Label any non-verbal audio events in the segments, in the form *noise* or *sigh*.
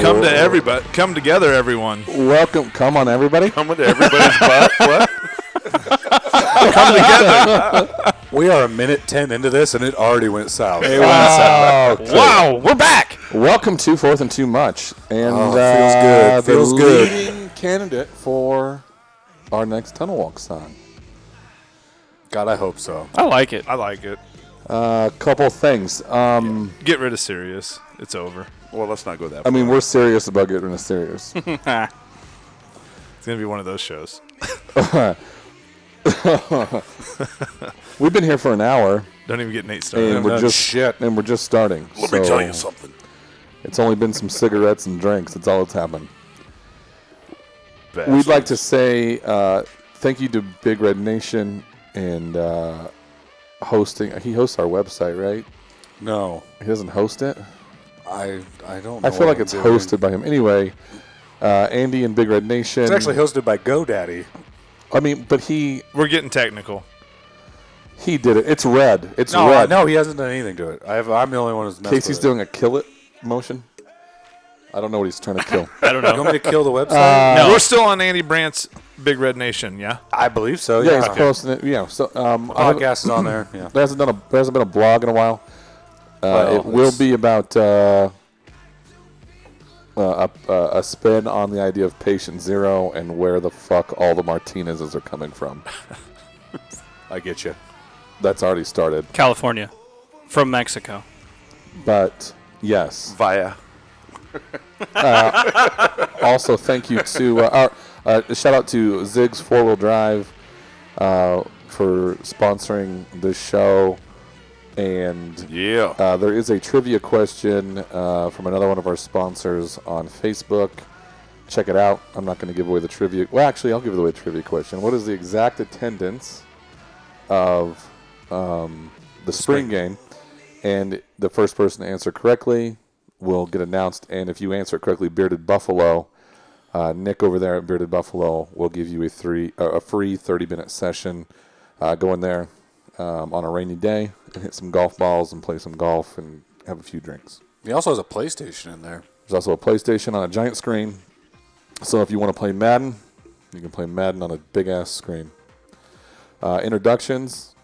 Come to everybody. Come together, everyone. Welcome. Come on, everybody. Come into everybody's butt. What? We are a minute ten into this, and it already went south. Wow. Wow, we're back. Welcome to Fourth and Too Much. And Oh, feels uh, good. the Feels good. leading candidate for our next tunnel walk song. God, I hope so. I like it. I like it. A couple things. Um, Get rid of Sirius. It's over. Well, let's not go that. Um, I mean, we're serious about getting us serious. It's gonna be one of those shows. We've been here for an hour, Don't even get Nate and started. we're no just shit. and we're just starting. Let me tell you So, something. It's only been some cigarettes and drinks. That's all that's happened. Bad. We'd like to say uh, thank you to Big Red Nation and uh, hosting. He hosts our website, right? No, He doesn't host it. I I don't. Know I feel what like I'm it's doing. hosted by him. Anyway, uh, Andy and Big Red Nation. It's actually hosted by GoDaddy. I mean, but he We're getting technical. he did it. It's red. It's No, red. no, he hasn't done anything to it. I have, I'm the only one who's. messed Casey's with doing a kill it motion. I don't know what he's trying to *laughs* kill. I don't It. You know. want me to kill the website? Uh, No. We're still on Andy Brandt's Big Red Nation. Yeah. I believe so. yeah, Yeah. he's posting it. Yeah. So um, I haven't- Podcast is on there. Yeah. there hasn't done a there hasn't been a blog in a while. Uh, Well, it will it's- be about uh, uh, a, a spin on the idea of patient zero and where the fuck all the Martinez's are coming from. I get you. That's already started, California, from Mexico. but yes. Via. Also, thank you to uh, our uh, shout out to Zig's Four Wheel Drive uh, for sponsoring this show, and Yeah. Uh, there is a trivia question uh, from another one of our sponsors on Facebook. Check it out. I'm not going to give away the trivia. Well, actually, I'll give away the trivia question. What is the exact attendance of um, the spring, game? And the first person to answer correctly will get announced. And if you answer correctly, Bearded Buffalo, uh, Nick over there at Bearded Buffalo will give you a three uh, a free 30 minute session. Uh, go in there um, on a rainy day and hit some golf balls and play some golf and have a few drinks. He also has a PlayStation in there. There's also a PlayStation on a giant screen. So if you want to play Madden, you can play Madden on a big ass screen. Uh, introductions.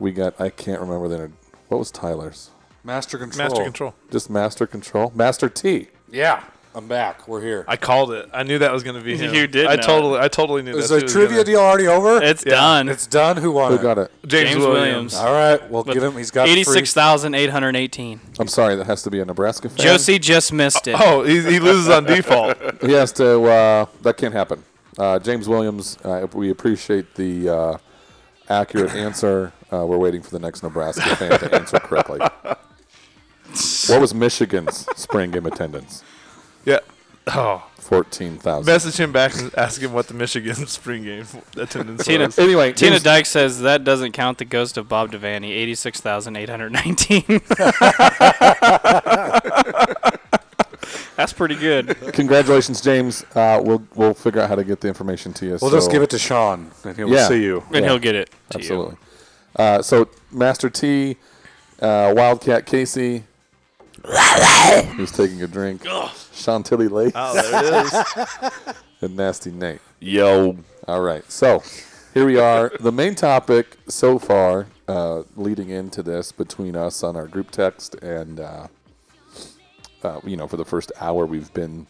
We got, I can't remember the, inter- what was Tyler's? Master control. Master control. Just Master Control? Master T. Yeah. I'm back. We're here. I called it. I knew that was gonna be him. You did I know totally. I totally knew. that's Is the who was trivia gonna- deal already over? It's done. It's done. Who won Who it? got it? James, James Williams. Williams. All right. We'll give him. He's got free- eighty-six thousand eight hundred eighteen. I'm sorry, that has to be a Nebraska fan. Josie just missed it. Oh, he, he loses *laughs* on default. He has to, uh, that can't happen. Uh, James Williams, uh, we appreciate the uh, accurate answer. Uh, we're waiting for the next Nebraska fan to answer correctly. What was Michigan's spring game attendance? Yeah. Oh. 14,000. Message him back and ask him what the Michigan *laughs* spring game attendance Tina, was. oh, Anyway, Tina James- Dyke says that doesn't count the ghost of Bob Devaney. Eighty-six thousand eight *laughs* hundred nineteen. That's pretty good. congratulations, James. Uh, we'll, we'll figure out how to get the information to you. We'll so- just give it to Sean, and he'll Yeah. see you. And Yeah. he'll get it. to you. Absolutely. Uh, so, Master T, uh, Wildcat Casey, who's taking a drink, Chantilly Lake, Oh, there it is. and Nasty Nate. Yo. All right. So here we are. the main topic so far, uh, leading into this between us on our group text and, uh, uh, you know, for the first hour we've been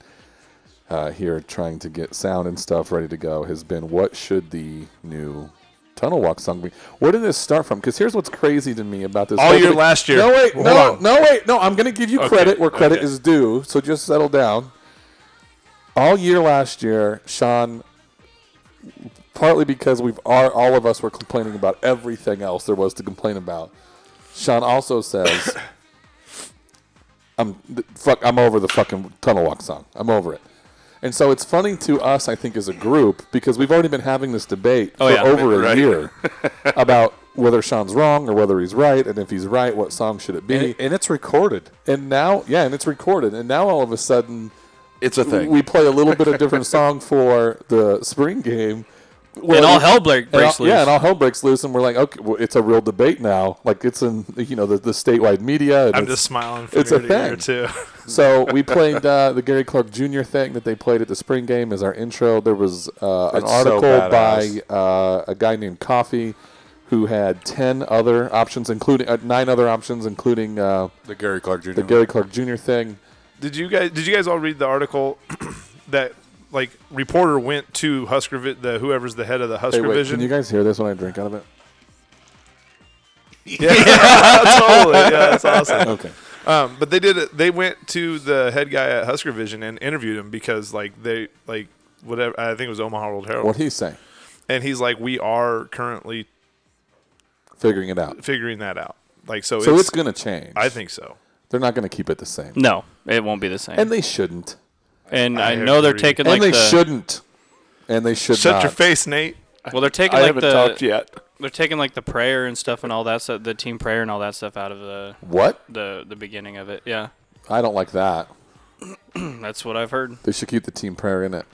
uh, here trying to get sound and stuff ready to go, has been what should the new tunnel walk song be? Where did this start from? Because here's what's crazy to me about this. All whole year thing. last year. No, wait. Hold No, on. no, wait. No, I'm going to give you Okay, credit where credit okay. is due. So just settle down. All year last year, Sean partly because we've are all of us were complaining about everything else there was to complain about. Sean also says, *coughs* "I'm th- fuck. I'm over the fucking tunnel walk song. I'm over it." And so it's funny to us, I think, as a group, because we've already been having this debate Oh, for yeah. over a Right. year about whether Sean's wrong or whether he's right, and if he's right, what song should it be? And, and it's recorded. and now, yeah, and it's recorded, and now all of a sudden It's a thing. we play a little bit of different song for the spring game Well, and all it- hell break, and all- breaks loose. Yeah, and all hell breaks loose, and we're like, okay, well, it's a real debate now. Like it's in you know the, the statewide media. and I'm it's- just smiling from it's ear a to ear thing. too. *laughs* so we played uh, the Gary Clark Jr. thing that they played at the spring game as our intro. There was uh, an That's so article by badass. uh, a guy named Coffee who had ten other options, including uh, nine other options, including uh, The Gary Clark Jr. the Gary Clark Jr. thing. Did you guys? Did you guys all read the article *clears throat* that like reporter went to Husker Vi- the whoever's the head of the Husker Hey, wait, Vision? *laughs* can you guys hear this when I drink out of it? yeah, totally. *laughs* Yeah, that's awesome. Okay. Um, but they did. it. They went to the head guy at Husker Vision and interviewed him because like they like whatever. I think it was Omaha World Herald, What he's saying, and he's like, we are currently figuring it out. figuring that out. Like so, So it's, it's, going to change. I think so. they're not going to keep it the same, no, it won't be the same. and And, they shouldn't, I, I know they're agree. taking and like they the shouldn't, and they should Shut not. your face, Nate. well, they're taking I like haven't the talked yet. they're taking like the prayer and stuff and all that stuff, the team prayer and all that stuff out of the What? the the beginning of it. Yeah, I don't like that. Mm-hmm. that's what I've heard. They should keep the team prayer in it.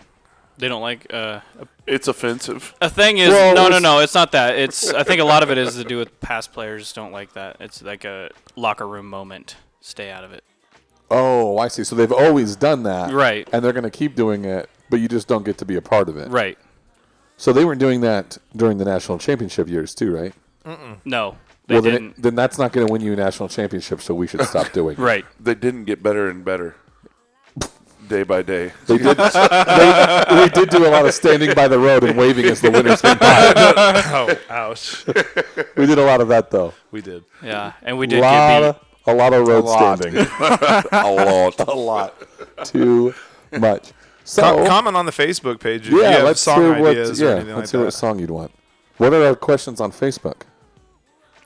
They don't like. Uh, It's offensive. a thing is Well, no, no, it's- no. It's not that. It's I think a lot of it is to do with past players don't like that. It's like a locker room moment. Stay out of it. Oh, I see. So they've always done that. Right. And they're going to keep doing it, but you just don't get to be a part of it. Right. So they were doing that during the national championship years too, right? No, they well, didn't. then, it- then that's not going to win you a national championship, so we should stop doing it. *laughs* right. They didn't get better and better day by day. They did, they, we did do a lot of standing by the road and waving as the winners came *laughs* by. Oh, ouch. We did a lot of that, though. we did. Yeah, and we A did lot, get beat. of, a lot of *laughs* road standing. A *laughs* lot. a lot. Too much. So, Com- Uh, comment on the Facebook page. If you Oh. yeah, have let's song hear what, yeah, ideas let's or anything like hear what that. song you'd want. What are our questions on Facebook?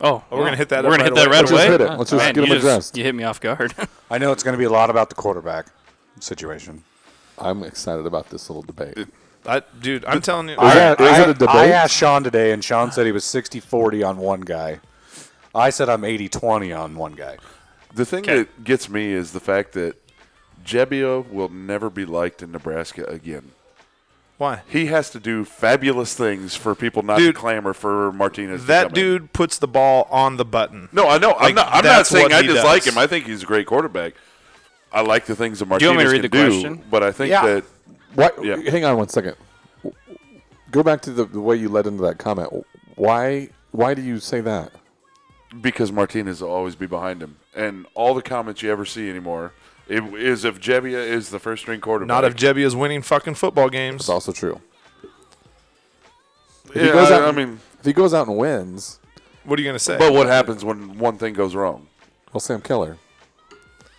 Oh, we're gonna hit that We're up gonna right hit away. that right Let's away. just hit it. Let's just Man, get 'em you just- addressed. You hit me *laughs* off guard. I know it's going to be a lot about the quarterback situation. I'm excited about this little debate. I, dude, I'm telling you. Is that- is I, it a debate? I asked Sean today, and Sean said he was 60 40 on one guy. I said I'm 80 20 on one guy. The thing that gets me is the fact that Jebbia will never be liked in Nebraska again. why? He has to do fabulous things for people not Dude, to clamor for Martinez. to come That in. dude puts the ball on the button. No, I know. I'm Like, not. I'm not that's saying what I he dislike does. him. I think he's a great quarterback. I like the things that you Martinez want me to read can the do, question? but I think Yeah. that What? Yeah. Hang on one second. W- Go back to the, the way you led into that comment. Why? Why do you say that? because Martinez will always be behind him, and all the comments you ever see anymore it is if Jebbia is the first string quarterback. Not if Jebby is winning fucking football games. It's also true. yeah, he goes I, out I and- mean, If he goes out and wins, What are you gonna say? but what happens when one thing goes wrong? well, Sam Keller.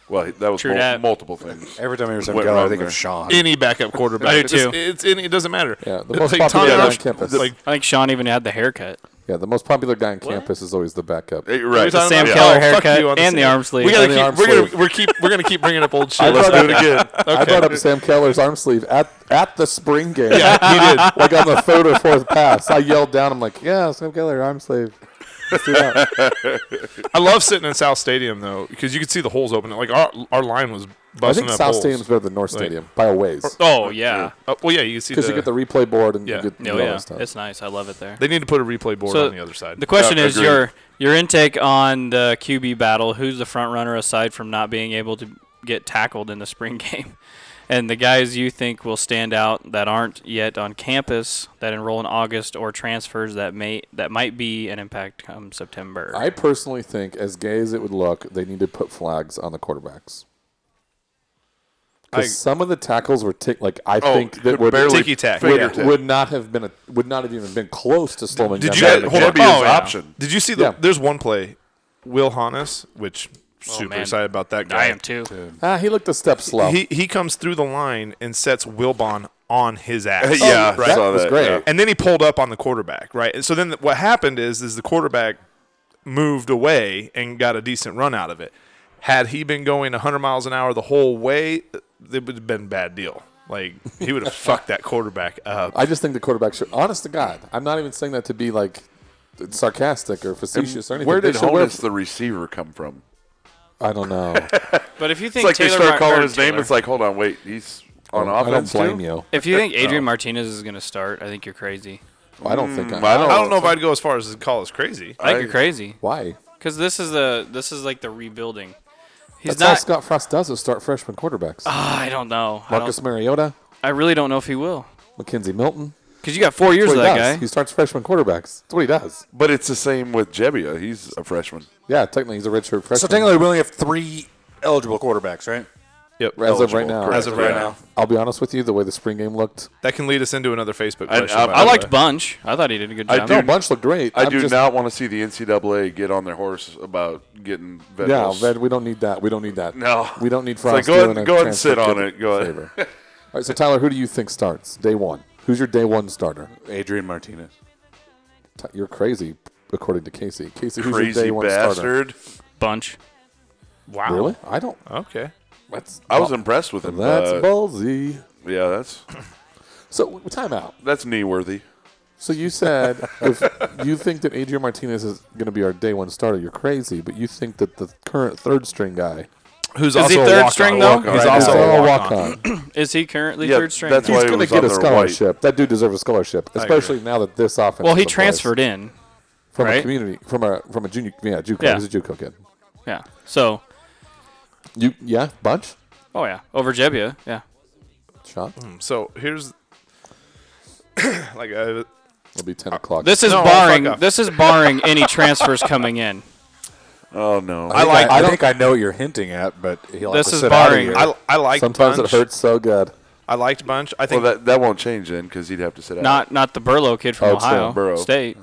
Well, that was True mul- that. multiple things. Every time I hear Sam Went Keller, I wrong think there. of Sean. any backup quarterback. I do It's just- too. It's, any. It doesn't matter. Yeah, the It's most like popular Tom guy on Rush- campus. Like I think Sean even had the haircut. Yeah, the most popular guy on campus is always the backup. Eh, Right. talking Sam Oh, Keller fuck haircut you on and the same- arm sleeve. We gotta And the keep. arm We're sleeve. gonna. We're keep. We're gonna keep bringing up *laughs* old shit. Let's do it again. I brought up Sam Keller's arm sleeve at at the spring game. yeah, he did. *laughs* like on the third or fourth pass, I yelled down. I'm like, "Yeah, Sam Keller, arm sleeve." Let's do that. I love sitting in South Stadium though because you could see the holes open. Like our our line was busting I think up South holes. Stadium's better than North Like- Stadium by a ways Oh yeah. Uh, well, yeah, you can see because the, you get the replay board and Yeah. you get No, all Oh, yeah. that stuff. It's nice. I love it there. They need to put a replay board So, on the other side. The question Uh, is agreed. your your intake on the QB battle. Who's the front runner aside from not being able to get tackled in the spring *laughs* game? And the guys you think will stand out that aren't yet on campus, that enroll in August, or transfers that may that might be an impact come September. I personally think, as gay as it would look, they need to put flags on the quarterbacks. I- Because some of the tackles were tick like I Oh, think that would, barely Ticky tack. finger Yeah. would, tip. would not have been a, would not have even been close to slowing Did them you down. guys- in the hold game. on. Jebbia is Oh, yeah. option. Did you see the? Yeah. There's one play, Will Hannes, which super Oh, man. excited about that guy. I am too. Ah, he looked a step slow. He he comes through the line and sets Wilbon on his ass. yeah, that I saw was that. great. yeah. And then he pulled up on the quarterback, right? And so then what happened is is the quarterback moved away and got a decent run out of it. Had he been going 100 miles an hour the whole way, it would have been a bad deal. Like he would have fucked that quarterback up. I just think the quarterback should. Honest to God, I'm not even saying that to be like sarcastic or facetious or anything. Where They did should wear- Honus, the receiver, come from? I don't know. But if you It's think like Taylor they start Mar- calling or his name. Taylor- It's like, hold on, wait, he's on I don't offense. blame too? you. if you think Adrian Martinez is going to start, I think you're crazy. I don't think I. I don't- I don't know if I'd go as far as to call us crazy. I think I- you're crazy Why? because this is the this is like the rebuilding. He's That's all not. Scott Frost does is start freshman quarterbacks. Ah, I don't know. I, Marcus don't, Mariota, I really don't know if he will Mackenzie Milton. because you got four years That's what of that he does. guy. He starts freshman quarterbacks. That's what he does. But it's the same with Jebbia. He's a freshman. Yeah, technically he's a redshirt freshman. So technically, we only have three eligible quarterbacks, right? Yep. as of right eligible, now, correct. As of right Yeah. now, I'll be honest with you, the way the spring game looked, that can lead us into another Facebook I- question. I- by I the liked way. Bunch. I thought he did a good I job. do- no, bunch looked great. I I'm do just- not want to see the NCAA get on their horse about getting Yeah, veterans. Ved, we don't need that. We don't need that. No. *laughs* we don't need It's like, Frost. go ahead- doing a go ahead and sit transcript on of it. Go ahead. favor. *laughs* All right, so Tyler, who do you think starts day one? Who's your day one starter? Adrian Martinez. Ty- You're crazy, according to Casey. Casey, who's your day Crazy one starter? bastard. Bunch. Wow. Really? I don't. Okay. That's I was impressed with him. that's uh, ballsy. yeah, that's So time out. that's knee worthy. So you said if you think that Adrian Martinez is going to be our day one starter, you're crazy. But you think that the current third string guy Who's Is also he a third walk-on. string, though? Walk-on. He's Right. also is a all walk on. Is he currently Yeah, third string? that's now? why- He's he going to was get on a their white. scholarship. That dude deserves a scholarship, especially now that this offense. Well, is he in place. transferred in. from a right? community from a from a junior yeah JUCO. Yeah. He's a JUCO kid. Yeah. So, You yeah bunch oh yeah, over Jebbia. Yeah. shot. So here's *coughs* like uh, I, It'll be ten o'clock. This is No, I'll fuck barring. off. This is barring any transfers coming in. Oh no, I like I, think I know what you're hinting at, but he'll This have to is sit out of barring- here. I, I liked sometimes bunch. it hurts so good. I liked bunch. I well think that that won't change then because he'd have to sit out. Not not the Burlow kid from Oh, it's Ohio the Burrow. State.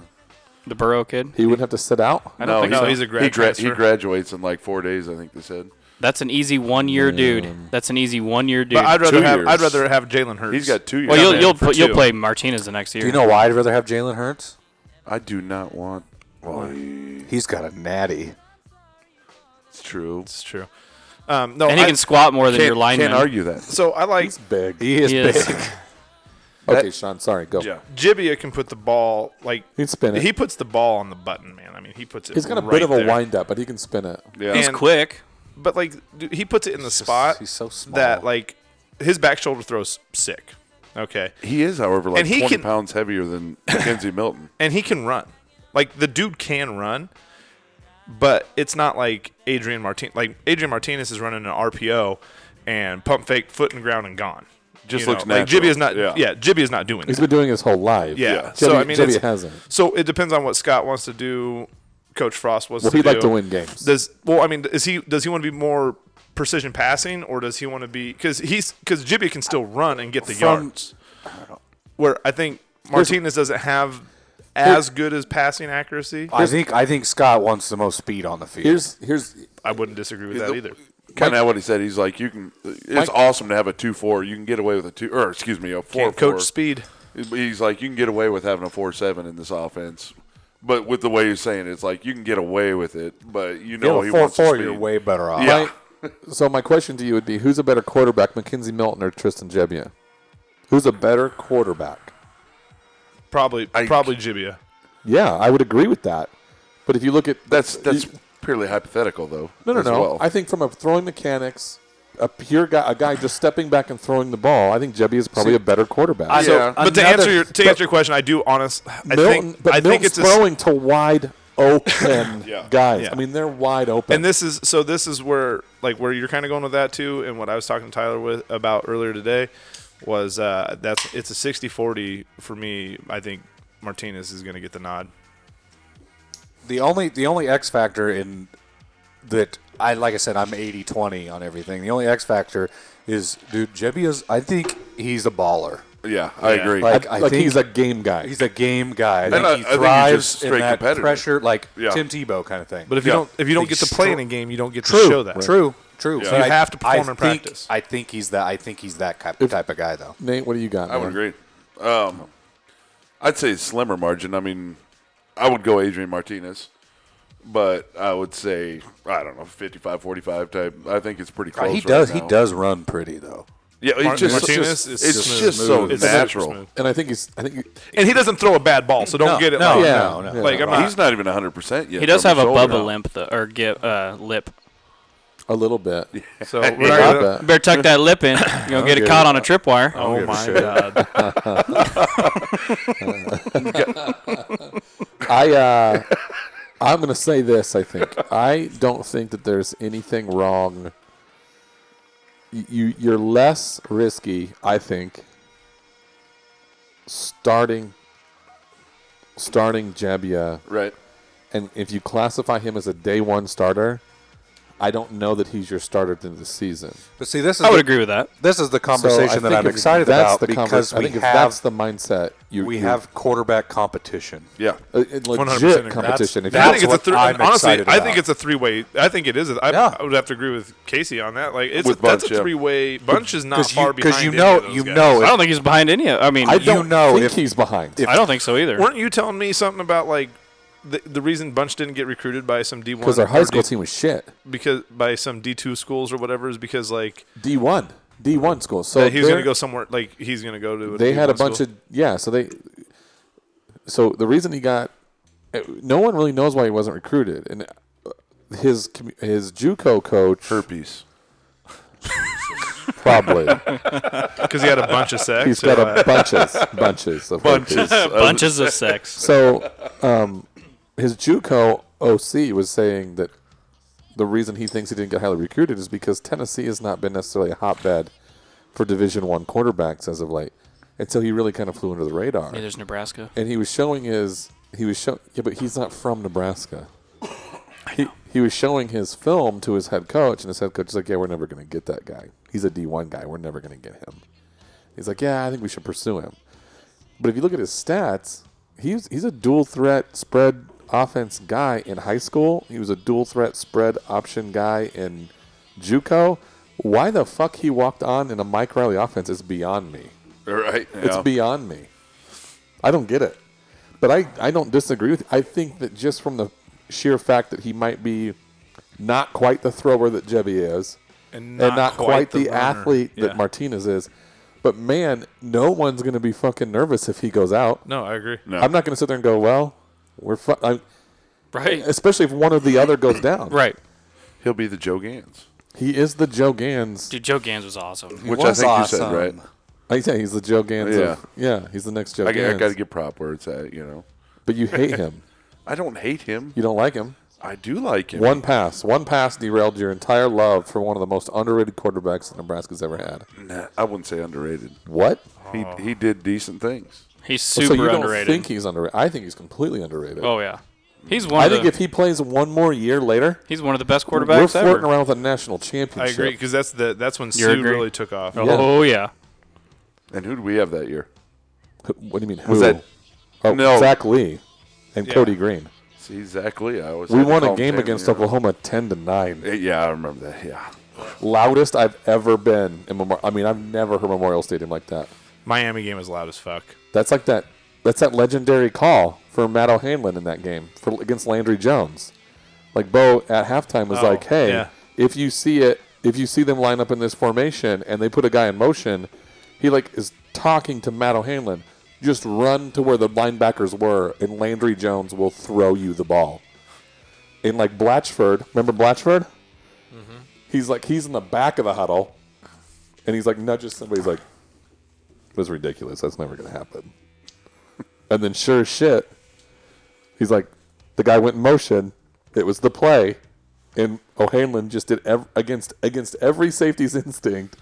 The Burrow kid. He wouldn't have to sit out. I don't think no, so. he's a grad he, gra- he transfer. graduates in like four days. I think they said That's an easy one year dude. That's an easy one year dude. but I'd rather two have I'd years. rather have Jalen Hurts. he's got two years. well, in you'll you'll for pl- you'll two. play Martinez the next year. Do you know why I'd rather have Jalen Hurts? I do not want. Well, He's got a natty. it's true. It's true. Um, no, and he I- can squat more than your Can't, lineman. can't argue that. So I like He's big. He is He is. big. okay, Sean. Sorry, go. Yeah. Jibbia can put the ball like He can spin it. he puts the ball on the button, man. I mean, he puts it. He's got a right bit of a there. wind up, but he can spin it. Yeah, He's And- quick. but like dude, he puts it in the spot. he's so small. that like his back shoulder throws sick. Okay, he is, however, like And he twenty can- pounds heavier *laughs* than Mackenzie Milton. and he can run. Like the dude can run, but it's not like Adrian Martinez. Like Adrian Martinez is running an RPO and pump fake, foot in the ground, and gone. Just looks like natural. Jibby is not. Yeah. Yeah, Jibby is not doing He's that. been doing his whole life. Yeah. yeah. So Jimmy- I mean, Jimmy it's- hasn't. So it depends on what Scott wants to do. Coach Frost wants Well, to he'd do. like to win games. Does well? I mean, is he? Does he want to be more precision passing, or does he want to be? Because he's because Jibby can still run and get the From- yards. Where I think Martinez doesn't have as good as passing accuracy. I, I think I think Scott wants the most speed on the field. Here's here's wouldn't disagree with that either. Kind of what he said. He's like, you can. It's awesome to have a two four. You can get away with a two, or excuse me, a four Can't four. coach speed. He's like, you can get away with having a four seven in this offense, but with the way you're saying it, it's like you can get away with it. But you you know, have he a four wants to four. speed. You're way better off. Yeah. my, so my question to you would be: Who's a better quarterback, Mackenzie Milton or Tristan Jebbia? Who's a better quarterback? Probably I- probably Jibia. Yeah, I would agree with that. But if you look at That's that's purely hypothetical, though. No, no, as no. well. I think from a throwing mechanics, a pure guy, a guy just stepping back and throwing the ball. I think Jebbia is probably a better quarterback. I- So, Yeah. but to Another- answer your to answer your question, I do honest. I Milton, think but I think Milton's it's a s- throwing to wide open Yeah. *laughs* guys. Yeah. I mean, they're wide open. And this is so this is where like where you're kind of going with that too and what I was talking to Tyler with about earlier today was uh that's it's a 60-40 for me. I think Martinez is going to get the nod. The only the only X factor in that I like I said I'm 80-20 on everything. The only X factor is dude Jebbia's I think he's a baller. Yeah, I agree. Like I, like think he's a game guy. he's a game guy. I think I- I he think he's thrives just in straight that competitor. pressure like Yeah. Tim Tebow kind of thing. But if you Yeah. don't if you don't He's get to play in stro- a game, you don't get to True. show that. True. True. Yeah. But You I- have to perform I in think- practice. I think he's that. I think he's that type, type of guy, though. Nate, what do you got? I would man? agree. Um, I'd say it's slimmer margin. I mean, I would go Adrian Martinez, but I would say I don't know 55-45 type. I think it's pretty close. he right does. he now. does run pretty though. Yeah, it's Martin just Martinez is it's just, it's smooth. just so It's super natural. smooth. And I think he's. I think. And he doesn't throw a bad ball, so don't No, get it no, like yeah, no, like I'm not He's not even hundred percent yet. He does from have a his shoulder. Bubba limp though, or get uh, lip. A little bit. So we're not Not gonna- bad. Better tuck that lip *coughs* in. You're gonna get it Okay. caught on a tripwire. Oh my god! I uh, *laughs* I'm gonna say this. I think I don't think that there's anything wrong. Y- You you're less risky, I think. Starting. Starting Jebbia, Right. and if you classify him as a day one starter, I don't know that he's your starter into the season. But see, this is I would the, agree with that. this is the So I conversation think that I'm if excited that's about the conver- because I we think if have that's the mindset you we you- have quarterback competition. Yeah. a- a legit agree. competition. If That's- I you think it's a what three. I'm honestly, excited I about. think it's a three-way. I think it is. I, Yeah. I would have to agree with Casey on that. Like, it's With a, that's Bunch, a yeah. three-way. Bunch is not 'cause you- far 'cause behind. you any know- of those you guys. know I don't think he's behind any. of- I mean, I I don't you know think if- he's behind. if- don't think so either. Weren't you telling me something about like the, the reason Bunch didn't get recruited by some D one because our high school team was shit. because by some D two schools or whatever is because like D one, D one school. So that he was going to they're- go somewhere like he's going to go to. They had a bunch of yeah. So they, so the reason he got, eh, no one really knows why he wasn't recruited, and uh, his commu- his JUCO coach Herpes. probably because he had a bunch of sex. *laughs* he's got uh, a bunches *laughs* bunches of Bunches. herpes. *laughs* Bunches of sex. So, um, his JUCO OC was saying that the reason he thinks he didn't get highly recruited is because Tennessee has not been necessarily a hotbed for Division One quarterbacks as of late, and so he really kind of flew under the radar. There's Nebraska. and he was showing his he was showing yeah, but he's not from Nebraska. He, he was showing his film to his head coach, and his head coach is like, "Yeah, we're never going to get that guy. He's a D one guy. We're never going to get him." He's like, "Yeah, I think we should pursue him." But if you look at his stats, he's he's a dual threat spread offense guy in high school. He was a dual threat spread option guy in JUCO. Why the fuck he walked on in a Mike Riley offense is beyond me. Right. It's yeah. beyond me. I don't get it. But I, I don't disagree with I think that just from the sheer fact that he might be not quite the thrower that Jebby is and and not quite, the, runner. athlete Yeah. that Martinez is. But man, no one's going to be fucking nervous if he goes out. No, I agree. No. I'm not going to sit there and go, well, we're fu-, I'm, Right. especially if one or the other goes down. Right. He'll be the Joe Gans. He is the Joe Gans. Dude, Joe Gans was awesome. Which was I think you awesome. said, right? I say he's the Joe Gans. Yeah. Of, yeah, he's the next Joe I, Gans. got to give prop where it's at, you know. but you hate him. I don't hate him. You don't like him. I do like him. One pass, one pass derailed your entire love for one of the most underrated quarterbacks that Nebraska's ever had. Nah, I wouldn't say underrated. What? He he did decent things. He's So super you don't underrated. think he's underrated? I think he's completely underrated. oh yeah. He's one. I of think the, if he plays one more year later, he's one of the best we're quarterbacks flirting ever. around with a national I championship. agree because that's the that's when You're Sue agreeing? really took off. Oh yeah. And who do we have that year? What do you mean? Who? Was that- oh, no. Zach Lee and Cody Green. See, Zach Lee. I always We had to won call a him game Tanner, against you know. Oklahoma ten to nine. Eh, Yeah, I remember that. Yeah. Loudest I've ever been in Memorial. I mean, I've never heard Memorial Stadium like that. Miami game is loud as fuck. That's like that. That's that legendary call for Matt O'Hanlon in that game for against Landry Jones. Like Bo at halftime was Oh, like, "Hey, yeah. if you see it, if you see them line up in this formation and they put a guy in motion, he like is talking to Matt O'Hanlon. Just run to where the linebackers were, and Landry Jones will throw you the ball." And like Blatchford, remember Blatchford? Mm-hmm. He's like he's in the back of the huddle, and he's like nudges somebody. He's like, it was ridiculous. That's never going to happen. And then, sure as shit, he's like, the guy went in motion. It was the play, and O'Hanlon just did ev- against against every safety's *laughs* instinct,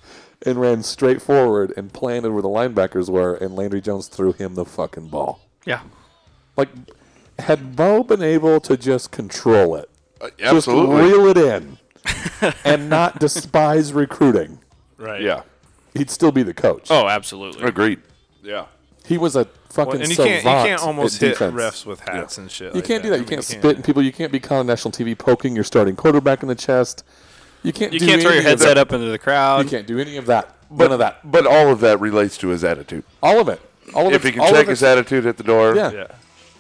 and ran straight forward and planted where the linebackers were. And Landry Jones threw him the fucking ball. Yeah. Like, had Bo been able to just control it, Uh, absolutely. just reel it in, *laughs* and not despise recruiting, Right. yeah. he'd still be the coach. Oh, absolutely. Agreed. Yeah. He was a fucking Well, and you savant can't you can't almost at hit defense. refs with hats and shit. You like can't do that. You I mean, can't spit in people. You can't be caught on national TV poking your starting quarterback in the chest. You can't. You do can't throw any your of headset that. up into the You crowd. can't do any of that. But None of that. But all of that relates to his attitude. All of it. All of If it. he can all of check it- his attitude at the door, Yeah. Yeah.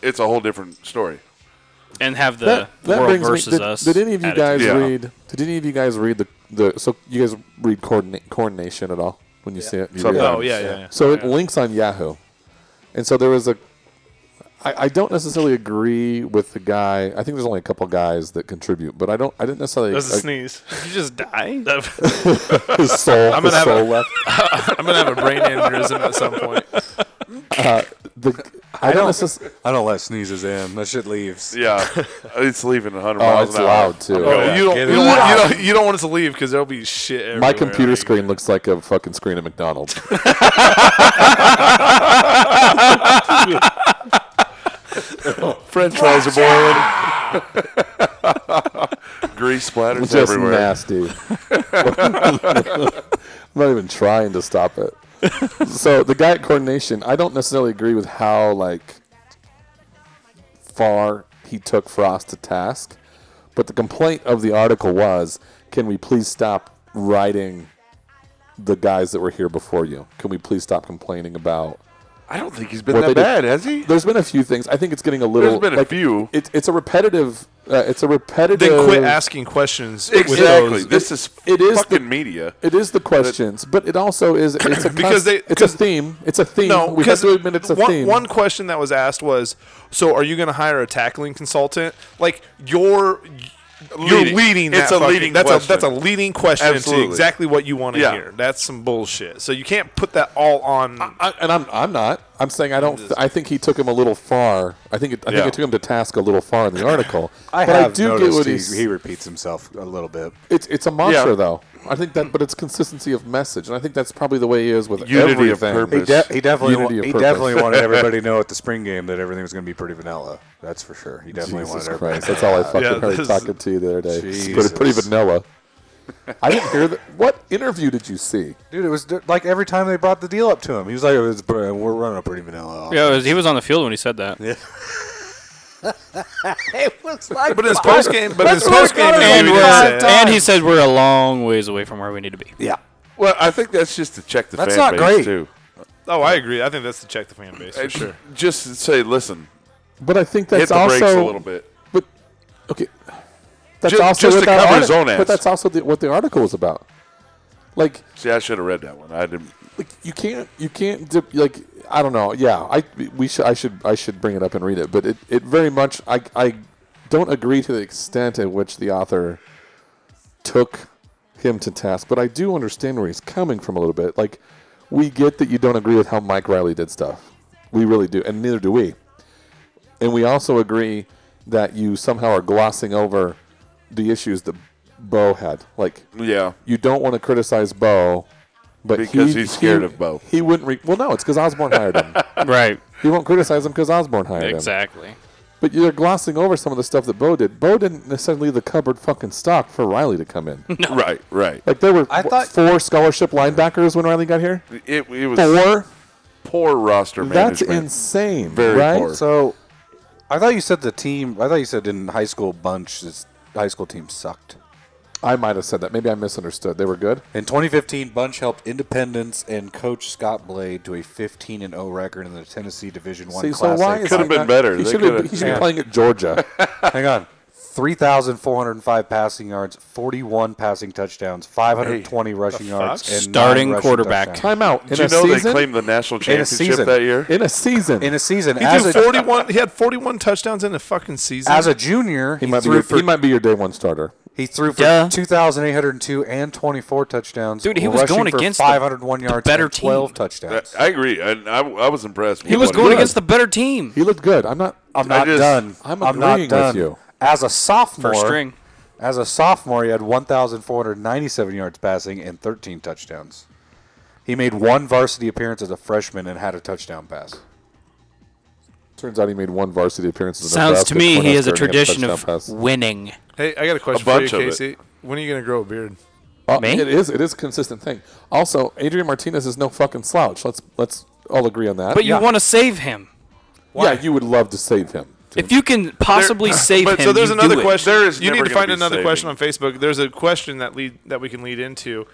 it's a whole different story. And have the That, that world brings versus me. Did, us. did any of you attitude. guys Yeah. read? Did any of you guys read the the? So you guys read coordinate coordination at all when you see it? You read it? Sometimes. Oh yeah, yeah, yeah. So it links on Yahoo, and so there was a. I, I don't necessarily agree with the guy. I think there's only a couple guys that contribute, but I don't. I didn't necessarily. That's a uh, sneeze. Did you *laughs* just die? his soul. I'm gonna his have a- *laughs* soul left. I'm gonna have a brain *laughs* aneurysm at some point. Uh, The, I don't. necess- I don't let sneezes in. That shit *laughs* leaves. Yeah, it's leaving 100 Oh, miles it's an hour. loud too. Oh, *laughs* yeah. you, don't, Get you, it don't want, you, out. don't, you don't want it to leave because there'll be shit. Everywhere. My computer Like, screen looks like a fucking screen at McDonald's. French fries are boiling. *laughs* Grease splatters It's just everywhere. nasty. *laughs* I'm not even trying to stop it. so the guy at coordination, I don't necessarily agree with how like far he took Frost to task, but the complaint of the article was, "Can we please stop writing the guys that were here before you? Can we please stop complaining about?" I don't think he's been What that they did- bad, has he? There's been a few things. I think it's getting a little. There's been a like, few. It's it's a repetitive. Uh, it's a repetitive. Then quit asking questions. with Exactly. those- This is it is fucking the- media. It is the questions, but it also is it's a Because const- they- it's a 'cause- theme. It's a theme. No, we have because to admit it's a one, theme. one question that was asked was, "So, are you going to hire a tackling consultant?" Like you're you're Leading. leading. It's that a fucking- leading That's question. a that's a leading question Absolutely. to exactly what you want to Yeah. hear. That's some bullshit. So you can't put that all on. I, and I'm I'm not. I'm saying I don't. I think he took him a little far. I think it, I Yeah. think it took him to task a little far in the article. *laughs* I but have I do get noticed what he- he's. he repeats himself a little bit. it's it's a monster Yeah. though. I think that, but it's consistency of message, and I think that's probably the way he is with Unity of everything. purpose. He, de- he definitely Unity wa- of he purpose. definitely wanted everybody to know *laughs* at the spring game that everything was going to be pretty vanilla. That's for sure. He definitely Jesus wanted everybody. Christ, that's all I fucking Yeah, heard this- talking to you the other day. It's Jesus. Pretty, pretty vanilla. I didn't hear that. What interview did you see? Dude, it was d- like every time they brought the deal up to him, he was like, "It's- "We're running a pretty vanilla." offense." Yeah, it was- he was on the field when he said that. But in his post game, but in his That's what I post game, got it And, Maybe we're, five and he times. said we're a long ways away from where we need to be. yeah. Well, I think that's just to check the That's not fan base great. too. Oh, I agree. I think that's to check the fan base for And sure. Just to say, listen, But I think hit that's the also brakes a little bit. But okay, that's Ju- also just what to that cover his own ass. But that's also the, what the article was about. Like, See, I should have read that one. I didn't. like you can't, you can't, dip, like I don't know. Yeah, I we should, I should, I should bring it up and read it. But it, it very much, I, I don't agree to the extent at which the author took him to task. But I do understand where he's coming from a little bit. Like, we get that you don't agree with how Mike Riley did stuff. We really do, and neither do we. And we also agree that you somehow are glossing over the issues that Bo had. Like Yeah, you don't want to criticize Bo, but Because he- he's scared he- of Bo. He wouldn't. Re- well, no, it's because Osborne hired *laughs* him. *laughs* Right. You won't criticize him because Osborne hired um, him. Exactly. But you're glossing over some of the stuff that Bo did. Bo didn't necessarily leave the cupboard fucking stock for Riley to come *laughs* in. right, right. like there were I what, thought- four scholarship linebackers when Riley got here. It, it was Four. poor roster That's management. insane. Very right? poor. So, I thought you said the team. I thought you said in high school bunch, this high school team sucked. I might have said that. Maybe I misunderstood. They were good. In 2015, Bunch helped Independence and coach Scott Blade to a 15 and 0 record in the Tennessee Division One See, so Classic. why is Could've he been not- better. He They should, be, could've- he should Yeah. be playing at *laughs* Georgia. Hang on. 3,405 passing yards, 41 passing touchdowns, 520 rushing yards, and nine Starting rushing quarterback. touchdowns. Timeout. In Did you a know season. they claimed the national In a championship season. that year? in a season. In a season, He as threw a, 41. he had 41 touchdowns in a fucking season. as a junior, he, He might, be threw your, for, he might be your day one starter. he threw for Duh. 2,802 and 24 touchdowns. Dude, he while was rushing going for against the- 501 the yards better and 12 team. I, touchdowns. I agree, and I, I was impressed. with He was what going did. against the better team. He looked good. I'm not. uh, I'm I not just- done. I'm not agreeing with done. you. As a sophomore, First string. As a sophomore, he had 1,497 yards passing and 13 touchdowns. He made one varsity appearance as a freshman and had a touchdown pass. Turns out he made one varsity appearance. as a Sounds Nebraska to me he has a cornerback during tradition of touchdown pass. winning. hey, I got a question A for you, bunch of it. Casey. When are you going to grow a beard? Uh, Me? It is. It is a consistent thing. Also, Adrian Martinez is no fucking slouch. Let's let's all agree on that. But you want to save him. yeah, you would love to save him. If you can possibly *laughs* save but him, so there's you another do it. question. There is you never need to gonna find be another saving. question on Facebook. There's a question that lead that we can lead into.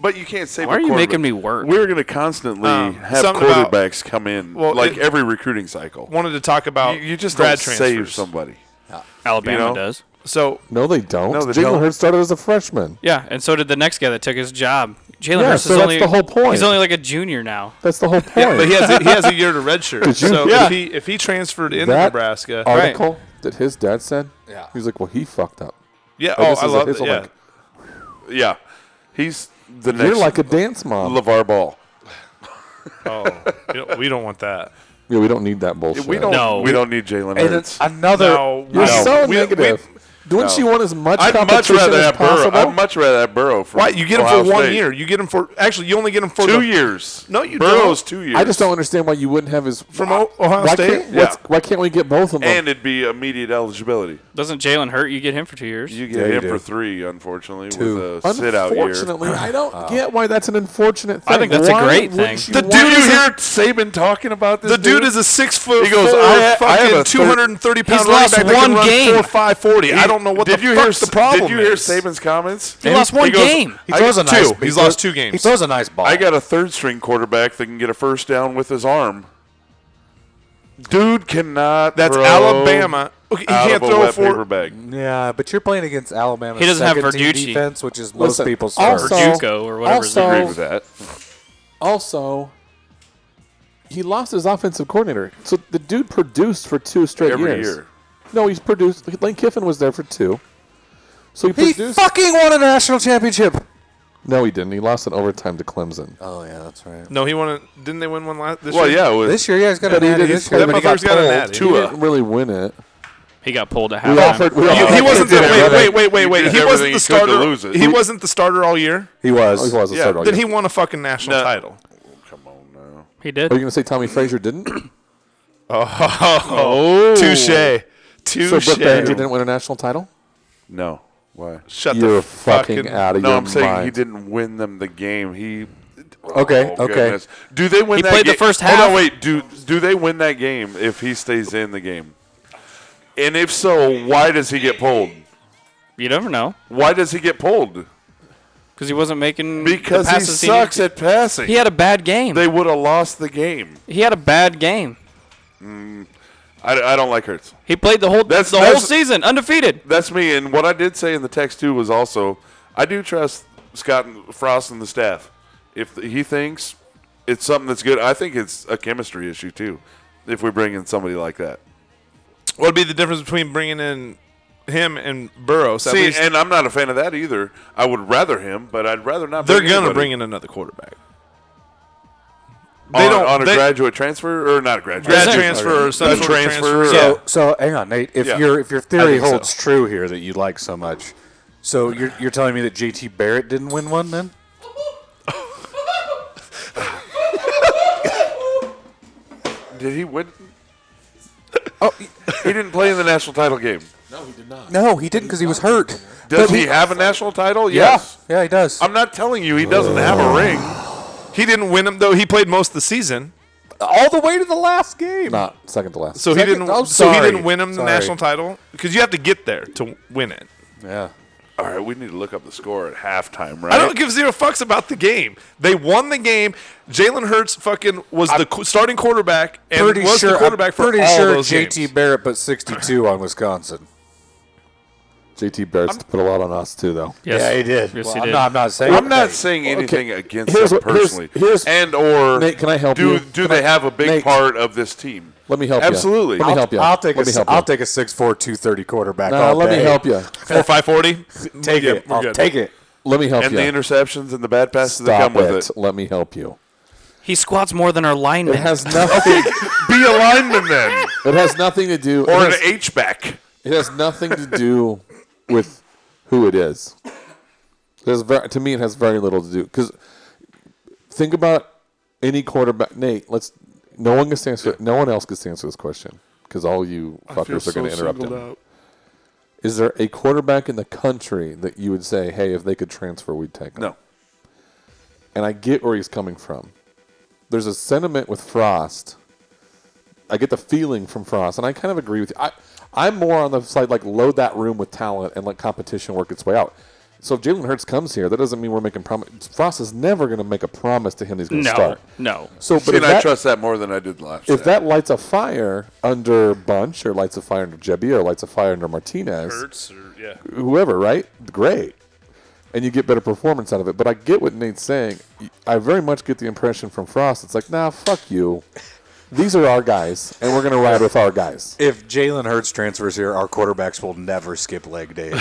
But you can't save. Why a are you quarterback. making me work? We're going to constantly Um, have something about- quarterbacks come in, Well, like it- every recruiting cycle. Wanted to talk about You, you just grad don't transfers. save somebody. Alabama you know? does. So No, they don't. No, they Jalen don't. Hurts started as a freshman. Yeah, and so did the next guy that took his job. Jalen Yeah, Hurts so is that's only the whole point. He's only like a junior now. That's *laughs* the whole point. Yeah, but he has a, he has a year to redshirt. Did you- So Yeah. if he if he transferred into That Nebraska, article that his dad said. Yeah. He was like, well, he fucked up. yeah, Like, oh, this I is a- love it's it. a Yeah, like- Yeah, he's the next You're like a dance mom. LeVar Ball. oh, you know, we don't want *laughs* that. yeah, we don't need that bullshit. We don't. No. We don't need Jalen And Hurts. it's another. No, You're no. so We- we- negative. Wouldn't you want as much I'd much competition rather as have Burrow. possible? I'd much rather have Burrow. From Why you get him Ohio for one State. year? You get him for actually you only get him for two the- years. No, you Burrow's don't. two years. I just don't understand why you wouldn't have his From O- Ohio why State? Can't, what's- Yeah. Why can't we get both of them? And it'd be immediate eligibility. Doesn't Jalen Hurt? You get him for two years. You Yeah, get you him do. for three, unfortunately, with a sit out year. *sighs* Unfortunately, I don't get why that's an unfortunate thing. I think that's a Why great wouldn't thing. you The want- Did Dude you is a- hear Saban talking about this? The dude is a six foot. He goes, four, I ha- I fucking have a two hundred and thirty pound He's running lost back that can one run game. four five forty. I don't know what did the you hear fuck's s- the problem. Did you hear is. Saban's comments? He lost one goes- game. He throws a Two. nice. He's he lost throws- two games. He throws a nice ball. I got a third string quarterback that can get a first down with his arm. Dude cannot. That's throw Alabama. Okay, he out can't of a throw wet for- paper bag. Yeah, but you're playing against Alabama. He doesn't have Verducci. defense, which is most Listen, people's also- first. Juco or whatever his also- name Agree is. with that. Also, he lost his offensive coordinator. So the dude produced for two straight Every years. year. No, he's produced. Lane Kiffin was there for two. So he, He produced. fucking won a national championship. no, he didn't. He lost in overtime to Clemson. Oh yeah, that's right. No, he won. A, didn't they win one last? This Well, year? yeah, with This year, yeah, he's got a But he natty didn't this play year, That but he got motherfucker's got a pulled. natty. He Tua. didn't really win it. He got pulled at We halftime. offered. We You- offered he wasn't the did wait, everything. wait, wait, wait, He wait. did He everything wasn't he could the to starter. lose it. He wasn't the starter all year. He Oh, was. he was a Yeah, starter all Then he year. won a fucking national No. title. *laughs* Come on now. He did. Are you going to say Tommy Frazier *clears throat* didn't? Oh, touche, so Brooke Bannister touche. didn't win a national title? No. Why? Shut You're the fucking, out of No, your I'm saying mind. he didn't win them the game. He. Okay, Oh, okay. goodness. Do they win? He that played the ga- first Hold half. on, wait. Do do they win that game if he stays in the game? And if so, why does he get pulled? You never know Why does he get pulled? because he wasn't making the Because he passes needed sucks to- at passing. He had a bad game. they would have lost the game. he had a bad game. I, I don't like Hurts. He played the whole That's- the whole that's- season undefeted. That's me. And what I did say in the text too was also I do trust Scott and Frost and the staff. If he thinks it's something that's good, I think it's a chemistry issue too. If we bring in somebody like that, What would be the difference between bringing in him and Burrow? So at see, least and I'm not a fan of that either. I would rather him, but I'd rather not. they're bring gonna anybody bring in another quarterback. on, they don't- on a they- graduate transfer or not a graduate Grad it? transfer or some A sort of transfer, transfer. yeah. yeah. So, so hang on, Nate. If Yeah. your if your theory I think so. holds true here that you like so much, so you're you're telling me that JT Barrett didn't win one then? Did he win? oh, he he didn't play in the national title game. *laughs* No, he didn't because he was hurt. Does But he have a national title? Yeah, Yes. yeah, he does. I'm not telling you he doesn't have a ring. He didn't win him though. He played most of the season, all the way to the last game. Not second to last. so he Second- didn't. oh, so he sorry. didn't win him the Sorry. national title because you have to get there to win it. Yeah. All right, we need to look up the score at halftime, right? I don't give zero fucks about the game. They won the game. Jalen Hurts fucking was the qu- starting quarterback and Pretty was sure. the quarterback I'm for pretty all sure those JT games. Barrett put 62 on Wisconsin. JT Barrett's put a lot on us too, though. Yes. Yeah, he did. Yes, Well, he I'm did. Not, I'm not saying. I'm not Hey, saying anything against Here's them what- here's- personally. here's- and or Nate, can I help do you? do Can they I- have a big Nate. part of this team? Let me help Absolutely. you. Let me help you. I'll take let a me help will you. take a 6'4", 230 quarterback. No, all let day. me help you. Four five forty. Take it. I'll take it. Let me help And you. the interceptions and the bad passes that Stop come it. with it. Let me help you. He squats more than our It lineman. *laughs* has nothing. *laughs* Be a lineman *laughs* then, it has nothing to do. or it, an has, H back. it has nothing to do with who it is. There's ver- to me, it has very little to do because think about any quarterback. Nate, let's. No one can answer. No one else can answer this question because all you fuckers are going to interrupt him. Is there a quarterback in the country that you would say, hey, if they could transfer, we'd take him? No, And I get where he's coming from. There's a sentiment with Frost. I get the feeling from Frost, and I kind of agree with you. I, I'm more on the side like load that room with talent and let competition work its way out. So if Jalen Hurts comes here, that doesn't mean we're making promise. Frost is never going to make a promise to him that he's going to no, start. no. So, but See, if and I that- trust that more than I did last. if that lights a fire under Bunch or lights a fire under Jebbia or lights a fire under Martinez, Hurts or yeah. whoever, right? Great. and you get better performance out of it. But I get what Nate's saying. I very much get the impression from Frost. It's like, nah, fuck you. These are our guys, and we're gonna ride with our guys. If Jalen Hurts transfers here, our quarterbacks will never skip leg day. again. *laughs*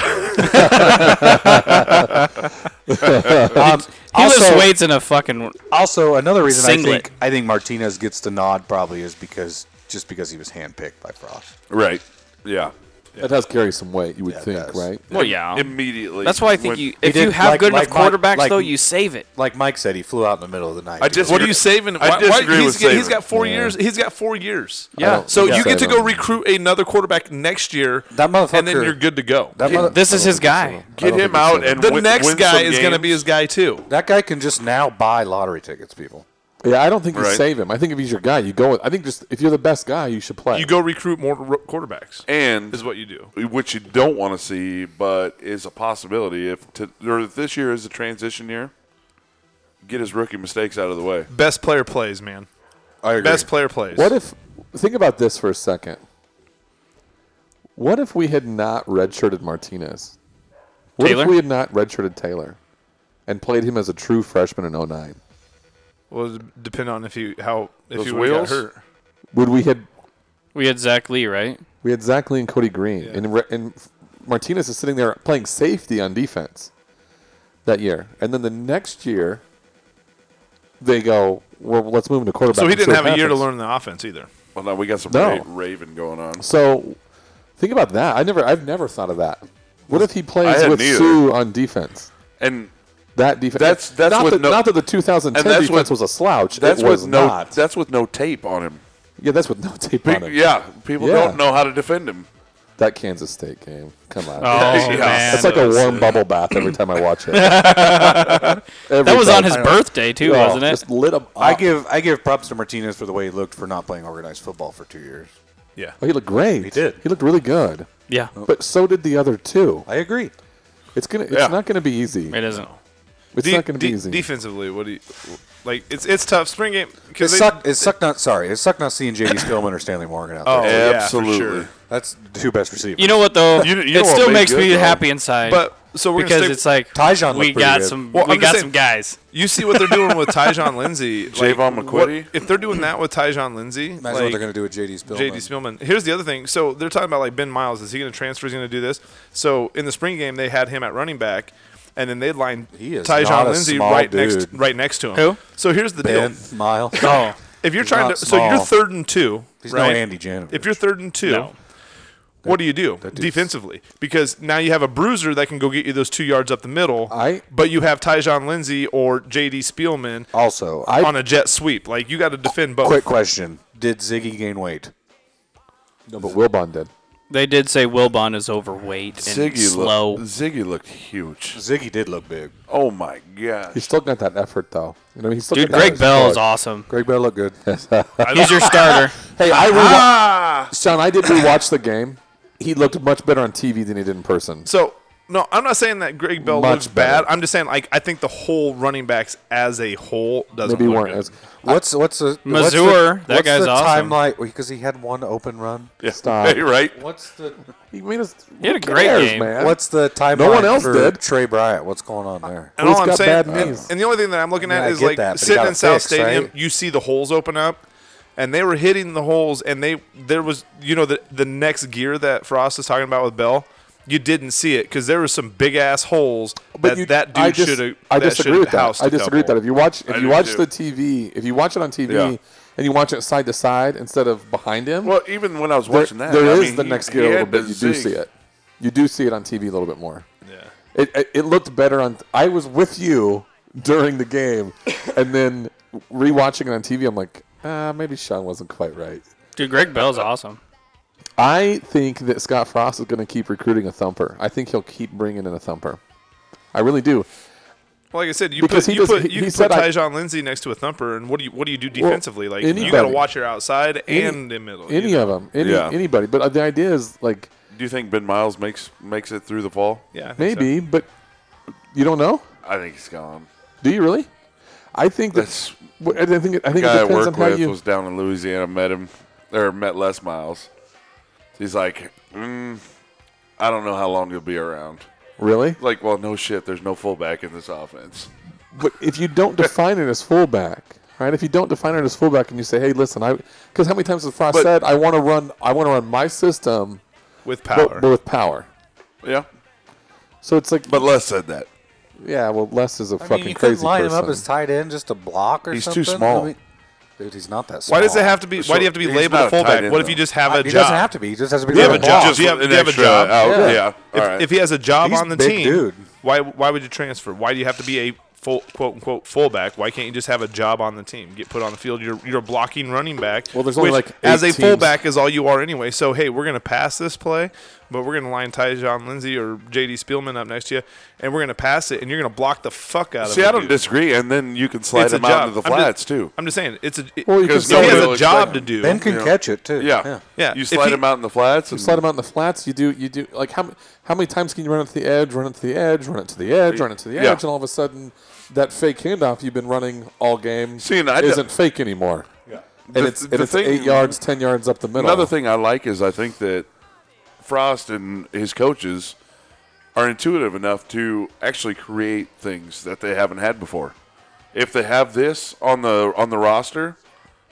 um, He also, lifts weights in a fucking. also, another reason I Singlet. think I think Martinez gets the nod probably is because just because he was handpicked by Frost. Right. Yeah. That does carry some weight, you would Yeah, it think, does. right? Well, Um, yeah. Immediately. That's why I think when- you. If did, you have like- good like enough quarterbacks, Mike- like- though, you save it. Like Mike said, he flew out in the middle of the night. I just- What are you saving? I disagree he's, with got- he's saving. got four years. He's got four years. Yeah. I don't- So yeah. you get to go Saving. recruit another quarterback next year. That motherfucker- And then you're good to go. that, mother- Oh. This is his guy. I get don't him think we out should. and the win, next win guy some is going to games. be his guy too. that guy can just now buy lottery tickets, people. Yeah, I don't think you Right. save him. I think if he's your guy, you go. With, I think just if you're the best guy, you should play. You go recruit more ro- quarterbacks. and Is what you do. which you don't want to see, but is a possibility if to, or if this year is a transition year. Get his rookie mistakes out of the way. Best player plays, man. I agree. Best player plays. What if? Think about this for a second. What if we had not redshirted Martinez? What Taylor? if we had not redshirted Taylor and played him as a true freshman in 09? Well, it depend on if you how if Those you would've got wheels? hurt. Would we had We had Zach Lee, right? we had Zach Lee and Cody Green and re- and Martinez is sitting there playing safety on defense that year, and then the next year they go well. Let's move him to quarterback. So he and see didn't what have a year to happens. learn the offense either. Well, now we got some No. ra- raving going on. So think about that. I never, I've never thought of that. What if he plays hadn't with either. Sue on defense? And That defense. That's- that's not with that, no- not that the 2010 and that's defense with- was a slouch. that's it was with no not. that's with no tape on him. yeah, that's with no tape Pe- on it. yeah, people Yeah. don't know how to defend him. That Kansas State game. Come Uh, on. Oh, Yeah. man. It's like a *laughs* warm bubble bath every time I watch it. that that was on his birthday, too, wasn't it? Just lit him up. I give I give props to Martinez for the way he looked for not playing organized football for two years. Yeah. oh, he looked great. He did. He looked really good. yeah. But so did the other two. I agree. It's gonna. It's Yeah. not gonna be easy. It isn't. It's De- not gonna be de- easy. Defensively, what do you like? It's it's tough. Spring game It because sucked. It sucked not. Sorry, it sucked not seeing J.D. Spillman or Stanley Morgan out there. Oh, yeah, for Absolutely. sure. That's the two best receivers. You know what, though? You- you know it what still made makes good, me though? happy inside. But so we're because gonna it's like Tyjon looked we pretty got good. some Well, we I'm just got saying- some guys. you see what they're doing *laughs* with Tyjon Lindsey, like, Javon McQuitty? what- If they're doing that with Tyjon Lindsey, Imagine what they're going to do with J.D. Spillman. J.D. Spielman. Here's the other thing. So they're talking about like Ben Miles. Is he going to transfer? Is he going to do this? So in the spring game, they had him at running back, and then they lined He is Tyjon not a Lindsey small right next dude. right next to him. Who? So here's the Ben deal. Mile. *laughs* Oh, If you're He's trying to, not so you're small. third and two. He's no right? Andy Janovich. If you're third and two, No. what do you do dude's- defensively? Because now you have a bruiser that can go get you those two yards up the middle. I- but you have Tyjon Lindsey or J.D. Spielman Also, I on a jet sweep. Like you got to defend both. quick question: Did Ziggy gain weight? no, but Wilbon did. they did say Wilbon is overweight and Ziggy slow. looked Ziggy looked huge. Ziggy did look big. Oh my god. He's still got that effort though. You know, he's still Dude, got Greg that Bell is effort. awesome. Greg Bell *laughs* looked good. He's your starter. Hey, I rewa- Ah! Sean, I did rewatch the game. He looked much better on TV than he did in person. So no, I'm not saying that Greg Bell Much looks bad. better. I'm just saying like I think the whole running backs as a whole doesn't Maybe look weren't good. as What's what's the what's the- Mazur, that what's guy's the awesome. Timeline because he had one open run. *laughs* Yeah. Stop. right? What's the he made us. He had a who great cares, game. man. what's the timeline? one else for did. Trey Bryant. What's going on there? And He's all I'm got saying, bad and, knees. and the only thing that I'm looking I mean, at I is get like that, but he sitting got in it South fixed, Stadium, right? you see the holes open up, and they were hitting the holes, and they there was you know the the next gear that Frost is talking about with Bell, you didn't see it because there was some big ass holes that you- that I dude dis- should have. I disagree with that. I disagree with that. If you watch, if I you do watch too. the TV, if you watch it on TV Yeah. and you watch it side to side instead of behind him, Well, even when I was there- watching that, there I is mean, the he- next he gear a little had the bit. You do zig. see it. You do see it on TV a little bit more. Yeah. It, it, it looked better on. I was with you during the *laughs* game, and then rewatching it on TV, I'm like, ah, maybe Sean wasn't quite right. Dude, Greg Bell's awesome. I think that Scott Frost is going to keep recruiting a thumper. I think he'll keep bringing in a thumper. I really do. Well, like I said, you Because put he you does- put he- you he can said put I- Tyjon Lindsey next to a thumper, and what do you what do you do defensively? like you got to anybody. watch your outside Any- and in middle. Any you know? of them, any, Yeah. anybody. But uh, the idea is like Do you think Ben Miles makes makes it through the fall? yeah, I think so. maybe, but you don't know. I think he's gone. Do you really? I think that's. That's I think. I think it The guy I depends on work how with you. was down in Louisiana. Met him or met Les Miles. He's like, mm, I don't know how long he'll be around. Really? Like, well, no shit. There's no fullback in this offense. But if you don't define it as fullback, right? If you don't define it as fullback, and you say, "Hey, listen, I," because how many times has Frost But- said, "I want to run, I want to run my system, with but- power. but with power." Yeah, So it's like, but Les said that. yeah, well, Les is a I fucking mean, you couldn't crazy line person. him up as tight end just to block or He's something. too small. I mean, dude, he's not that small. why does it have to be? So Why do you have to be he's labeled not a a tight fullback? end, what if though. you just have a He job? doesn't have to be. He just has to be. You have able a to job. block. Do you have- do you have a extra job? out. Yeah. Yeah. If, All right. if he has a job He's on the big team, dude. why why would you transfer? Why do you have to be a full quote unquote fullback? Why can't you just have a job on the team? Get put on the field. You're you're a blocking running back. Well, there's only, which, like, eight as a teams. fullback is all you are anyway. So hey, we're gonna pass this play, but we're gonna line Tyjon Lindsey or J.D. Spielman up next to you, and we're gonna pass it, and you're gonna block the fuck out See, of it. I don't disagree, and then you can slide It's a him out job. into the I'm just- flats too. I'm just saying it's a Well, you can because still he do has it. a job to Expect do. Ben can Yeah. catch it too. Yeah, Yeah. You If slide he- him out in the flats. You And, slide him out in the flats. You do, you do. Like how m- how many times can you run it to the edge, run it to the edge, run it to the edge, run it to the edge, Yeah. and all of a sudden that fake handoff you've been running all game See, and I don't- isn't fake anymore. Yeah. And The- it's, the and it's thing- eight yards, ten yards up the middle. Another thing I like is I think that Frost and his coaches are intuitive enough to actually create things that they haven't had before. If they have this on the on the roster,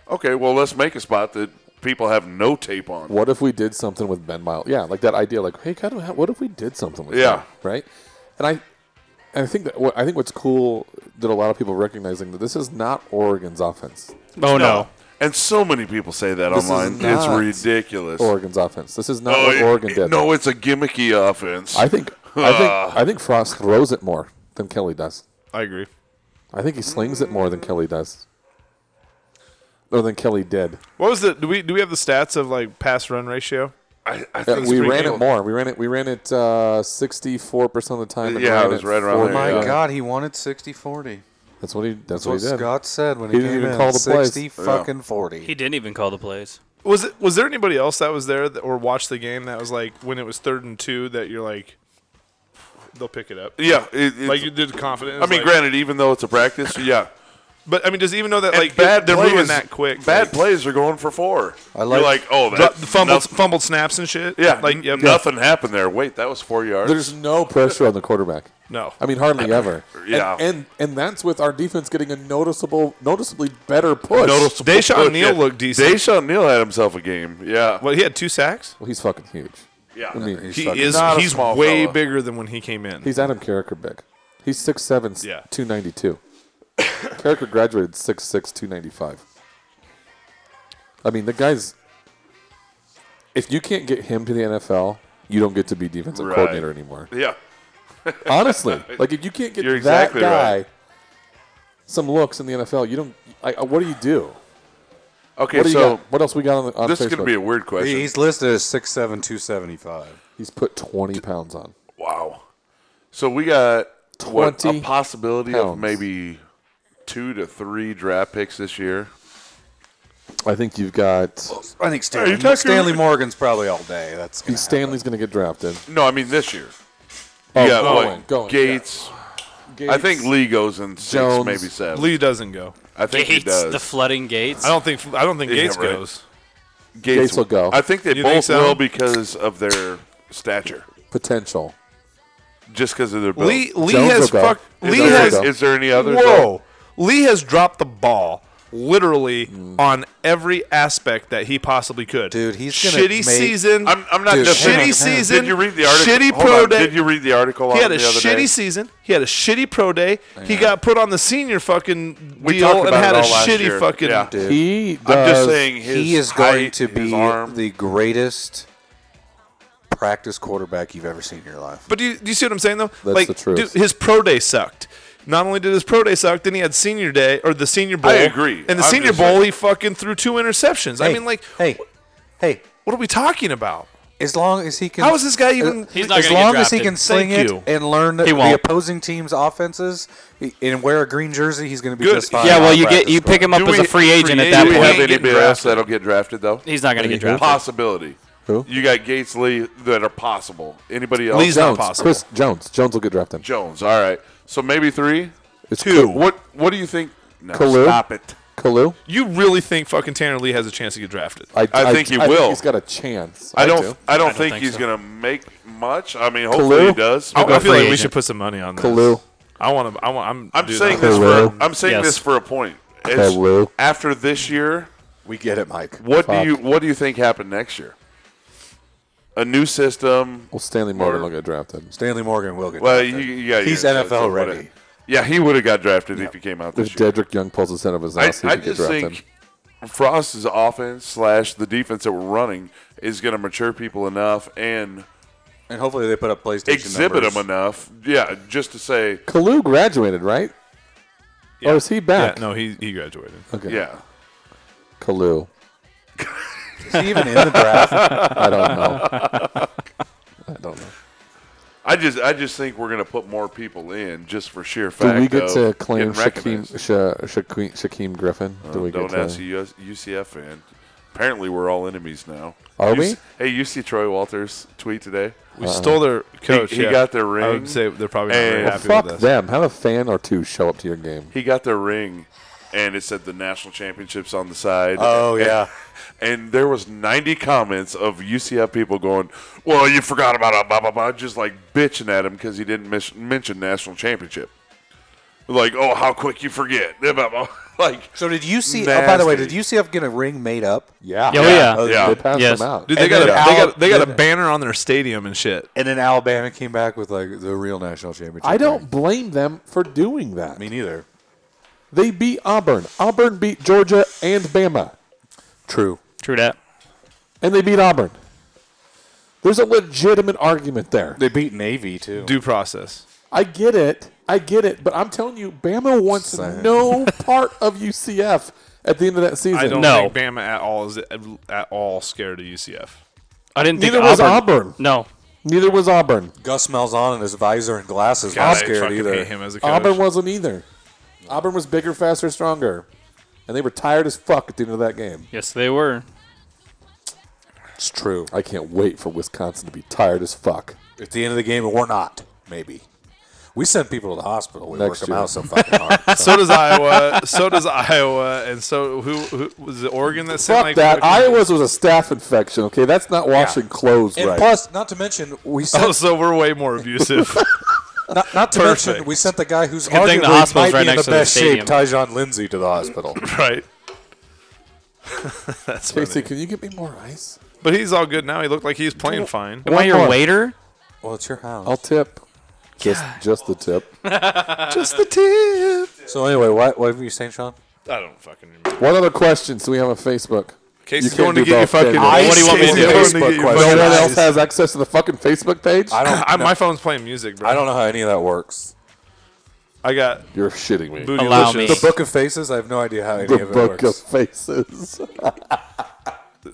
okay, well let's make a spot that people have no tape on. What if we did something with Ben Miles? Yeah, like that idea. Like, hey, kind of, what if we did something with Yeah. him, right? And I, and I think that what, I think what's cool that a lot of people are recognizing that this is not Oregon's offense. Oh no. And so many people say that This is online. It's not ridiculous. Oregon's offense. This is not Oh, what it- Oregon it- did. No, it's a gimmicky offense. I think I Ah. think I think Frost throws it more than Kelly does. I agree. I think he slings it more than Kelly does. Or than Kelly did. Uh, What was the do we do we have the stats of like pass run ratio? I, I Yeah, think we pretty ran cool. it more. We ran it. We ran it sixty four percent of the time. and Yeah, it ran was right around four- there, Oh My Yeah. God, he wanted 60-40. That's what he. That's, That's what what he did. Scott said when He he, didn't came even in. call the plays. 60 fucking 40. He didn't even call the plays. Was it was there anybody else that was there that, or watched the game that was like when it was third and two that you're like they'll pick it up? yeah. It, Like it's, you did confident. I mean, granted, even though it's a practice, yeah. but I mean, does he even know that And like bad they're moving plays- that quick? Bad like, plays are going for four. I like- You're like, oh, dro- that fumbled noth- fumbled snaps and shit. yeah, like like yep, nothing happened there. Wait, that was four yards. There's no pressure on the quarterback. No. I mean hardly ever. Yeah. and, and and that's with our defense getting a noticeable, noticeably better push. Noticeable Deshaun push, Neal looked decent. Deshaun Neal had himself a game. Yeah, Well, he had two sacks. Well, he's fucking huge. yeah. I mean, He fucking- is Not a he's small way fella. bigger than when he came in. He's Adam Carricker big. He's 6'7", Yeah. 292. *coughs* Carricker graduated 6'6", 295. I mean, the guy's... If you can't get him to the NFL, you don't get to be defensive Right. coordinator anymore. yeah, *laughs* Honestly. like, if you can't get You're that exactly guy right. some looks in the NFL, you don't... I, I- what do you do? okay. What, do you So got? what else we got on, the, on this is Facebook? going to be a weird question. He's listed as 6'7", 275. He's put 20 pounds on. wow. So we got what, a 20 possibility of pounds. maybe two to three draft picks this year. I think you've got... I think Stanley, Tucker- Stanley Morgan's probably all day. That's gonna Stanley's going to get drafted. No, I mean this year. Oh, yeah, going, what, going, yeah. Gates. I think Lee goes in six, Jones. maybe seven. Lee doesn't go. I think he Gates, does. the flooding gates. I don't think I don't think Yeah, Gates right. goes. Gates will go. I think they You both think so? will because of their stature, potential. just because of their build. Lee Lee Jones has will go. fucked. Lee Jones will has go. is there any other? Whoa. Lee has dropped the ball literally on every aspect that he possibly could. Dude, he's gonna shitty make- season. I'm, I'm not. Dude, just hang on, hang on. shitty season. Did you read the article? Shitty Hold pro on, day. Did you read the article? he on had a the other shitty day? season. He had a shitty pro day. He got put on the senior fucking We deal talked and about had it a all last shitty year. fucking. Yeah. Dude, He does. I'm just saying his he is going height, to his be arm. the greatest practice quarterback you've ever seen in your life. But do you, do you see what I'm saying though? That's like, the truth. Dude, his pro day sucked. Not only did his pro day suck, then he had senior day or the senior bowl. agree. And the I'm senior just bowl, saying- he fucking threw two interceptions. I Hey, mean, like, hey, hey, what are we talking about? as long as he can, How is this guy even? He's not as gonna get long as he drafted. can sling Thank it you. and learn the, won't. opposing team's offenses he- and wear a green jersey, he's going to be Good. just fine. yeah, on well, you get practice you pick him up Do as a we- free agent at agent, that Do we have point. ain't anybody getting else that'll get drafted though? He's not going to get drafted. Possibility. Who? You got Gates, Lee that are possible. Anybody else? Lee's not Jones. possible. Chris Jones. Jones will get drafted. Jones. All right. So maybe three. It's Two. Ka- What What do you think? No, Khalil? stop it. Kalu? You really think fucking Tanner Lee has a chance to get drafted? I think he will. he's got a chance. I don't. do. I don't, I don't think, think he's so. gonna make much. I mean, hopefully he Kalou? does. I, I go feel free like we agent. should put some money on this. Kalu. I want to. I want. I'm. I'm dude, saying I- this for. Kalou? I'm saying Yes. this for a point. It's- Kalu. After this year, We get it, Mike. what Fuck. do you what do you think happened next year? A new system. Well, Stanley Morgan will get drafted. Stanley Morgan will get. Well, drafted. you, you got He's your- NFL whatever. ready. Yeah, he would have got drafted if he came out this If year. Dedrick Young pulls his head of his I, ass, he I could get just drafted. think Frost's offense slash the defense that we're running is going to mature people enough and and hopefully they put up PlayStation. exhibit numbers. them enough. Yeah, just to say, Kalu graduated, right? Yeah. Or Oh, is he back? Uh, Yeah, no, he he graduated. Okay. yeah. Kalu. Is he even in the *laughs* draft? I don't know. *laughs* I don't know. I just, I just think we're going to put more people in just for sheer Do fact. we get of to claim getting Shaquem, recognized. Oh, Sha, Shaquem, Shaquem Griffin? Do we get Don't to? ask a US UCF fan. Apparently, we're all enemies now. Are You we? s- Hey, you see Troy Walters' tweet today? uh, We stole their coach. he yeah. got their I ring, would say they're probably not very and- happy Fuck with us. them. Have a fan or two show up to your game. He got their ring, and it said the national championships on the side. oh yeah. *laughs* and there was 90 comments of UCF people going, "Well, you forgot about it, blah blah blah," just like bitching at him because he didn't mis- mention national championship. Like, oh, how quick you forget! *laughs* Blah, blah, blah. Like, So did you see? Oh, by the way, did Nasty. UCF get a ring made up? Yeah. Yeah, oh, yeah. They- Yeah. They passed Yes. them out. Dude, they And got, a, then they Al- got they got a then- banner on their stadium and shit. And then Alabama came back with like the real national championship. I don't ring. blame them for doing that. Me neither. They beat Auburn. Auburn beat Georgia and Bama. True. True that. And they beat Auburn. There's a legitimate argument there. They beat Navy too. Due process. I get it. I get it. But I'm telling you, Bama wants Same. no part of UCF at the end of that season. I don't No. think Bama at all is at all scared of UCF. I didn't Neither think was Auburn. Auburn. No. Neither was Auburn. Gus Malzahn and his visor and glasses. God, I not scared fucking either. hate him as a coach. Auburn wasn't either. Auburn was bigger, faster, stronger. And they were tired as fuck at the end of that game. Yes, they were. It's true. I can't wait for Wisconsin to be tired as fuck. At the end of the game, we're not. Maybe we send people to the hospital. We Next work year. them out so fucking *laughs* hard. so does Iowa. So does Iowa. And so who, who was it Oregon that sent Fuck like that. fucking- Iowa's was a staph infection, okay? That's not washing clothes And right. plus, not to mention, we Oh, *laughs* sent so we're way more *laughs* abusive. not, not to Perfect. mention we sent the guy who's Good arguably thing the might hospital's right be in next the to the best shape, stadium. Tyjon Lindsey, to the hospital. right. *laughs* That's Casey, funny. can you get me more ice? But he's all good now. He looked like he's playing fine. Am I One your more. waiter? well, it's your house. I'll tip. Just, just the *laughs* tip. Just the tip. so anyway, what what were you saying, Sean? I don't fucking remember. What other questions do we have on Facebook? Casey's You going can't to do get you both, can fucking. you? What do you want me to Casey's do? going Facebook get you question. No fucking- one Nice. else has access to the fucking Facebook page? I don't. *laughs* I, my phone's playing music, bro. I don't know how any of that works. I got You're shitting me. booty Allow me. The Book of Faces. I have no idea how any the of it book of works. faces.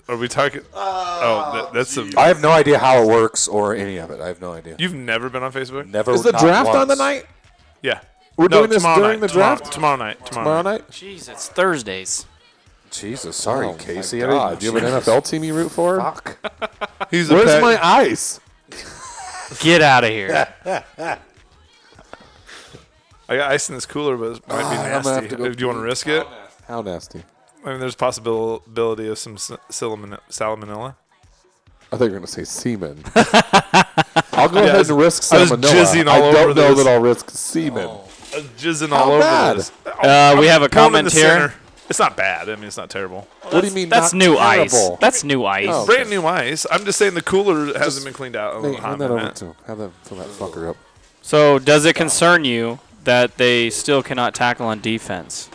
Are we talking? Uh, Oh, that, that's some. I have no idea how it works or any of it. I have no idea. You've never been on Facebook? Never. Is the not draft on once. tonight? Yeah. We're doing this tomorrow during night, the tomorrow- draft? Tomorrow, night. Tomorrow, Tomorrow night. night? Jeez, it's Thursdays. Jesus, sorry, Oh, my Casey. I didn't- God. Do you have an *laughs* NFL team you root for? Fuck. He's a Where's pet- my ice? Get out of here. I got ice in this cooler, but it might be Ah, I'm gonna nasty. have to go Do you want to risk it? How nasty. I mean, there's possibility of some s- salmon- salmonella. I thought you were going to say semen. I'll go ahead was- and risk I was salmonella. jizzing all I don't over know this. that I'll risk semen. I was jizzing How all over bad? this. Uh, we have a Pound in the comment here. center. It's not bad. I mean, it's not terrible. what do you mean? That's not new terrible? ice. That's new ice. Oh. Brand new ice. I'm just saying the cooler hasn't been cleaned out. in A Hey, little hot hand that over minute. to him. Have them fill that fucker up. So, does it concern you that they still cannot tackle on defense?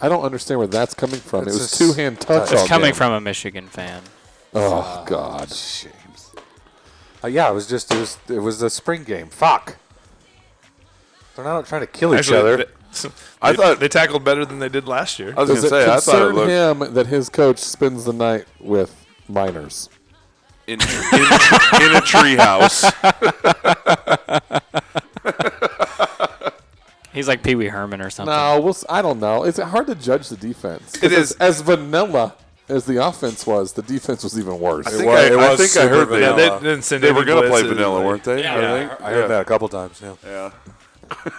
I don't understand where that's coming from. It's it was just- two hand touch. It's all It's coming game. from a Michigan fan. Oh God. James. Uh, yeah, it was just it was it was the spring game. Fuck. They're not trying to kill each other. They, I they- thought- they tackled better than they did last year. I was going Does to it say, I thought concern it looked him that his coach spends the night with minors? in, in, in a treehouse. *laughs* He's like Pee Wee Herman or something. No, we'll. s- I don't know. It's hard to judge the defense. It is. Because as vanilla as the offense was. The defense was even worse. I think, was- I, it I was think super I heard they, yeah, vanilla. they didn't send they any were going to play blitzes. vanilla, weren't they? Yeah. I think. I heard that a couple times. Yeah. Yeah.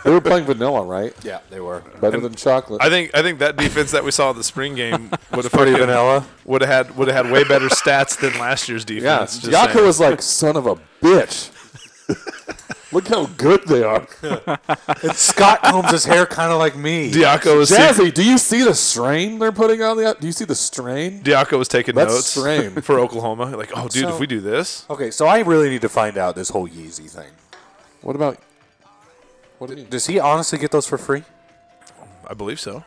They were playing vanilla, right? Yeah, they were. Better than chocolate. I think I think that defense that we saw in the spring game would have Pretty fucking- vanilla. would have had would have had way better stats than last year's yeah, defense. just Yaka saying. was like, son of a bitch. Look how good they are. And Scott combs his hair kind of like me. Diaco was Jazzy, do you see the strain they're putting on the? Do you see the strain? Diaco was taking That's notes strain. for Oklahoma. Like, oh, dude, So- if we do this, Okay, so I really need to find out this whole Yeezy thing. What about? What do you? Does he honestly get those for free? I believe so.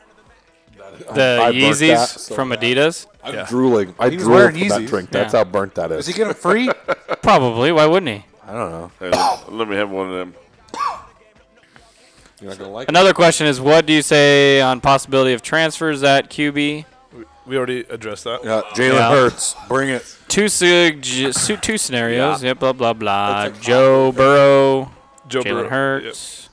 The I burnt Yeezys that so from Adidas? I'm Yeah. drooling. I was drool wearing from that Yeezys. drink. That's Yeah. how burnt that is. Does he get them free? Probably. Why wouldn't he? I don't know. Hey, let- let me have one of them. You're not gonna like it. Another question is what do you say on possibility of transfers at QB? We already addressed that. Uh, Jalen Yeah. Hurts, *laughs* bring it. Two sug- su- two scenarios. Yep, blah blah blah. It's like- Joe Burrow, Joe Jalen Burrow. Hurts. Yep.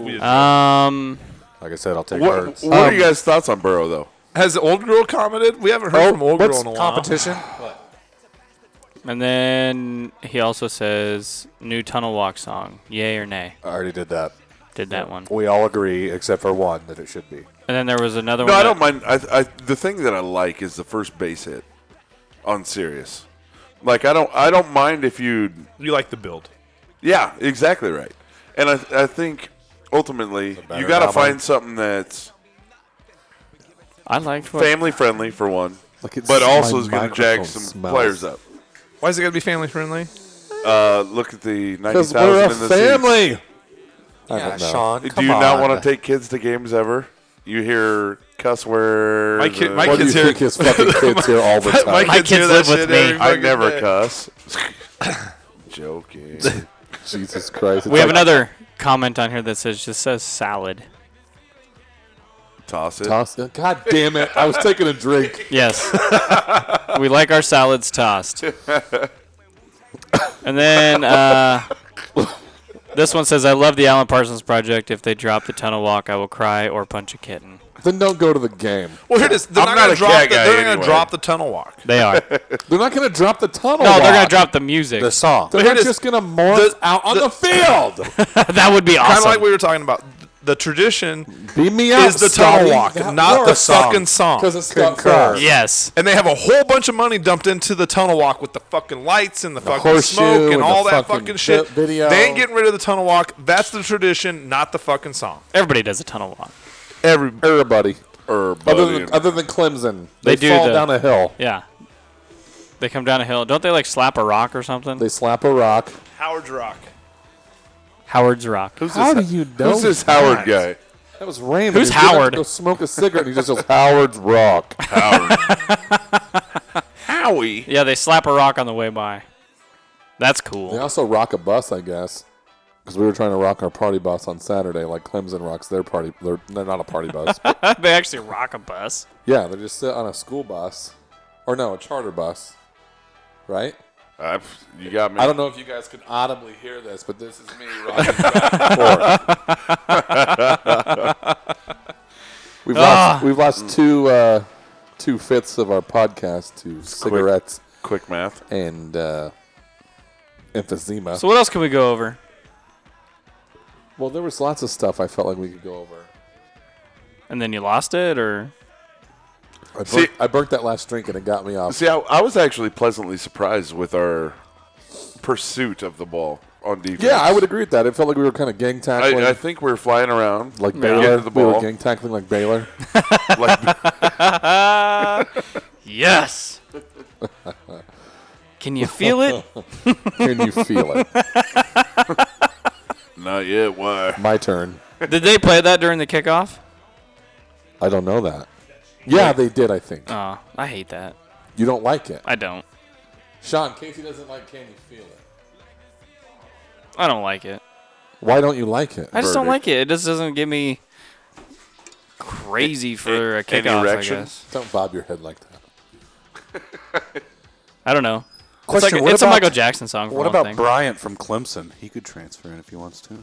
We- Um, Like I said, I'll take What, Hurts. what are you guys' thoughts on Burrow, though? Has the old girl commented? We haven't heard from old girl in a while. competition? and then he also says new tunnel walk song. Yay or nay? I already did that. Did that one. We all agree, except for one, that it should be. And then there was another No, one. I that- don't mind. I, I the thing that I like is the first base hit on Sirius. Like I don't I don't mind if you You like the build? yeah exactly right. And I I think ultimately you got to novel. find something that's I liked what family friendly for one, Look, it's but my also is going to microphone jag some smells. players up. Why is it gonna be family friendly? Uh, look at the ninety Because we're thousand a in the seats. family. I Yeah, don't know. Sean. Do you not want to take kids to games ever? You hear cuss words. My kid- and- my What do you Kids here- think his fucking kids here *laughs* all the time? My kids hear that live with shit me. every I fucking never day. cuss. *laughs* *laughs* Joking. Jesus Christ! We have another comment on here that says just says salad. Toss it. Toss. God damn it! I was taking a drink. Yes. we like our salads tossed. And then uh, this one says, I love the Alan Parsons Project. If they drop the tunnel walk, I will cry or punch a kitten. Then don't go to the game. Well, here it is. They're I'm not, not gonna a drop. cat The, guy they're not anyway. gonna drop the tunnel walk. They are. They're not going to drop the tunnel. No, they're going walk. to drop the music. *laughs* The song. They're Here it is. just going to morph The- out on the- the, field. that would be Kind of awesome. like we were talking about. The tradition Beat me up. is the tunnel walk, not the fucking song. Because it's Scott Concur. Kerr. yes. and they have a whole bunch of money dumped into the tunnel walk with the fucking lights and the, fucking horseshoe smoke and, and all the that fucking fucking, shit. vi- video. They ain't getting rid of the tunnel walk. That's the tradition, not the fucking song. Everybody does a tunnel walk. Every, everybody. Or Other buddy. than, other than Clemson, They they, do fall the- down a hill. Yeah. They come down a hill. Don't they like slap a rock or something? They slap a rock. Howard's Rock. Who's Rock. Who's How do this, you know? who's this Howard guy? That was Raymond. Who's He was gonna Howard? Go smoke a cigarette. and He just goes Howard's rock. *laughs* Howie. Yeah, they slap a rock on the way by. That's cool. They also rock a bus, I guess, because we were trying to rock our party bus on Saturday, like Clemson rocks their party. They're, they're not a party *laughs* bus. but they actually rock a bus. yeah, they just sit on a school bus, or no, a charter bus, right? I, you got me. I don't know if you guys can audibly hear this, but this is me rocking *laughs* back and forth. we've Ah. lost we've lost two uh, two fifths of our podcast to cigarettes *laughs* Quick math. and uh, emphysema. So what else can we go over? well, there was lots of stuff I felt like we could go over. And then you lost it, or I burnt, See- I burnt that last drink and it got me off. See, I, I was actually pleasantly surprised with our pursuit of the ball on defense. Yeah, I would agree with that. It felt like we were kind of gang tackling, I, I think we're flying around *laughs* like Get Baylor. to the We were ball. gang tackling like Baylor. like *laughs* yes. can you feel it? Can you feel *laughs* it? not yet. Why? My turn. Did they play that during the kickoff? I don't know that. Yeah, they did. I think Oh, I hate that. you don't like it. I don't. Sean, Casey doesn't like Can You Feel It? I don't like it. Why don't you like it? I just don't Verdict. like it. It just doesn't give me crazy for a Any kickoff. I erections? guess. Don't bob your head like that. I don't know. It's, Question, like- what it's a about- Michael Jackson song. For What one about thing. Bryant from Clemson? He could transfer in if he wants to.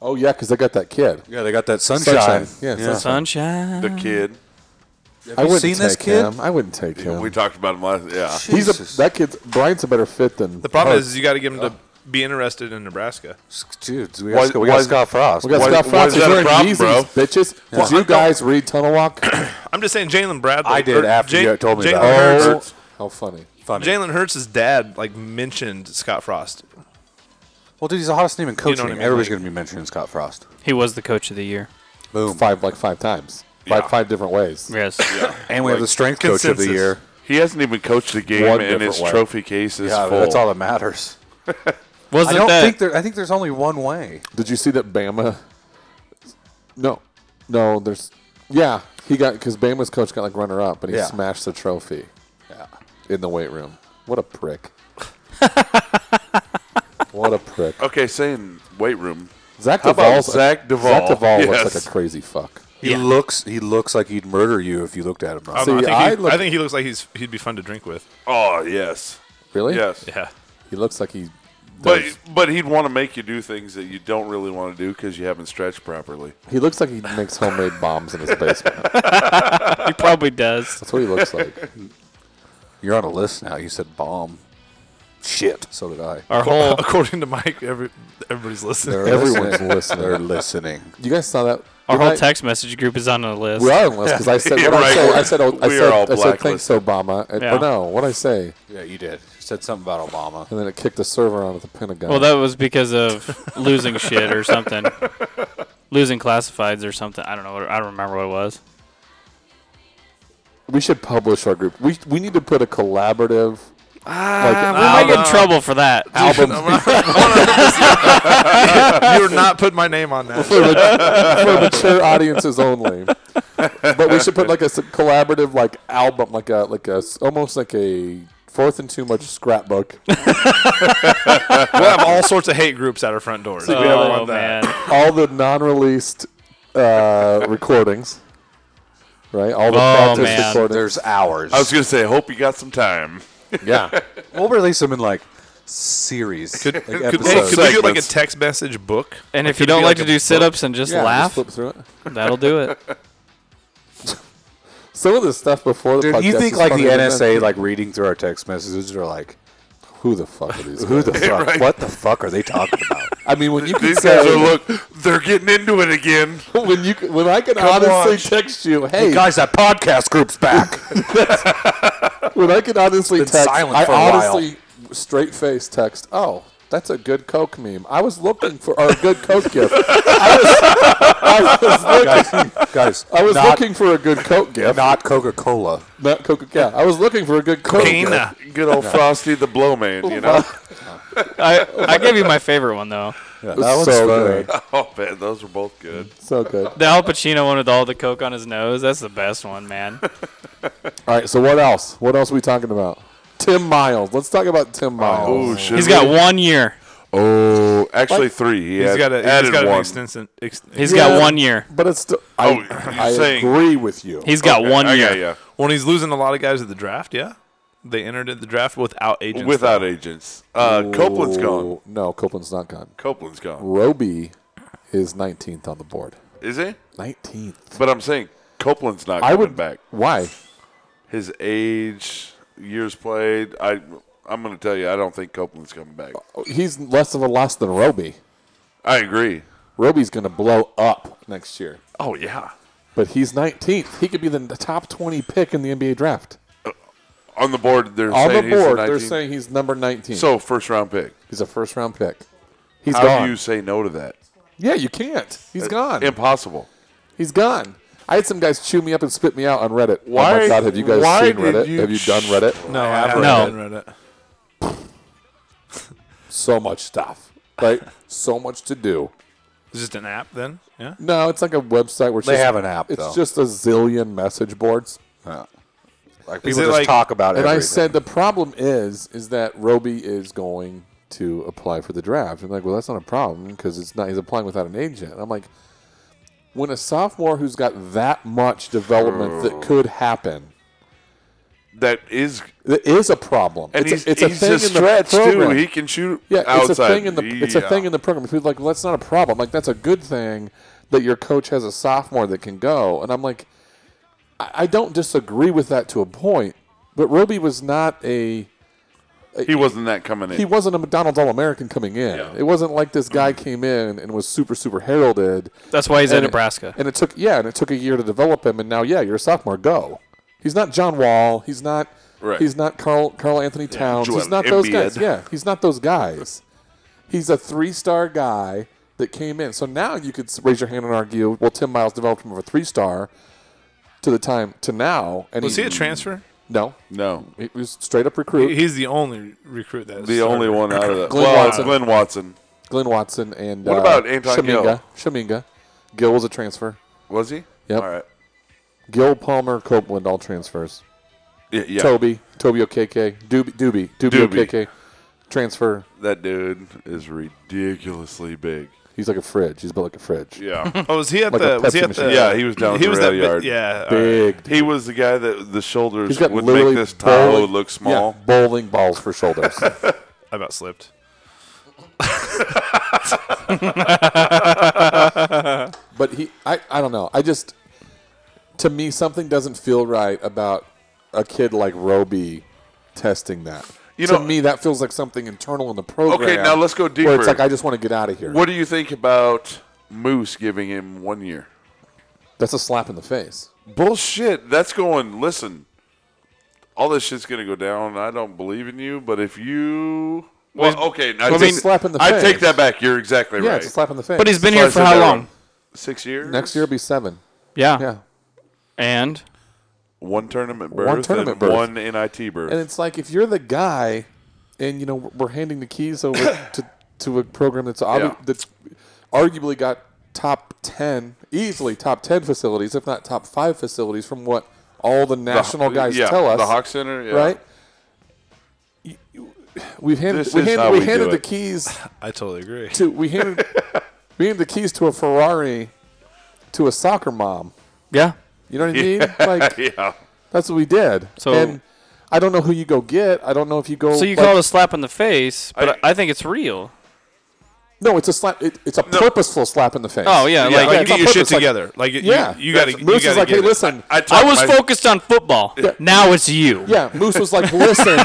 Oh yeah, because I got that kid. Yeah, they got that Sunshine. Yeah, Sunshine? The kid. I you wouldn't seen take this kid? Him. I wouldn't take him. We talked about him last. Yeah. He's a that kid's Bryant's a better fit than The problem Hurts. is you got to give him to be interested in Nebraska. Dude, we Why- got, we why got is- Scott Frost. We got Why- Scott why Frost is that a wearing problem, Yeezys, bro? bitches. Did you guys read Tunnel *coughs* Walk? I'm just saying Jalen Bradley. I did or after Ja- you told me Jalen about Hurts, it. Oh, how funny. Funny. Jalen Hurts' dad like mentioned Scott Frost. well, dude, he's the hottest name in coaching. what I mean? Everybody's Like- going to be mentioning Scott Frost. He was the coach of the year. Boom. Five like five times. Five five different ways. Yes. And we have the strength coach of consensus. the year. He hasn't even coached a game, One and different his way. trophy case is Yeah, full. that's all that matters. I *laughs* Wasn't don't that think there. I think there's only one way. Did you see that Bama? No, no. There's yeah. He got because Bama's coach got like runner up, and he Yeah. smashed the trophy. Yeah. In the weight room. What a prick. what a prick. Okay, saying weight room. Zach Uh, How about Duvall's Zach Duvall? Zach Duvall looks Yes. like a crazy fuck. He Yeah. looks. He looks like he'd murder you if you looked at him. Um, Ross. See, I, think he, I look- I think he looks like he's he'd be fun to drink with. Oh yes, Really? yes. Yeah. He looks like he. But does- but he'd want to make you do things that you don't really want to do because you haven't stretched properly. he looks like he makes homemade bombs in his basement. he probably does. That's what he looks like. You're on a list now. You said bomb. Shit. So *laughs* did I. Our *laughs* whole According to Mike, every, everybody's listening. Everyone's They're listening. listening. You guys saw that? our Didn't whole I- text message group is on the list. We are on the list because I said Yeah, what right. I said. I said, I We are said, all I said thanks, blacklisted. Obama. And, Yeah. Or no, what I say? Yeah, you did. You said something about Obama. And then it kicked the server out of the Pentagon. Well, that was because of losing shit or something, losing classifieds or something. I don't know. what- I don't remember what it was. we should publish our group. We we need to put a collaborative. Ah, We like, might get in trouble for that. *laughs* You're not putting my name on *laughs* that. for, mat- for mature audiences only. But we should put like a s- collaborative like album, like a like a s- almost like a fourth and too much scrapbook. We'll have all sorts of hate groups at our front doors. oh we ever want that. man, *laughs* All the non-released uh, recordings, right? All the Oh, practice man. recordings. There's hours. I was gonna say, I hope you got some time. yeah. we'll release them in like series. like Could, episodes. could we get like a Segments. text message book? and if It you could don't be like, like to a do book. sit-ups and just Yeah, just laugh, flip through it. that'll do it. Some of the stuff before the Dude, podcast you think is like the funnier than that. NSA like reading through our text messages are like, Who the fuck are these? *laughs* who guys? the fuck? What the fuck are they talking about? *laughs* I mean, when you can These guys are say look, they're getting into *laughs* it again. *laughs* when you can- when I can honestly watch. text you, hey, guys, that podcast group's back. *laughs* when I can honestly been text, silent I for a while. honestly straight face text. Oh, that's a good Coke meme. I was looking for or a good Coke *laughs* gift. I was, I was, *laughs* look, *laughs* guys, guys, I was not, looking for a good Coke gift, not, not Coca Cola. Coca. Yeah, I was looking for a good Coke. gift. Cocaine. Good old Frosty the Blow Man, you know. *laughs* I I gave you my favorite one though. Yeah, That was so good. oh man, those were both good. So good. All The Al Pacino one with all the coke on his nose. That's the best one, man. right. So what else? What else are we talking about? Tim Miles. Let's talk about Tim Miles. Oh, shit. He's got one year. Oh, actually three. He He's had got, a, he's added got an one. extension. Ex, He's Yeah. got one year. but it's still. Oh, I, you're I saying- agree with you. He's got one I year. got ya. when he's losing a lot of guys at the draft, yeah. They entered at the draft without agents. Without agents, uh, Copeland's gone. Oh, No, Copeland's not gone. Copeland's gone. Roby is 19th on the board. Is he? 19th. But I'm saying Copeland's not I coming would back. Why? His age, years played. I, I'm going to tell you, I don't think Copeland's coming back. He's less of a loss than Roby. I agree. Roby's going to blow up next year. Oh yeah. But he's 19th. He could be the the top 20 pick in the NBA draft. On the board, they're On the saying he's board, they're 19. saying he's number 19. so first round pick. he's a first round pick. He's How gone. do you say no to that? yeah, you can't. He's gone. Impossible. he's gone. I had some guys chew me up and spit me out on Reddit. oh Why- my god, have you guys why seen did Reddit? you have you done ch- Reddit? No, I haven't No. read it. So much stuff. *laughs* Like so much to do. It's just an app then? Yeah. No, it's like a website where it's They just- have an app, It's though. just a zillion message boards. Like Is people it just like- talk about it. And I said the problem is is that Roby is going to apply for the draft. I'm like, well, that's not a problem because it's not. He's applying without an agent. And I'm like, when a sophomore who's got that much development that could happen, That is, that is a problem. and it's he's, a, it's a he's thing a in stretch the too. program. He can shoot yeah, outside. it's a thing in the it's a Yeah. thing in the program. People are like, well, that's not a problem. Like that's a good thing that your coach has a sophomore that can go. And I'm like, I, I don't disagree with that to a point, but Roby was not a He wasn't that coming in. he wasn't a McDonald's All American coming in. Yeah. It wasn't like this guy came in and was super, super heralded. That's why he's at And it- Nebraska. and it took yeah, and it took a year to develop him, and now yeah, you're a sophomore. Go. He's not John Wall. He's not. Right. He's not Carl Carl Anthony Towns. Joel he's not those Embiid. guys. Yeah, he's not those guys. He's a three star guy that came in. So now you could s- raise your hand and argue, well, Tim Miles developed from a three star to the time to now. And Was he a transfer? No, no, he was straight up recruit. He's the only recruit that's the only one out of that. Glenn well, Watson. Glenn Watson Glenn Watson and What uh, about Anton Shaminga? Gill? Shaminga. Gill was a transfer. was he? Yep. All right. Gill, Palmer, Copeland, all transfers. Yeah, yeah. Toby, Toby OKK, Doobie, Doobie, Doobie, Doobie. OKK, transfer. that dude is ridiculously big. He's like a fridge. He's built like a fridge. Yeah, Oh, was he at Like the? a Was he at Pepsi the? machine. Yeah, he was down at He the was rail that big- yard. Yeah, all right. *laughs* Big. he was the guy that the He's shoulders got would literally make this Tahoe bowling- look small. Yeah, bowling balls for *laughs* shoulders. I about slipped. but he, I, I don't know. I just, to me, something doesn't feel right about a kid like Roby testing that. You to know- me, that feels like something internal in the program. Okay, now let's go Where deeper. it's like I just want to get out of here. What do you think about Moose giving him one year? That's a slap in the face. Bullshit. That's going. Listen, all this shit's gonna go down. I don't believe in you, but if you, well, okay, I, Well, take- it's a slap in the I take face. that back. You're exactly Yeah, right. it's a slap in the face. But he's been So I here for said how that long? wrong. Six years. next year will be seven. Yeah. Yeah. And one tournament birth, One tournament and berth. one NIT birth. And it's like if you're the guy, and you know we're handing the keys *coughs* over to to a program that's obvi- Yeah. that's arguably got top ten, easily top ten facilities, if not top five facilities, from what all the national guys yeah, tell us, the Hawk Center, yeah. right? You- you- We've handed This we is handed, how we we do handed the it. keys I totally agree. to we *laughs* handed we handed the keys to a Ferrari to a soccer mom. yeah. You know what I mean? Like *laughs* Yeah, that's what we did. So- and I don't know who you go get. I don't know if you go. So you like- call it a slap in the face, but I- I, think it's real. No, it's a slap. It, it's a purposeful slap in the face. Oh yeah, Yeah, like, like, it's get on your shit purpose, like- together. Like, you- yeah. you, got to. You Moose got is to like, get hey, it. listen. I, I talked was my- focused on football. Now it's you. yeah, Moose was like, listen.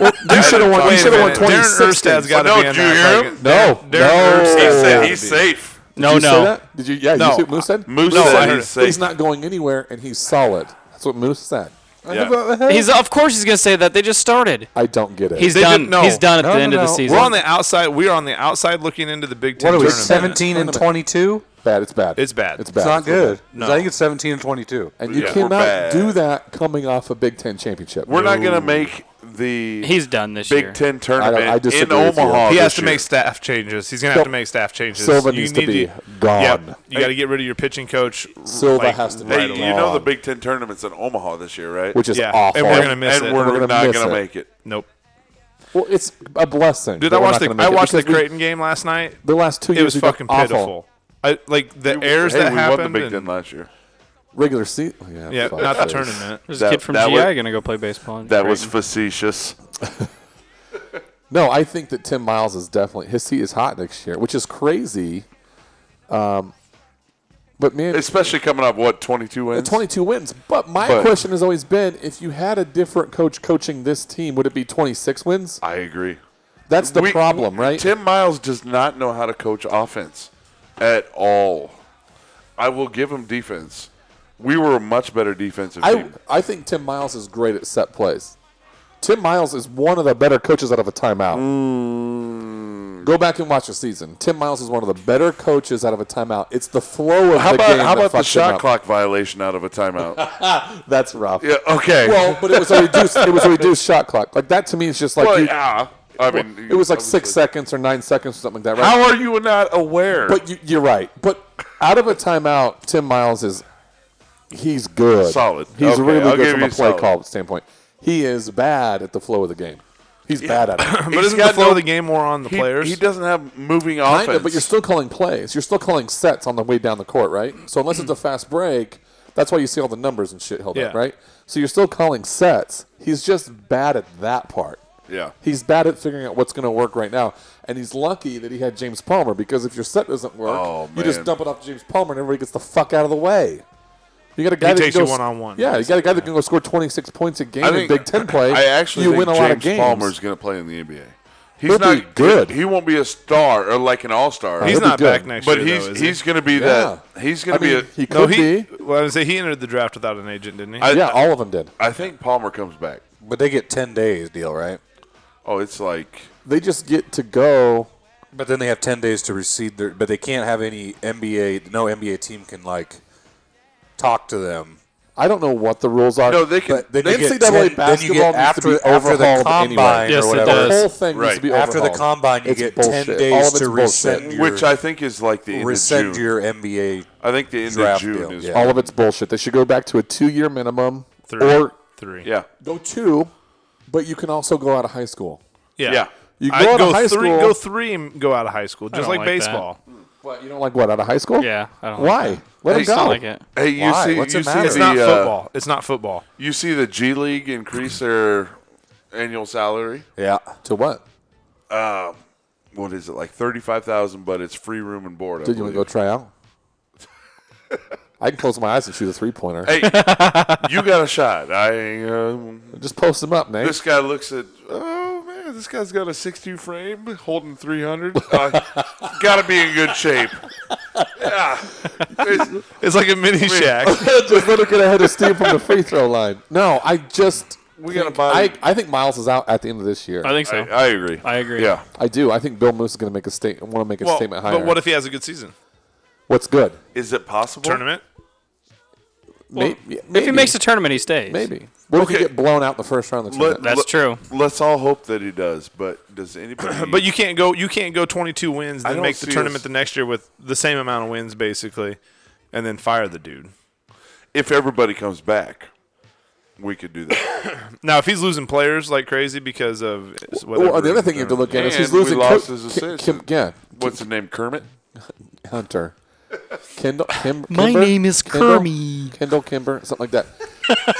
well, you should have won. You Wait a should have won minute, twenty Darren six. Erstad's got to No, be in did you that. hear Like, him? No, Darren no. Erstad's He He gotta said be. he's safe. No, you Say no. that? Did you? Yeah, No, you see what Moose said. Moose No, I said heard he's it. safe. He's not going anywhere, and he's solid. That's what Moose said. Yeah. He's of course he's gonna say that. They just started. I don't get it. He's They done. didn't- no. He's done at No, the no, end of no. the season. We're on the outside. We are on the outside looking into the Big Ten What are we, tournament. 17 and 22? bad. It's bad. It's bad. It's bad. It's not real good. No. I think it's 17 and 22. And you Yeah. We're cannot bad. do that coming off a Big Ten championship. We're not gonna make the He's done this Big year. Ten I tournament don't- I in disagree with you. Omaha. He He this has to year. make staff changes. He's gonna have Sil- to make staff changes. Silva needs to be gone. Yeah, you got to get rid of your pitching coach. Silva like, has to be Hey, Right you know on. the Big Ten tournament's in Omaha this year, right? which is Yeah, awful. and we're gonna miss and it. we're, We're gonna not miss gonna it. make it. Nope. Well, it's a blessing. Dude, that I we're watched not the gonna make I it watched the because we- Creighton game last night. The last two It years was we've been fucking awful. pitiful. I like the errors hey, that we won happened. the Big Ten and- last year. Regular seat. Yeah, Yeah, fuck not the this. tournament. There's That- a kid from that GI was- gonna go play baseball. in That was Creighton. facetious. No, I think that Tim Miles is definitely his seat is hot next year, which is crazy. Um, but man, Especially coming up, what, 22 the wins? 22 wins. But my But- question has always been: if you had a different coach coaching this team, would it be 26 wins? I agree. That's the We- problem, right? Tim Miles does not know how to coach offense at all. I will give him defense. We were a much better defensive I team. I think Tim Miles is great at set plays. Tim Miles is one of the better coaches out of a timeout. Mm. Go back and watch the season. Tim Miles is one of the better coaches out of a timeout. It's the flow of How the about game. how that about the fucks him shot up. clock violation out of *laughs* a timeout? That's rough. yeah, okay. Well, but it was *laughs* a reduced. it was a reduced shot clock. Like that to me is just like Well, you, yeah. I mean, it was like six obviously. seconds or nine seconds or something like that. Right? How are you not aware? But you, you're right. But out of a timeout, Tim Miles is he's good. Solid. He's Okay, really I'll good give from you a play solid. call standpoint. He is bad at the flow of the game. He's bad at *clears throat* it. But He's isn't the got flow no- of the game more on the he, players? he doesn't have moving offense. Kind of, but you're still calling plays. You're still calling sets on the way down the court, right? So unless Mm-hmm. it's a fast break, that's why you see all the numbers and shit held up, Yeah. right? So you're still calling sets. He's just bad at that part. Yeah. He's bad at figuring out what's going to work right now. And he's lucky that he had James Palmer because if your set doesn't work, Oh, you just man. dump it off to James Palmer and everybody gets the fuck out of the way. You got a guy He that takes can go you s- one-on-one. Yeah, you got a guy that can go score 26 points a game I in Big Ten play. I actually you think win a James lot of games. Palmer's going to play in the NBA. He's He'll be not good. He won't be a star or like an all star. He'll He's be not good. back next but year. he's though, is he? he's going to be that. He's going I to mean, be he a. could no, he. be. Well, I would say he entered the draft without an agent, didn't he? I- yeah, all of them did. I think Palmer comes back. But they get 10 days deal, right? Oh, it's like They just get to go. But then they have 10 days to receive their. But they can't have any NBA. No NBA team can, like, talk to them. I don't know what the rules are. no, they can. But then you get NCAA 10 then you basketball get needs after, to be after the overhauled combine anyway. Yes, or it whatever. The does. whole thing needs Right. to be After the overhauled. combine, you It's get bullshit. 10 All days of it's to bullshit. rescind your, which I think is like the end rescind of June. your NBA. I think the end of draft June deal, is. yeah. All of it's bullshit. They should go back to a two-year minimum, three. or three. yeah. go two, but you can also go out of high school. yeah. Yeah. You go I'd out of go three. high school. Go three and go out of high school, just don't like, like that. baseball. What you don't like? What out of high school? Yeah, I don't. Why? Like Let Hey, him so go. that. I like it. Hey, you Why? see, What's you the see matter? It's not the, uh, football. It's not football. You see the G League increase their annual salary. Yeah. To what? What is it like thirty five thousand? But it's free room and board. I Did you want to go believe. try out? I can close my eyes and shoot a three-pointer. Hey, *laughs* you got a shot. I um, Just *laughs* post them up, Nate. this guy looks at. Oh man, this guy's got a six two frame, holding three hundred. *laughs* Uh, got to be in good shape. Yeah, It's- It's like a mini shack. *laughs* just let him get ahead of Steve from the free throw line. No, I just we gotta buy- I, I think Miles is out at the end of this year. I I, think I, so. I agree. I agree. Yeah, do. I think Bill Moose is going to make a state. Want to make a Well, statement higher. but what if he has a good season? What's good? is it possible? Tournament. May- yeah, maybe, If he makes the tournament, he stays. maybe. What if Okay. you get blown out in the first round? Of the Let- tournament? That's let- true. Let's all hope that he does. But does *clears throat* anybody? But you can't go. You can't go 22 wins, I then don't make the see tournament us- the next year with the same amount of wins, basically, and then fire the dude. if everybody comes back, we could do that. Now, if he's losing players like crazy because of whatever, well, the other thing you have to look at is he's And we losing. lost Cook- his Ki- Kim, assist. yeah, What's his name? Kermit. Hunter. Kendall, Kim, My Kimber? name is Kendall? Kermie. Kendall Kimber, something like that.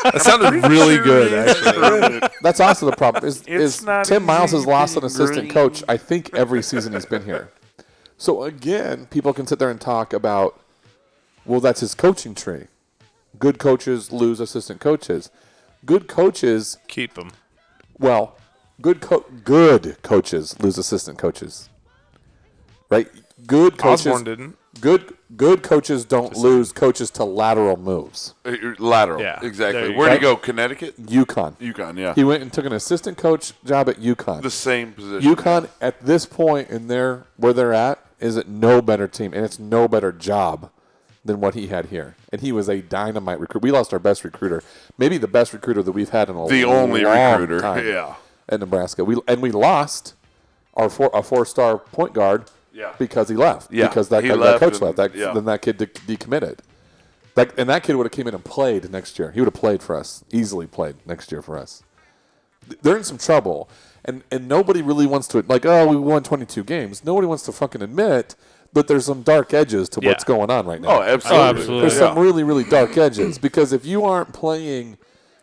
that sounded really good. That's also the problem. *laughs* Is, is not Tim Miles has easy lost an being assistant green. coach? I think every season he's been here. So again, people can sit there and talk about, well, that's his coaching tree. Good coaches lose assistant coaches. Good coaches, Keep him. well, good co- good coaches lose assistant coaches. Right? Good coaches. Osborne didn't. Good good coaches don't lose coaches to lateral moves. Uh, Lateral. Yeah. There Exactly. you Where'd he go. go? Connecticut. UConn. UConn. Yeah. He went and took an assistant coach job at UConn. the same position. UConn at this point in their where they're at is it no better team and it's no better job than what he had here. And he was a dynamite recruit. We lost our best recruiter, maybe the best recruiter that we've had in a The only long recruiter, time yeah. at Nebraska. We and we lost our four a four star point guard Yeah. because he left Yeah. because that, He that left coach and- left that yeah. then that kid de- decommitted. That, and that kid would have came in and played next year. He would have played for us, easily played next year for us they're in some trouble, and and nobody really wants to like. Oh, we won 22 games. Nobody wants to fucking admit that there's some dark edges to what's Yeah. going on right now. Oh, absolutely. absolutely. There's yeah. some really really dark edges because if you aren't playing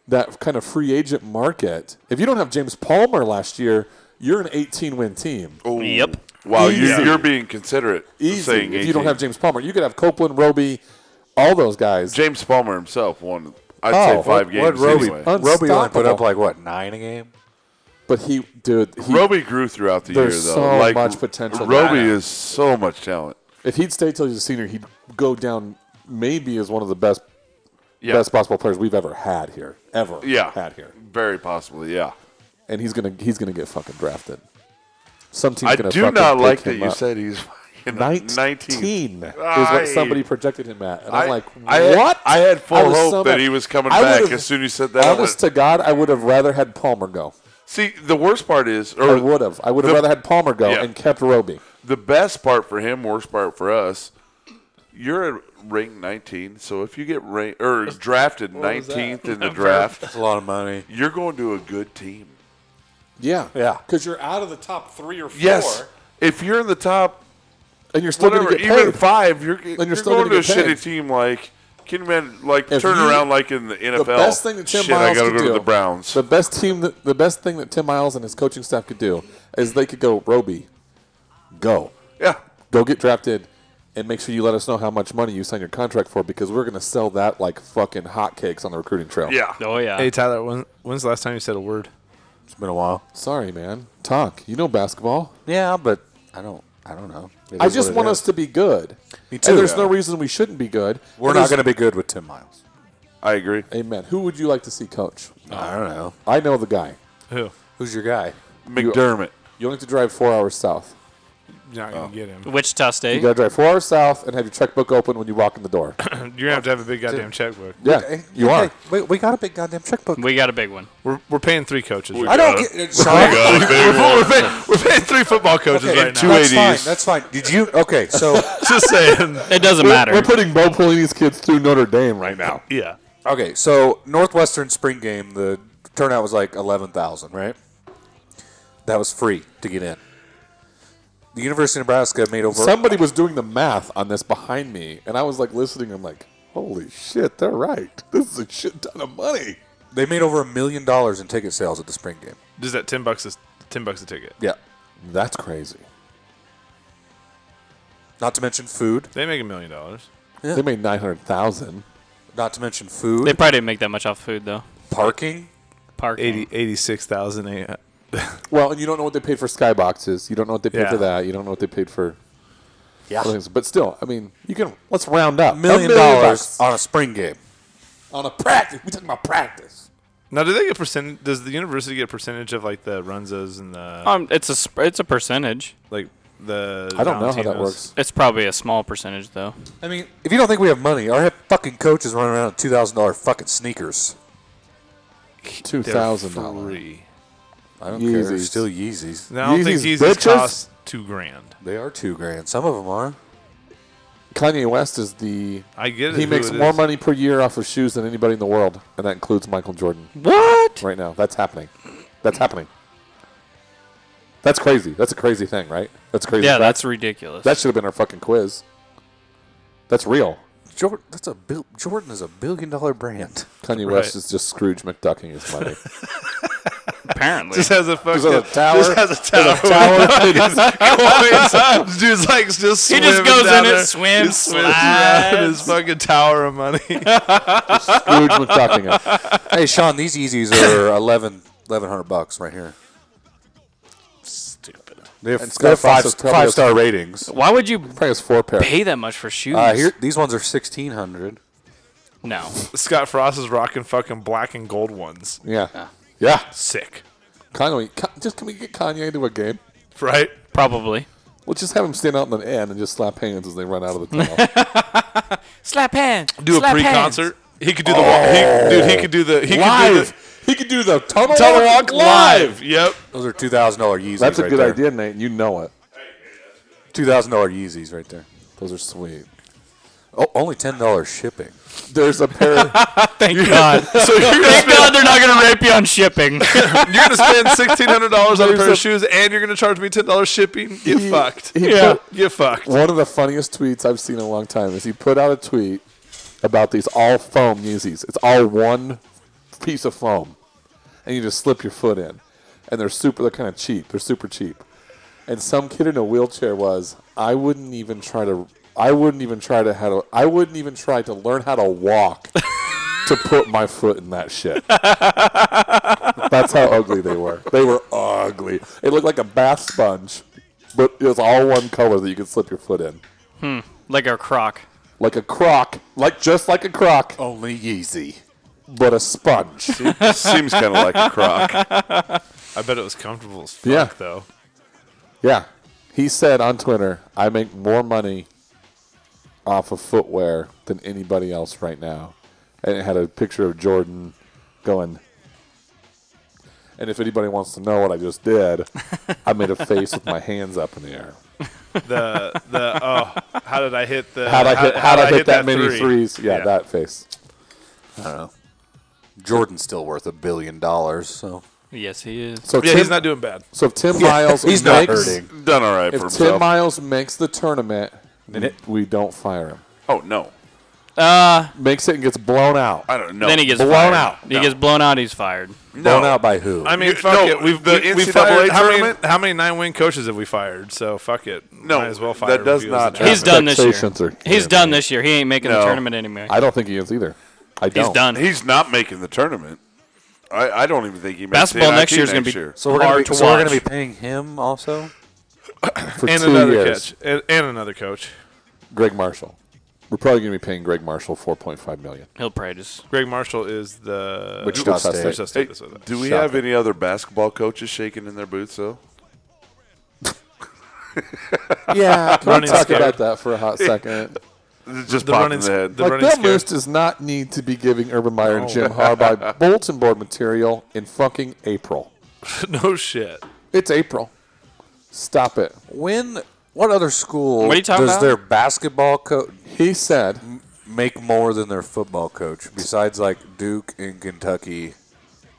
that kind of free agent market, if you don't have James Palmer last year, you're an 18 win team. Ooh. Yep. Wow, you, Easy. you're being considerate. Easy Oh, Saying if you don't 18. have James Palmer. You could have Copeland, Roby, all those guys. James Palmer himself won. I'd Oh, say five What games Roby? anyway. Roby only put up Unstoppable. like what nine a game? but he, dude, he, Roby grew throughout the year, though. There's so like, much potential Roby there. is so much talent. if he'd stayed till he's a senior, he'd go down maybe as one of the best Yeah. best possible players we've ever had here, ever yeah. had here, Very possibly, yeah. and he's gonna he's gonna get fucking drafted. Some team's I gonna. do fucking not pick like him that you up. said he's fucking 19, 19. is I- what somebody projected him at, and I, I- am like, I had- what? I had full was hope that mad. he was coming I back would've- as soon as you said that. I Honest to God, I would have rather had Palmer go. See, the worst part is, I or would have. I would have the- rather had Palmer go Yeah. and kept Roby. the best part for him, worst part for us. You're at ring 19, so if you get rank, or drafted *laughs* 19th in the draft, That's a lot of money. you're going to a good team. Yeah, Yeah. Because you're out of the top three or four, Yes, if you're in the top, and you're still going whatever, to get even paid. five, you're, you're, still going to gonna a get paid. shitty team like can you man like If turn you- around like in the NFL. the best thing that Tim Shit, Miles I gotta could go do, to the Browns. The best team, that, the best thing that Tim Miles and his coaching staff could do is they could go Roby, go, yeah, go get drafted, and make sure you let us know how much money you signed your contract for because we're going to sell that like fucking hotcakes on the recruiting trail. Yeah. Oh yeah. Hey Tyler, when, when's the last time you said a word? It's been a while. Sorry, man. Talk. You know basketball. Yeah, but I don't. I don't know. It I is just what it want is. us to be good. Me And too. there's no Yeah. reason we shouldn't be good. We're And not there's- going to be good with Tim Miles. I agree. Amen. Who would you like to see coach? I don't know. I know the guy. Who? Oh. Who's your guy? *laughs* McDermott. You only have to drive four hours south. You're not gonna get him. Wichita State. You got to drive four hours south and have your checkbook open when you walk in the door. You're gonna have to have a big goddamn checkbook. yeah, you are. We, Eh, we got a big goddamn checkbook. we got a big one. We're, we're paying three coaches. I Right? don't get. Sorry. *laughs* We're, we're paying, we're paying three football coaches Okay, Oh right now. two- that's fine. 280s. That's fine. Did you? Okay, so *laughs* Just saying. It doesn't matter. We're putting Bo Pelini's kids through Notre Dame right now. *laughs* Yeah. okay, so Northwestern spring game, the turnout was like eleven thousand, right? That was free to get in. The University of Nebraska made over. Somebody was doing the math on this behind me, and I was like listening. I'm like, holy shit, they're right. This is a shit ton of money. they made over a million dollars in ticket sales at the spring game. Does that ten bucks a ten bucks a ticket? Yeah. That's crazy. Not to mention food. They make a million dollars. They made nine hundred thousand. Not to mention food. They probably didn't make that much off food though. parking. Parking. 80, 86,000. eh? Well, and you don't know what they paid for skyboxes. You don't know what they paid Yeah. for that. You don't know what they paid for Yeah. other things. But still, I mean, you can let's round up A million dollars on a spring game. on a practice. We talking about practice. Now, do they get percent? Does the university get a percentage of like the Runzas and the Um, it's a sp- it's a percentage. like the? I don't know how that Valentinos? works. It's probably a small percentage though. I mean, if you don't think we have money, our fucking coach is running around with two thousand dollar fucking sneakers. Two They're thousand dollars. free. I don't care. Yeezys. They're still Yeezys. Now, I don't think Yeezys, Yeezys bitches. cost two grand. They are two grand. Some of them are. Kanye West is the I get it. he who makes it more is. money per year off of shoes than anybody in the world, and that includes Michael Jordan What? right now. That's happening. That's happening. That's crazy. That's a crazy thing, right? That's a crazy. Yeah, fact. that's ridiculous. that should have been our fucking quiz. That's real. Jordan, that's a bil- Jordan is a billion dollar brand. Kanye Right. West is just Scrooge McDucking his money. *laughs* apparently. *laughs* Just has a fucking a tower. Just *laughs* has a tower. Dude's, *laughs* dude's like just He just swimming goes down in it, there. swims, He swims around in his slides. fucking tower of *laughs* money. Scrooge McDucking it. hey, Sean, these Yeezys are 11 1100 bucks right here. Stupid. They have, And they Scott have Frost five, is probably five star *laughs* ratings. Why would you Probably has four pair. pay that much for shoes? Uh, here, these ones are sixteen hundred. no. Scott Frost is rocking fucking black and gold ones. Yeah. Yeah. Sick, Kanye, Ka- just can we get Kanye into a game? right? Probably. We'll just have him stand out in an end and just slap hands as they run out of the tunnel. Slap hands. Do a pre-concert. Oh. He could do the walk, he, dude. He could do the he could do live. He could do the the tunnel, tunnel walk live. Yep. Those are two thousand dollar Yeezys. That's a right good there. idea, Nate. and You know it. Two thousand dollar Yeezys right there. Those are sweet. Oh, only ten dollars shipping. There's a pair. *laughs* Thank God. *laughs* So you're gonna Thank spend, God they're *laughs* not gonna rape you on shipping. *laughs* you're gonna spend sixteen hundred dollars on a There's pair a- of shoes, and you're gonna charge me ten dollars shipping. Get He- fucked. he yeah, put- get fucked. one of the funniest tweets I've seen in a long time is he put out a tweet about these all foam Yeezys. It's all one piece of foam, and you just slip your foot in, and they're super. They're kind of cheap. They're super cheap. And some kid in a wheelchair was. I wouldn't even try to. I wouldn't even try to how to. I wouldn't even try to learn how to walk to put my foot in that shit. That's how ugly they were. They were ugly. It looked like a bath sponge, but it was all one color that you could slip your foot in, like a croc. like a crock, like just like a crock, Only Yeezy. but a sponge. *laughs* Seems kind of like a crock. I bet it was comfortable as fuck, Yeah. though. yeah, he said on Twitter, "I make more money off of footwear than anybody else right now," and it had a picture of Jordan going. And if anybody wants to know what I just did, I made a face with my hands up in the air. The the oh, how did I hit the How'd I hit, how'd I hit, that, many three? threes? Yeah, Yeah. that face. I don't know. Jordan's still worth a billion dollars, so Yes, he is. So Yeah, Tim, he's not doing bad. so if Tim Miles he's not makes, hurting. Done all right for If Tim himself. Miles makes the tournament, we don't fire him. oh no, Uh, Makes it and gets blown out. I don't know. then he gets blown fired. out. He gets blown out. He's fired. Blown out by who? I mean, You- fuck no, it. We've the we, we NCAA fired how many tournament? how many nine win coaches have we fired? So fuck it. No, Might as well that fire. does Rubio as not the happen. He's done this Expectations year. are- He's done this year. He ain't making No. the tournament anymore. I don't think he is either. I don't. He's done. He's not making the tournament. I, I don't even think he makes Basketball the next NIT year's gonna next be- year. So we're gonna Hard be, to so we're going to watch. be paying him also. For and two another years, catch and, and another coach. Greg Marshall. We're probably going to be paying Greg Marshall 4.5 million. He'll pray just. Greg Marshall is the Wichita State. Wichita Hey, State. that's what I- do we Shocking. have any other basketball coaches shaking in their boots though? Yeah, can we Running talk scared. about that for *laughs* a hot second? It Just The popped running in the head. the- like running that scared. moose does not need to be giving Urban Meyer and *laughs* Jim Harbaugh bulletin board material in fucking April. *laughs* no shit. It's April. Stop it. When what other school What are you talking does about? their basketball coach He said make more than their football coach? Besides like Duke and Kentucky,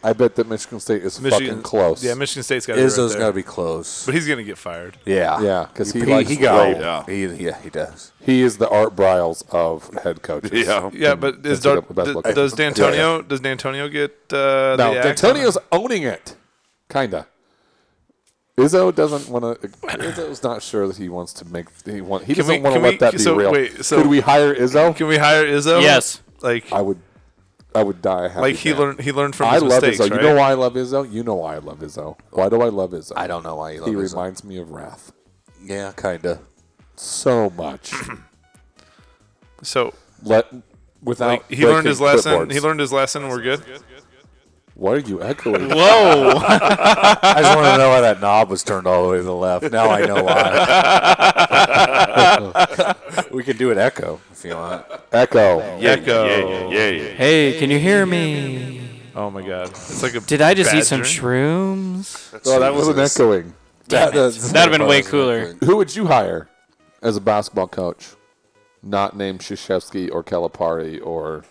I bet that Michigan State is fucking close. Yeah, Michigan State's got Izzo's it right got to there. be close. But he's gonna get fired. Yeah, Yeah, 'cause he he, likes he got to it. roll. He, yeah, he does. he is the Art Briles of head coaches. Yeah. Yeah, but is That's Dar- what- that's d- what- yeah. does D'Antonio does D'Antonio get uh, Now the axe on it? D'Antonio's owning it, kinda. Izzo doesn't want to. Izzo's not sure that he wants to make. He want. He Can doesn't we- want to can let we- that be so real. wait, so- Could we hire Izzo? Can we hire Izzo? Yes. Like I would. I would die. a happy like he man. learned he learned from I his love mistakes, Izzo. right? You know why I love Izzo? You know why I love Izzo. Why do I love Izzo? I don't know why you love He Izzo. reminds me of Wrath Yeah, kinda. *clears throat* so much. So Let without like, he learned breaking his lesson. clipboards. He learned his lesson. and We're good. Why are you *laughs* echoing? Whoa! I just wanted to know why that knob was turned all the way to the left. Now I know *laughs* why. *laughs* we can do an echo if you want. Echo. Echo. Oh. Yeah, yeah, yeah. *laughs* yeah. hey, can you hear me? Oh my god! It's like a. Did I just eat some badger. shrooms? Oh, that wasn't Jesus. echoing. Damn it. is- That'd have been way cooler. Who would you hire as a basketball coach? Not named Shashevsky or Calipari or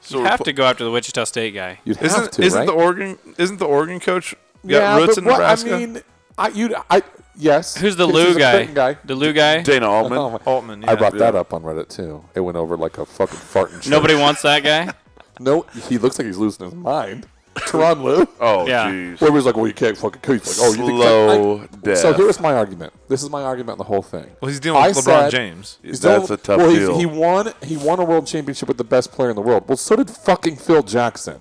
So You we're have pl- to go after the Wichita State guy. you'd have Isn't to, isn't right? the Oregon isn't the Oregon coach got yeah, roots but in what, Nebraska? I mean, I you I yes. Who's the This Lou is a guy? Clinton guy. The Lou guy. Dana Allman. Oh my- Altman. Yeah. I brought that up on Reddit too. It went over like a fucking farting. Nobody wants that guy. No, he looks like he's losing his mind. Teron Lou. Oh, Yeah. jeez. Where he was like, well, you can't fucking coach. Like, oh, you think Slow I- death. So here's my argument. This is my argument on the whole thing. Well, he's dealing with I LeBron said- James. He's That's dealing- a tough well, he's- deal. He won. He won a world championship with the best player in the world. Well, so did fucking Phil Jackson.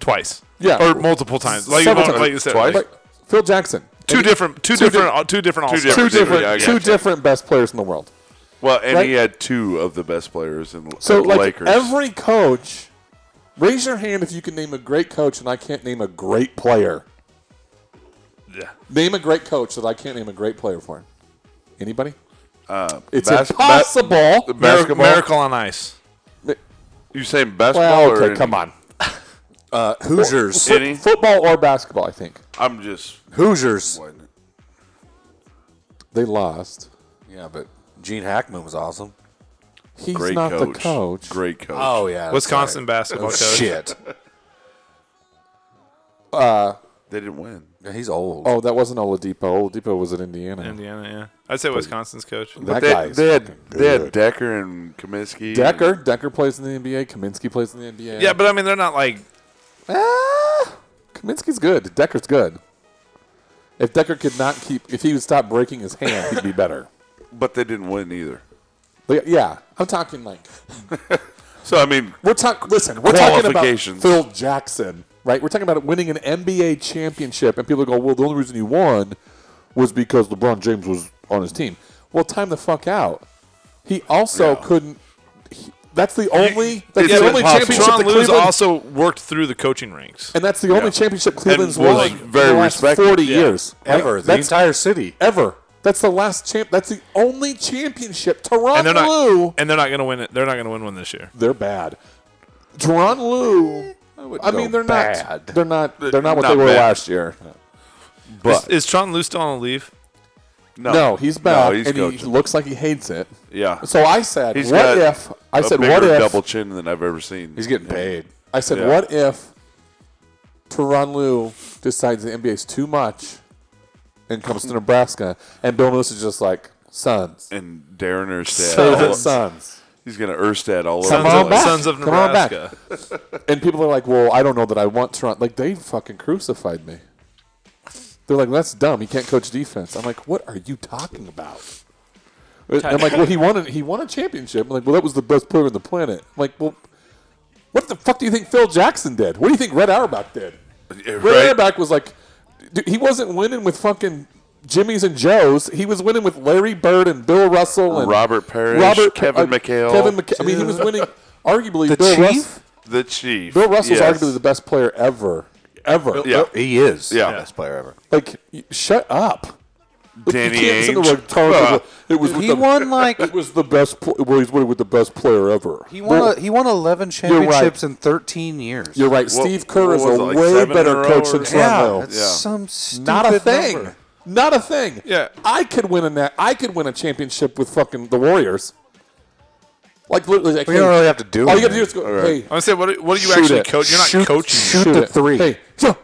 twice. Yeah. Or multiple times. Like, you, Several want- times. like you said, Twice? like, Like, Phil Jackson. two And different, two, two different, di- uh, two different, all Two Two stars. different- different, Yeah, I got two you. different best players in the world. Well, and he Right? had two of the best players in So, the like Lakers. every coach, raise your hand if you can name a great coach, and I can't name a great player. Yeah. Name a great coach that I can't name a great player for. Anybody? uh, It's bas- ba- impossible. the Miracle, bas- Basketball? Miracle on Ice. you saying basketball? well, or okay, any- come on. Uh, Hoosiers. Any? Football or basketball? I think I'm just. Hoosiers. they lost. Yeah, but Gene Hackman was awesome. He's Great not coach. the coach. Great coach. Oh, Oh. yeah, that's Wisconsin right. basketball Oh, coach. shit. They didn't win. Yeah, he's old. Oh, that wasn't Oladipo. Oladipo was in Indiana. Indiana, yeah. I'd say Wisconsin's coach. That They, guy is they had fucking they had good. Decker and Kaminsky. Decker. Decker plays in the NBA. Kaminsky plays in the NBA. Yeah, but I mean, they're not like Ah, Kaminsky's good. Decker's good. If Decker could not keep, if he would stop breaking his hand, he'd be better. but they didn't win either. Like, yeah, I'm talking like So I mean, we're talking. Listen, we're talking about Qualifications. Phil Jackson, right? We're talking about winning an NBA championship, and people go, "Well, the only reason he won was because LeBron James was on his team." Well, time the fuck out. He also Yeah. couldn't. He, that's the only. That's it's the only impossible. championship. Tron that Lewis Cleveland, also worked through the coaching ranks. and that's the only championship Cleveland's was won very in the last respected. forty Yeah. years. right? ever. The That's entire city. ever. That's the last champ. That's the only championship. Teron And they're not. Lue. And they're not going to win it. They're not going to win one this year. They're bad. Teron Lou. I, mean, they're bad. not. They're not. They're not what Not they were bad. last year. Is, but is Tron Lewis still on the leave? no, No, he's back, No, he's and he coaching. looks like he hates it. yeah. So I said, He's what got if? I a said, bigger what if? double chin than I've ever seen. He's getting paid. I said, Yeah. what if? Teron Lou decides the NBA is too much, and comes to Nebraska, and Bill Moose is just like Suns, and Darren or Save it, Seth. Suns. He's going to Erstad all Come over. Sons on of, back. Sons of Come on back. Nebraska. And people are like, well, I don't know that I want Toronto. Like, they fucking crucified me. They're like, that's dumb. He can't coach defense. I'm like, what are you talking about? And I'm like, well, he won. A, he won a championship. I'm like, well, that was the best player on the planet. I'm like, well, what the fuck do you think Phil Jackson did? What do you think Red Auerbach did? Yeah, Red right. Auerbach was like, dude, he wasn't winning with fucking Jimmy's and Joe's. He was winning with Larry Bird and Bill Russell and uh, Robert Parrish, Kevin McHale. Kevin McHale. I mean, he was *laughs* winning arguably The Bill Chief? Russell. The Chief. Bill Russell's Yes. arguably the best player ever. Ever. Yeah. He is Yeah. the best player ever. Like, y- shut up. Danny You can't sit there Ainge. like, tell us Uh, it was with He the- won *laughs* like It was the best. Pl- well, he's winning with the best player ever. he won. Well, A, he won eleven right. championships in thirteen years. you're right. Well, Steve Kerr what is a was it, like way seven in a better row coach or- than Yeah, Toronto. that's Yeah. some stupid Not a thing. number. Not a thing. Yeah. I could win a na- I could win a championship with fucking the Warriors. Like literally, like, We don't hey, really have to do All you got to do anything. is go. All right. Hey, I'm gonna say, what are, what are you Shoot actually it. coaching? You're not Shoot- coaching. shoot the it. three. Hey, go.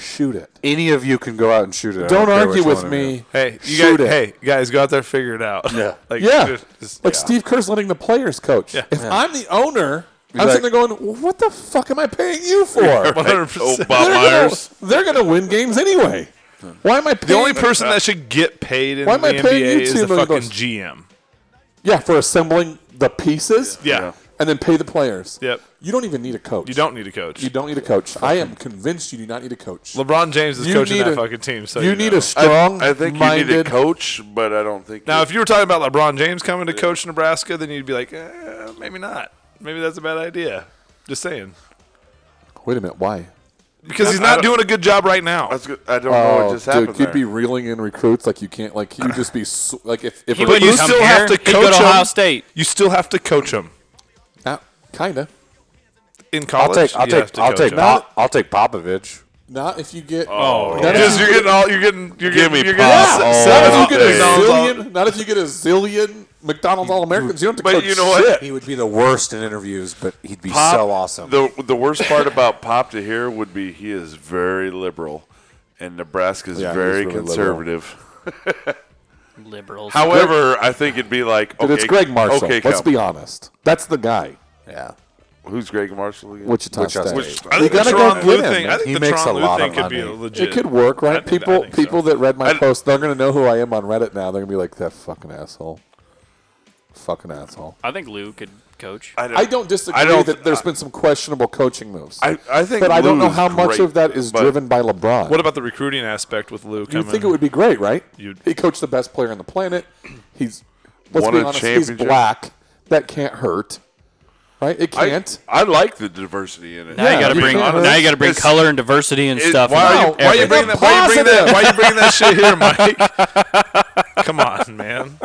shoot it. Any of you can go out and shoot it. I Don't care argue which with one of me. Hey, you Shoot guys. it. Hey, guys, go out there, figure it out. Yeah, *laughs* like, yeah. just- just- like yeah. Steve Kerr's letting the players coach. If I'm the owner, I'm like- sitting there going, well, "What the fuck am I paying you for?" One hundred *laughs* percent. Obama. they're, gonna, Myers. they're gonna win games anyway. Why am I paying? The only person that should get paid in Why the am I paying you NBA is two the million fucking dollars? GM. yeah, for assembling the pieces. Yeah. and then pay the players. Yep. You don't even need a coach. You don't need a coach. You don't need a coach. I am convinced you do not need a coach. LeBron James is You coaching need that a- fucking team. So you, you, need know. a strong, I think you minded need a coach, but I don't think. Now, you- if you were talking about LeBron James coming to coach Nebraska, then you'd be like, eh, maybe not. Maybe that's a bad idea. Just saying. Wait a minute, why? Because he's I not don't- doing a good job right now. That's good. I don't know what Oh, just happened. Oh, dude, you'd be there. reeling in recruits like you can't. Like you just be so, like if if He But wouldn't you come still here. have to He'd coach go to Ohio him. State. You still have to coach him Ah, kinda in I'll college. take. I'll you have take. to I'll coach take. him. Pop, I'll take Popovich. not if you get Oh, not Just, if you you're getting all. You're getting. You're Give getting. me You're pop. getting. Oh, seven. Not if you get a McDonald's all- zillion. Not if you get a zillion McDonald's All Americans. You don't have to But coach you know what? shit. He would be the worst in interviews, but he'd be Pop- so awesome. The the worst part about Pop to here would be he is very liberal, and Nebraska's Yeah, he's very really conservative. *laughs* Liberals. However, I think it'd be like But okay, it's Greg Marshall. Okay, Let's Cal. be honest. That's the guy. yeah. Who's Greg Marshall again? Wichita, Wichita State. State. I We think the gotta go Tron get Lou him. thing. I think He the makes a Tron Lou lot thing of could be money. It legit. It could work, I right? think- I people think so. people that read my I- post, they're gonna know who I am on Reddit now. They're gonna be like, that fucking asshole. Fucking asshole. I think Lou could coach. I don't. I don't disagree I don't- that there's I- been some questionable coaching moves. I, I think, but I don't know Lou's how much great, of that is but driven by LeBron. What about the recruiting aspect with Lou? you coming? think it would be great, right? You'd- He coached the best player on the planet. He's let's Won be a honest, he's championship. black. That can't hurt. Right? It I, can't. I like the diversity in it. now you got to you bring. can't hurt. Now you got to bring It's- color and diversity and it- stuff. why and are you- Why are you everything. bringing that? Why are you bringing that? Positive. Why are you bringing that shit here, Mike? Come on, man.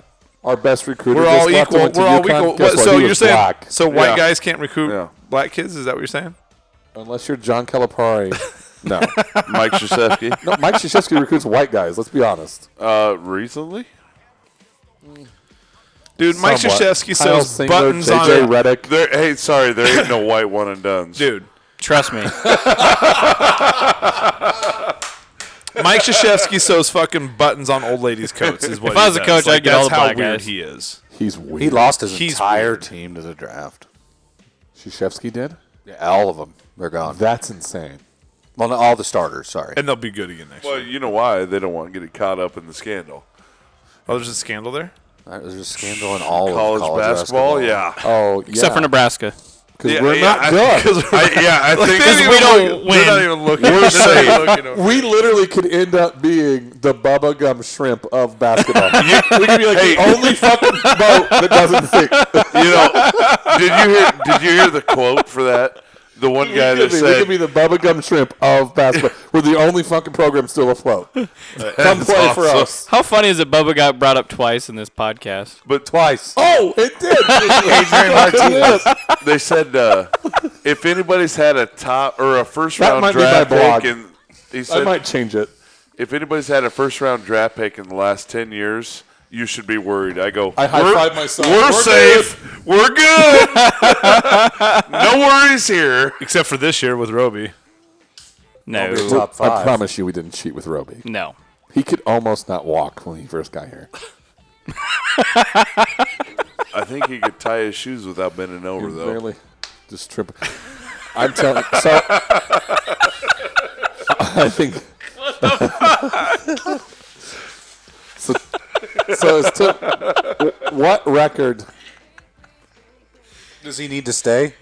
Our best recruiter. We're just all left and equal. went to We're all UConn. equal. Guess What, what? so He you're was saying black. *laughs* so white Yeah. guys can't recruit Yeah. black kids? Is that what you're saying? unless you're *laughs* John Calipari. no, Mike Krzyzewski. *laughs* no. Mike Krzyzewski recruits white guys. Let's be honest. Uh, recently, Dude, Mike Somewhat. Krzyzewski Kyle sells Singler, buttons JJ on. Redick. there. Hey, sorry, there ain't no white one and done. Dude, Trust me. Mike Krzyzewski sews fucking buttons on old ladies' coats. *laughs* Is what If he I was a does. coach, Like, I'd get all that's the how black weird guys. he is. He's weird. He lost his He's entire weird. team to the draft. Krzyzewski did. Yeah, all of them. They're gone. That's insane. well, not all the starters. Sorry. And they'll be good again next Well, year. you know why they don't want to get caught up in the scandal. Oh, there's a scandal there. Uh, There's a scandal in all College, of college basketball, basketball. yeah. Oh, Except for Nebraska. because Yeah, we're yeah, not I- *laughs* good. *laughs* I, yeah, I think They didn't even we don't look- They're not win. even looking. We're They're not safe. even looking over. We literally could end up being the Bubba Gum Shrimp of *laughs* basketball. we could be like Hey. the *laughs* only fucking boat that doesn't *laughs* sink. you *laughs* know, did you hear? Did you hear the quote for that? The one guy we, that could be, we could be said, the Bubba Gum Shrimp of basketball. we're the only fucking program still afloat. Come play for awesome. us. How funny is it? Bubba got brought up twice in this podcast. but Twice. Oh, it *laughs* did. Adrian Martinez. they said uh, if anybody's had a top or a first That round might be my draft blog. pick, and he I said might change it. if anybody's had a first round draft pick in the last ten years, you should be worried. I go, I high we're- five myself. We're, We're safe. We're good. no worries here. Except for this year with Roby. No. Top I five. promise you, we didn't cheat with Roby. No. He could almost not walk when he first got here. I think he could tie his shoes without bending over, You though. barely just trip. I'm telling. So *laughs* I think. *laughs* so, so it's to, what record? Does he need to stay?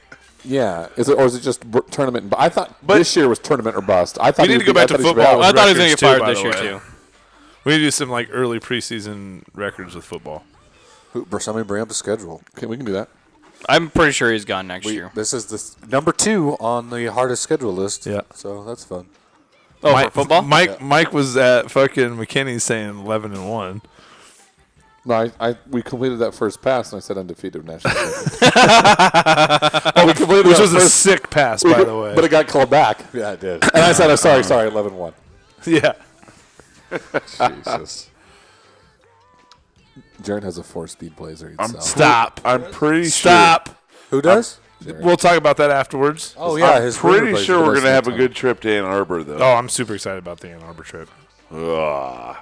Yeah, is it or is it just b- tournament? But I thought this year was tournament or bust. I thought We he need to go would be- I back to thought he should be football. out. I thought he was Records, too, going to get fired by this the year, way. too. We need to do some like early preseason records with football. Who, somebody bring up the schedule. Okay, we can do that. I'm pretty sure he's gone next year. This is the s- number two on the hardest schedule list. Yeah. So that's fun. Oh, Mike, for football? Mike, Mike was at fucking McKinney saying eleven and one. No, I, I we completed that first pass, and I said undefeated *laughs* national. championship. *laughs* Oh, which that was a first- sick pass, by the way. but it got called back, and Yeah, I did. I said, "I'm sorry, sorry, 11-1. *laughs* yeah, Jesus. Jared has a four-speed blazer. He'd Um, sell. stop, I'm pretty stop. Who does? We'll talk about that afterwards. oh sure. yeah, I'm his pretty Raiders sure blazer. we're gonna have a time. good trip to Ann Arbor, though. Oh, I'm super excited about the Ann Arbor trip. Oh. Ugh.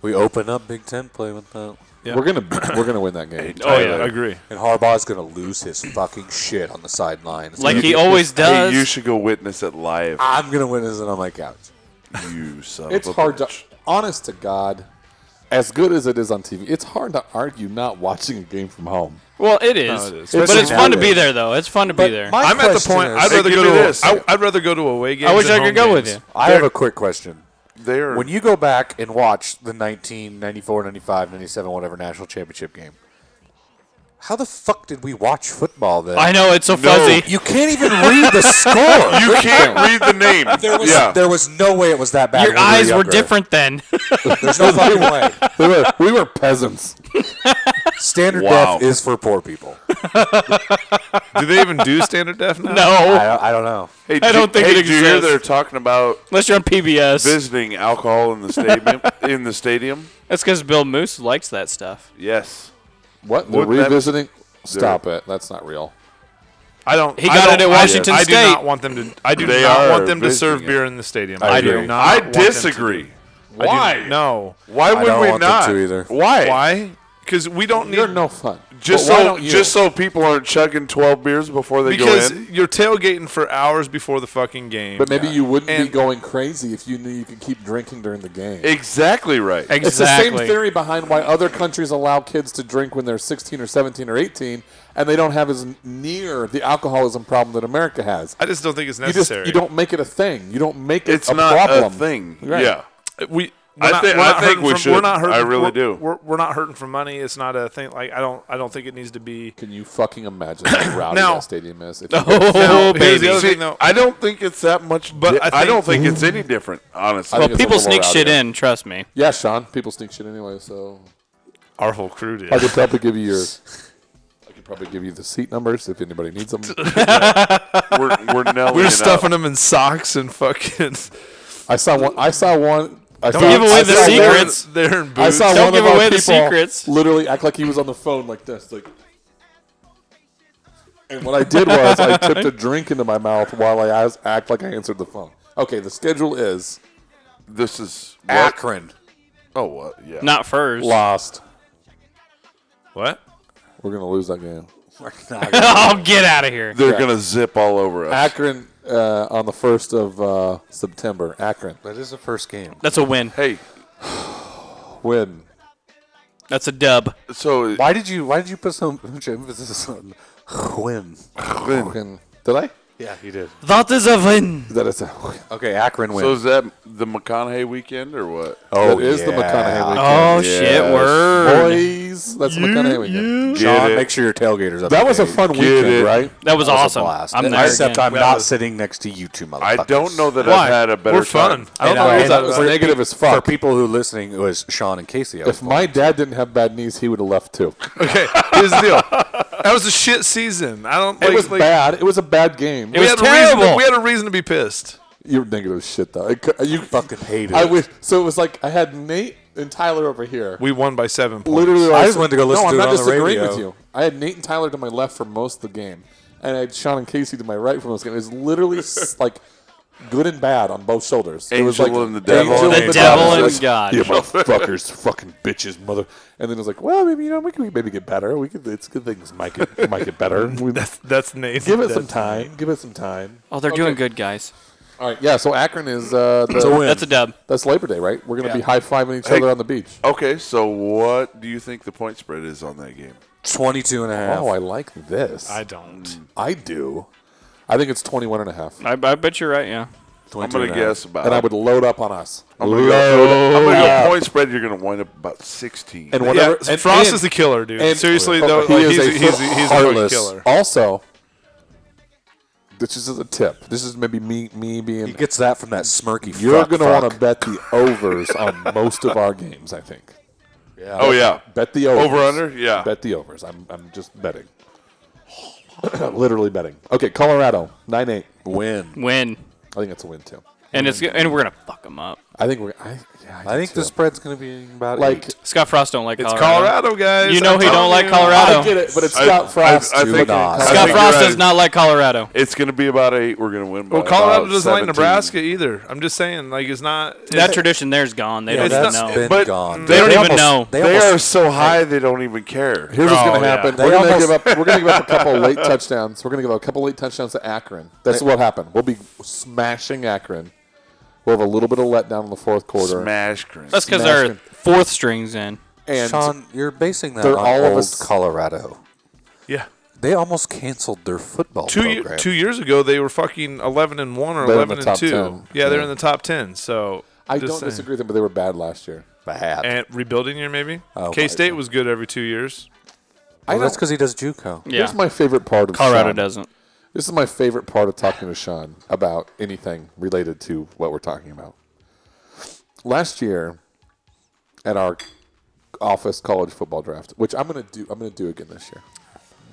We open up Big Ten play with *laughs* that, Yeah. We're gonna we're gonna win that game. Oh yeah, Tyler. I agree. and Harbaugh's gonna lose his fucking shit on the sideline. It's like gonna he be- always does. Hey, you should go witness it live. I'm gonna win this and on my couch. you son. It's of a hard to, bitch. honest to God, as good as it is on TV, it's hard to argue not watching a game from home. well, it is. it is. But it's Especially fun to nowadays. be there, though. It's fun to be there. my I'm at the question point. is- I'd Hey, rather give go me to. this. I, I'd rather go to away games. I wish than I could home go with games. you. I have a quick question. There. When you go back and watch the 1994, 95, 97, whatever national championship game, how the fuck did we watch football then? I know, it's so fuzzy. You can't even read the score. *laughs* You can't read the name. There was, yeah. there was no way it was that bad. Your when we eyes were younger. different then. *laughs* *laughs* There's no fucking way. *laughs* We were, we were peasants. Standard Wow. def is for poor *laughs* people. Do they even do standard *laughs* def now? no. I don't, I don't know. Hey, I d- don't think hey, it do you hear exists. they're talking about Unless you're on PBS. visiting alcohol in the stadium? in the stadium? That's because Bill Moose likes that stuff. Yes. What? They're Wouldn't that- revisiting? Stop it. That's not real. I don't. He I got don't- it at I- Washington I, do State. not want them to. I do They not are want them to visiting serve it. beer in the stadium. I I, agree. do not. I want them to. disagree. I do- Why? No. Why I would don't we want them not? to either. Why? Why? Because we don't need. You're no fun. Just But why so don't you? just so people aren't chugging twelve beers before they because go in. you're tailgating for hours before the fucking game. But maybe you wouldn't And- be going crazy if you knew you could keep drinking during the game. Exactly right. It's Exactly. the same theory behind why other countries allow kids to drink when they're 16 or 17 or 18, and they don't have as near the alcoholism problem that America has. I just don't think it's You just necessary. you don't make it a thing. You don't make it It's a not problem. a thing. Right. Yeah. We. I We're not, thi- we're I not think hurting we from, We're should. not hurting. I really we're- do. We're, we're not hurting for money. It's not a thing. Like I don't. I don't think it needs to be. Can you fucking imagine *coughs* how rowdy Now- that stadium is? *laughs* If you *laughs* Oh, Now, here's baby. the other See, thing, though. I don't think it's that much. But I I, don't think- think it's any different, honestly. I Well, think it's a people little sneak rowdy shit there. in, trust me. Yeah, Sean. People sneak shit anyway, so Our whole crew did. I could probably give you your. I could probably give you the seat numbers if anybody needs *laughs* them. we're we're now We were stuffing them in socks and fucking. I saw one. I saw one. I Don't saw, give away I the saw They're one- in- secrets. They're in I boots. saw Don't one give of our away the people secrets. Literally act like he was on the phone like this, like. And what I did was I tipped a drink into my mouth while I as- act like I answered the phone. Okay, the schedule is This is what? Akron. Oh, what? Yeah. Not first. lost. What? We're gonna lose that game. *laughs* oh, get out of here. They're gonna zip all over us. Akron uh, on the first of uh, September. Akron That is the first game. That's a win. hey, win. That's a dub. so Why did you Why did you put so much emphasis on win? Akron. Did I? Yeah, you did. That is a win. That is. Okay, Akron win. so is that the McConaughey weekend or what? oh, that is the yeah. McConaughey weekend. Oh, shit. Yes. Word. Boys, that's McConaughey weekend. Get Sean, it. make sure your tailgaters up. That was a today. fun Get weekend, it. right? That was That was a awesome. blast. I'm there Except again. I'm not sitting next to you two motherfuckers. I don't know that Why? I've had a better. We're fun. time. I don't And, know. uh, what and that it was. *laughs* was- Negative as For fuck. people who listening, it was Sean and Casey. I was If my dad didn't have bad knees, he would have left too. Okay, here's the deal. That was a shit season. I don't. Like, it was like, bad. It was a bad game. It a was reason to- terrible. we had a reason to be pissed. you were negative as shit though. It, cou- you fucking hated I it. wish. So it was like I had Nate and Tyler over here. We won by seven points. literally, I our- just went to go listen no, I'm to it not on the disagreeing radio. with you. I had Nate and Tyler to my *laughs* left for most of the game, and I had Sean and Casey to my right for most of the game. It was literally s- like good and bad on both shoulders. it was like Angel and the devil. angel The and the devil devil. and It's like, God. You motherfuckers, *laughs* fucking bitches, mother. And then it was like, well, maybe you know, we can maybe get better. We could. It's good things might get might get better. *laughs* We, That's that's Nathan. give it some That's- time. Give it some time. Oh, they're doing good, guys. All right. Yeah. So Akron is uh, the, That's a dub. that's Labor Day, right? We're gonna be Yeah. high fiving each Hey. other on the beach. Okay, so what do you think the point spread is on that game? 22 and a half. Oh, I like this. Mm, I I, don't. do. I think it's 21 and a half. I, I bet you're right. Yeah. I'm 22 going to and a half. guess about. And I would load up on us. I'm going to go, I'm gonna go point spread. You're going to wind up about 16. And Yeah, whatever. and, Frost and- is the killer, dude. and- Oh, Seriously, though, he like, is he's, a a, he's, a, he's a fucking heartless. killer. Also, this is a tip. This is maybe me me being. He gets that from that smirky you're fuck, going to fuck. want to bet the overs on most of our games. I think. oh yeah, Bet the overs. Over under? Yeah. Bet the overs. I'm I'm just betting. *coughs* Literally betting. Okay, Colorado nine eight. win. Win. I think that's a win too. And it's go- and we're gonna fuck them up. I think we're. I, yeah, I do, think too. the spread's going to be about like eight. Scott Frost don't like It's Colorado. Colorado, guys. You know I'm he don't telling like you. Colorado. I get it, but it's I- Scott Frost. I, I dude. think, But I nah, think Scott you're Frost right. does not like Colorado. It's going to be about eight. We're going to win. By Well, Colorado about doesn't like 17. Nebraska either. I'm just saying, like, it's not. That tradition there's gone. They Yeah, don't even that's know. been But gone. they don't even almost- know. They, They almost, are so high they don't even care. Here's what's Oh, going to yeah. happen. They We're going to almost- give up. We're going to give up a couple late touchdowns. We're going to give up a couple late touchdowns to Akron. That's what happened. We'll be smashing Akron. We'll have a little bit of letdown in the fourth quarter, Smash, Chris. That's because our fourth strings in. and Sean, you're basing that They're on all of old us- Colorado. Yeah. They almost canceled their football Two, ye- program. two years ago, they were fucking 11 and 1 or Oh, They're 11 in the and top 2. 10. Yeah, they're Yeah. in the top 10. So I just don't saying. disagree with them, but they were bad last year. bad. And rebuilding year, maybe? Oh, K State my- was good every two years. I well, that's don't- because he does JUCO. Yeah. Here's my favorite part of Colorado Sean. doesn't. This is my favorite part of talking to Sean about anything related to what we're talking about. Last year, at our office college football draft, which I'm gonna do, I'm gonna do again this year.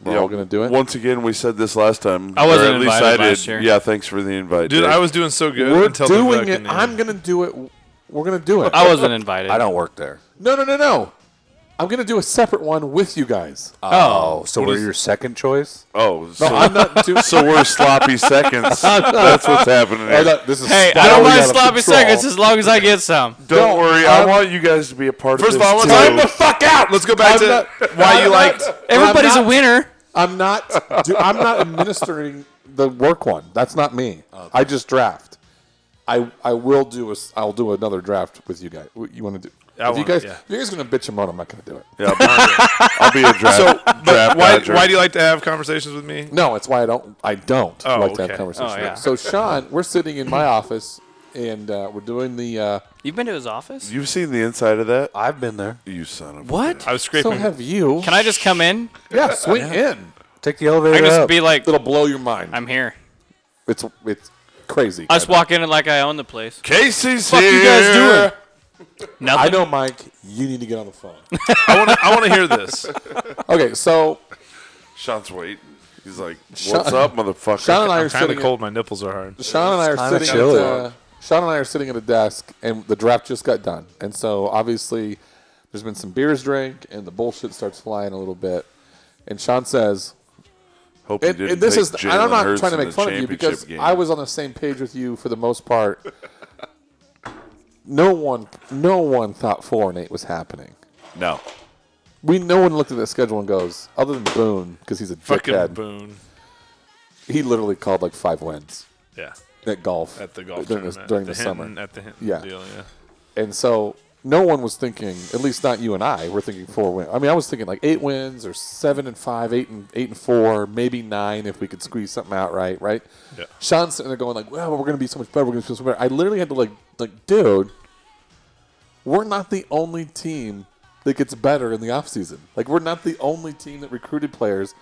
We're all gonna do it. Once again, we said this last time. I wasn't or at least invited I did. last year. Yeah, thanks for the invite, Dude, Dave. I was doing so good we're until the doing fucking it. end. I'm gonna do it. We're gonna do it. I wasn't invited. I don't work there. no, no, no, no. I'm gonna do a separate one with you guys. Oh, so we're your second choice? Oh, so, no, I'm *laughs* not. Too, so *laughs* we're sloppy seconds. That's what's happening. I Here. thought this is Hey, I don't spiraling out mind of sloppy control. seconds as long as I get some. Don't worry. i I'm- want you guys to be a part First of of this. all, I want too. time to fuck out. Let's go back I'm to not- why I'm *laughs* you not- liked. Everybody's I'm a not- winner. I'm not. do- I'm not administering the work one. That's not me. I just draft. I I will do a. s- I'll do another draft with you guys. What you want to do? I if you want- guys, yeah. if you guys are gonna bitch and moan. I'm not gonna do it. Yeah, I'll be a *laughs* draft. So, but draft why, dodger. why do you like to have conversations with me? No, it's why I don't. I don't Oh, like to okay. have conversations. Oh, with yeah. So Sean, we're sitting in my office and uh, we're doing the. Uh, You've been to his office? You've seen the inside of that? I've been there. You son of a- What? I was so scraping. have you? Can I just come in? yeah, swing in. Take the elevator I can just up. be like, It'll blow your mind. I'm here. it's it's crazy. I just walk in and like I own the place. Casey's Fuck here. you guys doing? Nothing. I know, Mike. You need to get on the *laughs* phone. I want to. I want to hear *laughs* this. okay, so Sean's waiting. He's like, "What's Sean- up, motherfucker?" Sean and I are Kind sitting. of in- cold. My nipples are hard. Sean and I are kinda sitting. At, chilly. uh, Sean and I are sitting at a desk, and the draft just got done, and so obviously there's been some beers drank, and the bullshit starts flying a little bit. And Sean says, Hope you and, didn't and this take is, and I'm Jalen not Hurts trying to in make the fun of you championship because game. I was on the same page with you for the most part. no one, no one thought four and eight was happening. no. We no one looked at the schedule and goes, other than Boone, because he's a Fucking dickhead. Boone. He literally called like five wins Yeah. at golf At the golf during, the- tournament during at the, Hinton- summer. At the Hinton Yeah. deal. Yeah. And so no one was thinking, at least not you and I, were thinking four wins. I mean, I was thinking like eight wins or seven and five, eight and eight and four, maybe nine if we could squeeze something out right, right? Yeah. Sean's sitting there going like, Well, we're gonna be so much better, we're gonna be so much better. I literally had to like like, dude, we're not the only team that gets better in the offseason. Like we're not the only team that recruited players.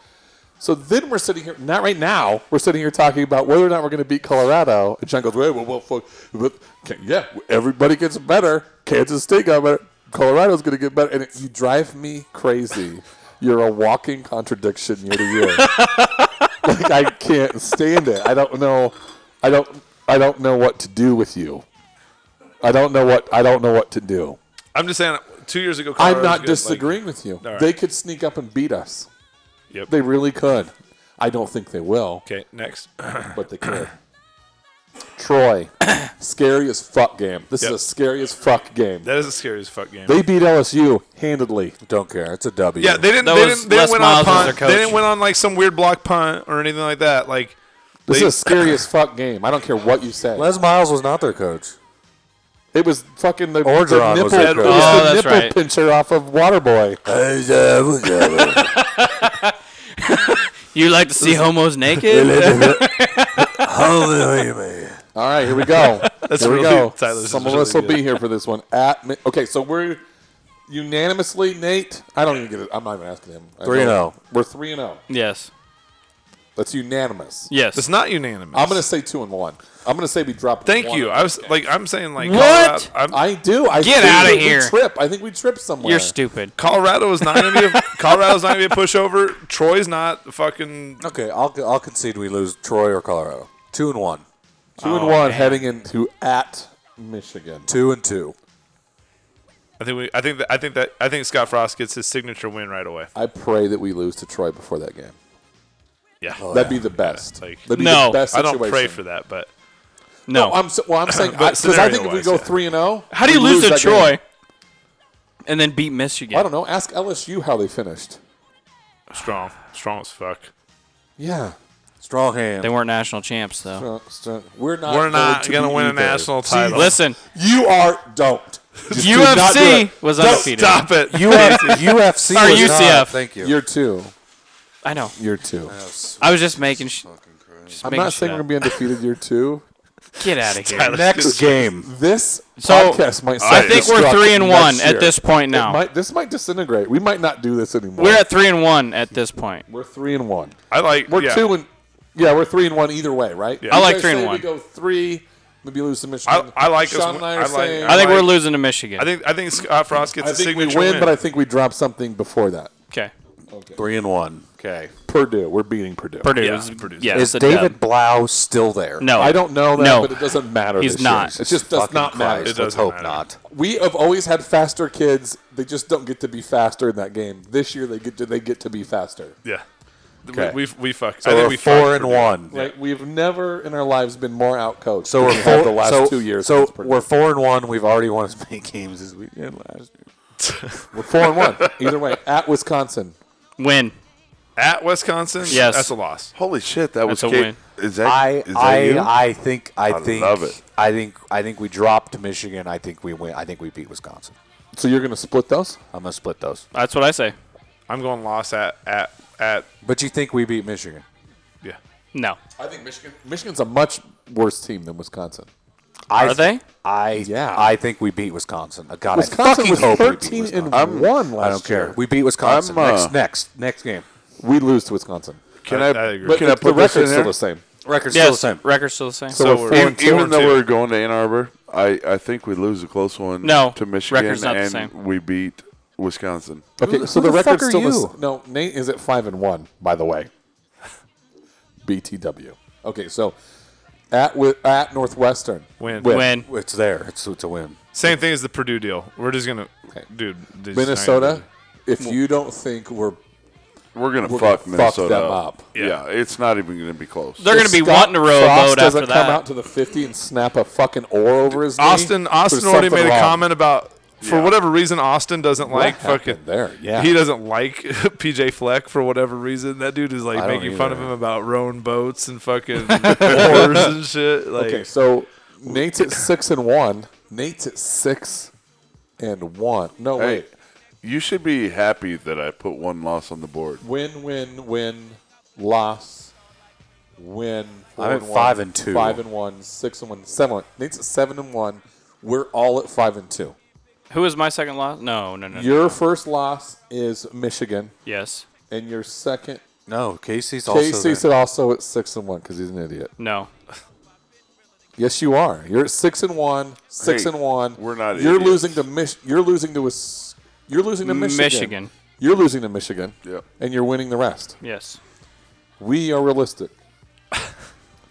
So then we're sitting here, not right now, we're sitting here talking about whether or not we're going to beat Colorado. And Sean goes, well, well, well fuck. But, can- yeah, everybody gets better. Kansas State got better. Colorado's going to get better. And it, you drive me crazy. You're a walking contradiction year to year. *laughs* like, I can't stand it. I don't know. I don't. I don't know what to do with you. I don't know what I don't know what to do. I'm just saying. Two years ago, I'm Colorado's not good, like- disagreeing with you. All right. They could sneak up and beat us. Yep. They really could. I don't think they will, okay. Next. but they could. *coughs* Troy, scary as fuck game. This Yep. is a scary as fuck game. That is a scary as fuck game. They beat LSU handedly. Don't care. It's a W. yeah, they didn't. That They was didn't. They Les went on Miles as punt. their They coach. didn't went on like some weird block punt or anything like that. Like This They- is a scary as fuck game. I don't care what you say. Les Miles was not their coach. it was fucking the, Orgeron the was nipple, their it was coach. Oh, the that's nipple right. pincher off of Waterboy. You like to see homos naked? All right, here we go. *laughs* That's here we really- go. Tyler's Some is of us really will be here for this one. At mi- okay, so we're unanimously Nate. I don't even get it. I'm not even asking him. I Three and know. oh. We're three and zero. *laughs* yes. That's unanimous. Yes. it's not unanimous. I'm gonna say two and one. I'm gonna say we dropped. Thank one. you. I was like, I'm saying like What? Colorado, I'm, I do. I Get think outta that we here. Trip. I think we trip somewhere. You're stupid. Colorado is not gonna be. A, Colorado's not gonna be a pushover. Troy's not fucking. Okay, I'll I'll concede we lose Troy or Colorado. Two and one. Two Oh, and one heading into at Michigan. Two and two. I think we. I think that. I think that. I think Scott Frost gets his signature win right away. I pray that we lose to Troy before that game. Yeah. Oh, That'd be the best. Like- That'd be No, the best I Oh, situation. don't pray for that, but No. I'm s- *laughs* well. I'm saying But because I, think if we scenario-wise, go yeah. three and zero, How do you we lose, to that game. Troy and then beat Michigan? I don't know. Ask LSU how they *laughs* finished. strong, strong as fuck. Yeah, Strong hand. They weren't national champs though. Uh, so we're not. We're not going gonna to be win a either. national title. Listen, You are. Don't. Just do not do UFC it. was Don't undefeated. Stop it. *laughs* UF, *laughs* UFC Or was not- UCF. Thank you. You're two. I know. You're two. I was just making. Sh- just I'm making not shit saying we're up. going to be undefeated. Year two. Get out of here. Tyler. Next game. This So, podcast might. I I think we're self-destruct three and next one year. at this point It now. might- this might disintegrate. We might not do this anymore. We're at three and one at this point. We're three and one. I like. We're yeah. two and yeah, we're three and one either way, right? I You like guys three and say one. We go three, maybe lose to Michigan. I like us Sean win- and I are I like- saying, I think Like- we're losing to Michigan. I think. I think Scott Frost gets I a think we signature win, but I think we drop something before that. okay. Three and one. Okay. Purdue, we're beating Purdue. Purdue. Yeah, is, Purdue's- yeah, Is it's a David dub. Blau still there? No, I don't know that, No. but it doesn't matter. He's this not. Year. It just does Fucking not matter. Christ, It Let's doesn't hope matter. not. We have always had faster kids. They just don't get to be faster in that game. This year, they get to they get to be faster. Yeah. Okay. We, we we fuck. So I think we're we four fucked and Purdue. one. Like we've never in our lives been more outcoached. So than we're we four. have the last so, two years. So against Purdue. we're four and one. We've already won as many *laughs* games as we did last year. we're four and one. Either way, at Wisconsin, win. at Wisconsin. Yes. that's a loss. Holy shit, that That's was a Kate- win. Is that, I is that you? I I think I, think love it. I think I think we dropped Michigan. I think we win. I think we beat Wisconsin. so you're going to split those. I'm gonna split those. That's what I say. I'm going loss at at at But you think we beat Michigan? yeah. No. I think Michigan. Michigan's a much worse team than Wisconsin. I Are they? I Yeah. I think we beat Wisconsin. Uh, God, I Wisconsin fucking was hope we beat 13 and Wisconsin. one last I don't care. year. We beat Wisconsin. I'm, uh, next, next next game. We lose to Wisconsin, Can I- I, I agree. but can I the put this in record's still there? the same. Record's Yes. still the same. Record's still the same. So we're four Even, and two. four and though two. we're going to Ann Arbor, I, I think we lose a close one No, to Michigan record's not the and same. we beat Wisconsin. Okay, Who- so who the the fuck record's are still the you? s- no. Nate is at five and one, by the way. BTW. Okay, so at Wi- at Northwestern, Win. Win. It's there. It's it's a win. Same thing as the Purdue deal. We're just gonna, dude. this is not Minnesota. gonna- If you don't think we're We're gonna We're fuck gonna fuck Minnesota them up. Yeah. it's not even gonna be close. They're going to if be Scott wanting to row a Frost boat doesn't after come that. out to the fifty and snap a fucking oar over his knee, Austin Austin there's already something made a wrong. comment about for Yeah. whatever reason Austin doesn't What like fucking happened there? Yeah. He doesn't like *laughs* PJ Fleck for whatever reason. That dude is like don't making fun of either. him about rowing boats and fucking oars and shit. Like Okay, so Nate's at six and one. Nate's at six and one. No, Hey, wait. you should be happy that I put one loss on the board. Win, win, win, loss, win. four I'm at one, five and two. Five and one, six and one, seven. and One. Nate's at seven and one. We're all at five and two. Who is my second loss? No, no, no. no. Your first loss is Michigan, Yes. and your second. No, Casey's also Casey's there. at also at six and one because he's an idiot. No. Yes, you are. You're at six and one, six Hey, and one. we're not You're idiots. losing to Mich. You're losing to Wis- You're losing to Michigan. Michigan. You're losing to Michigan. Yep. And you're winning the rest. Yes. We are realistic.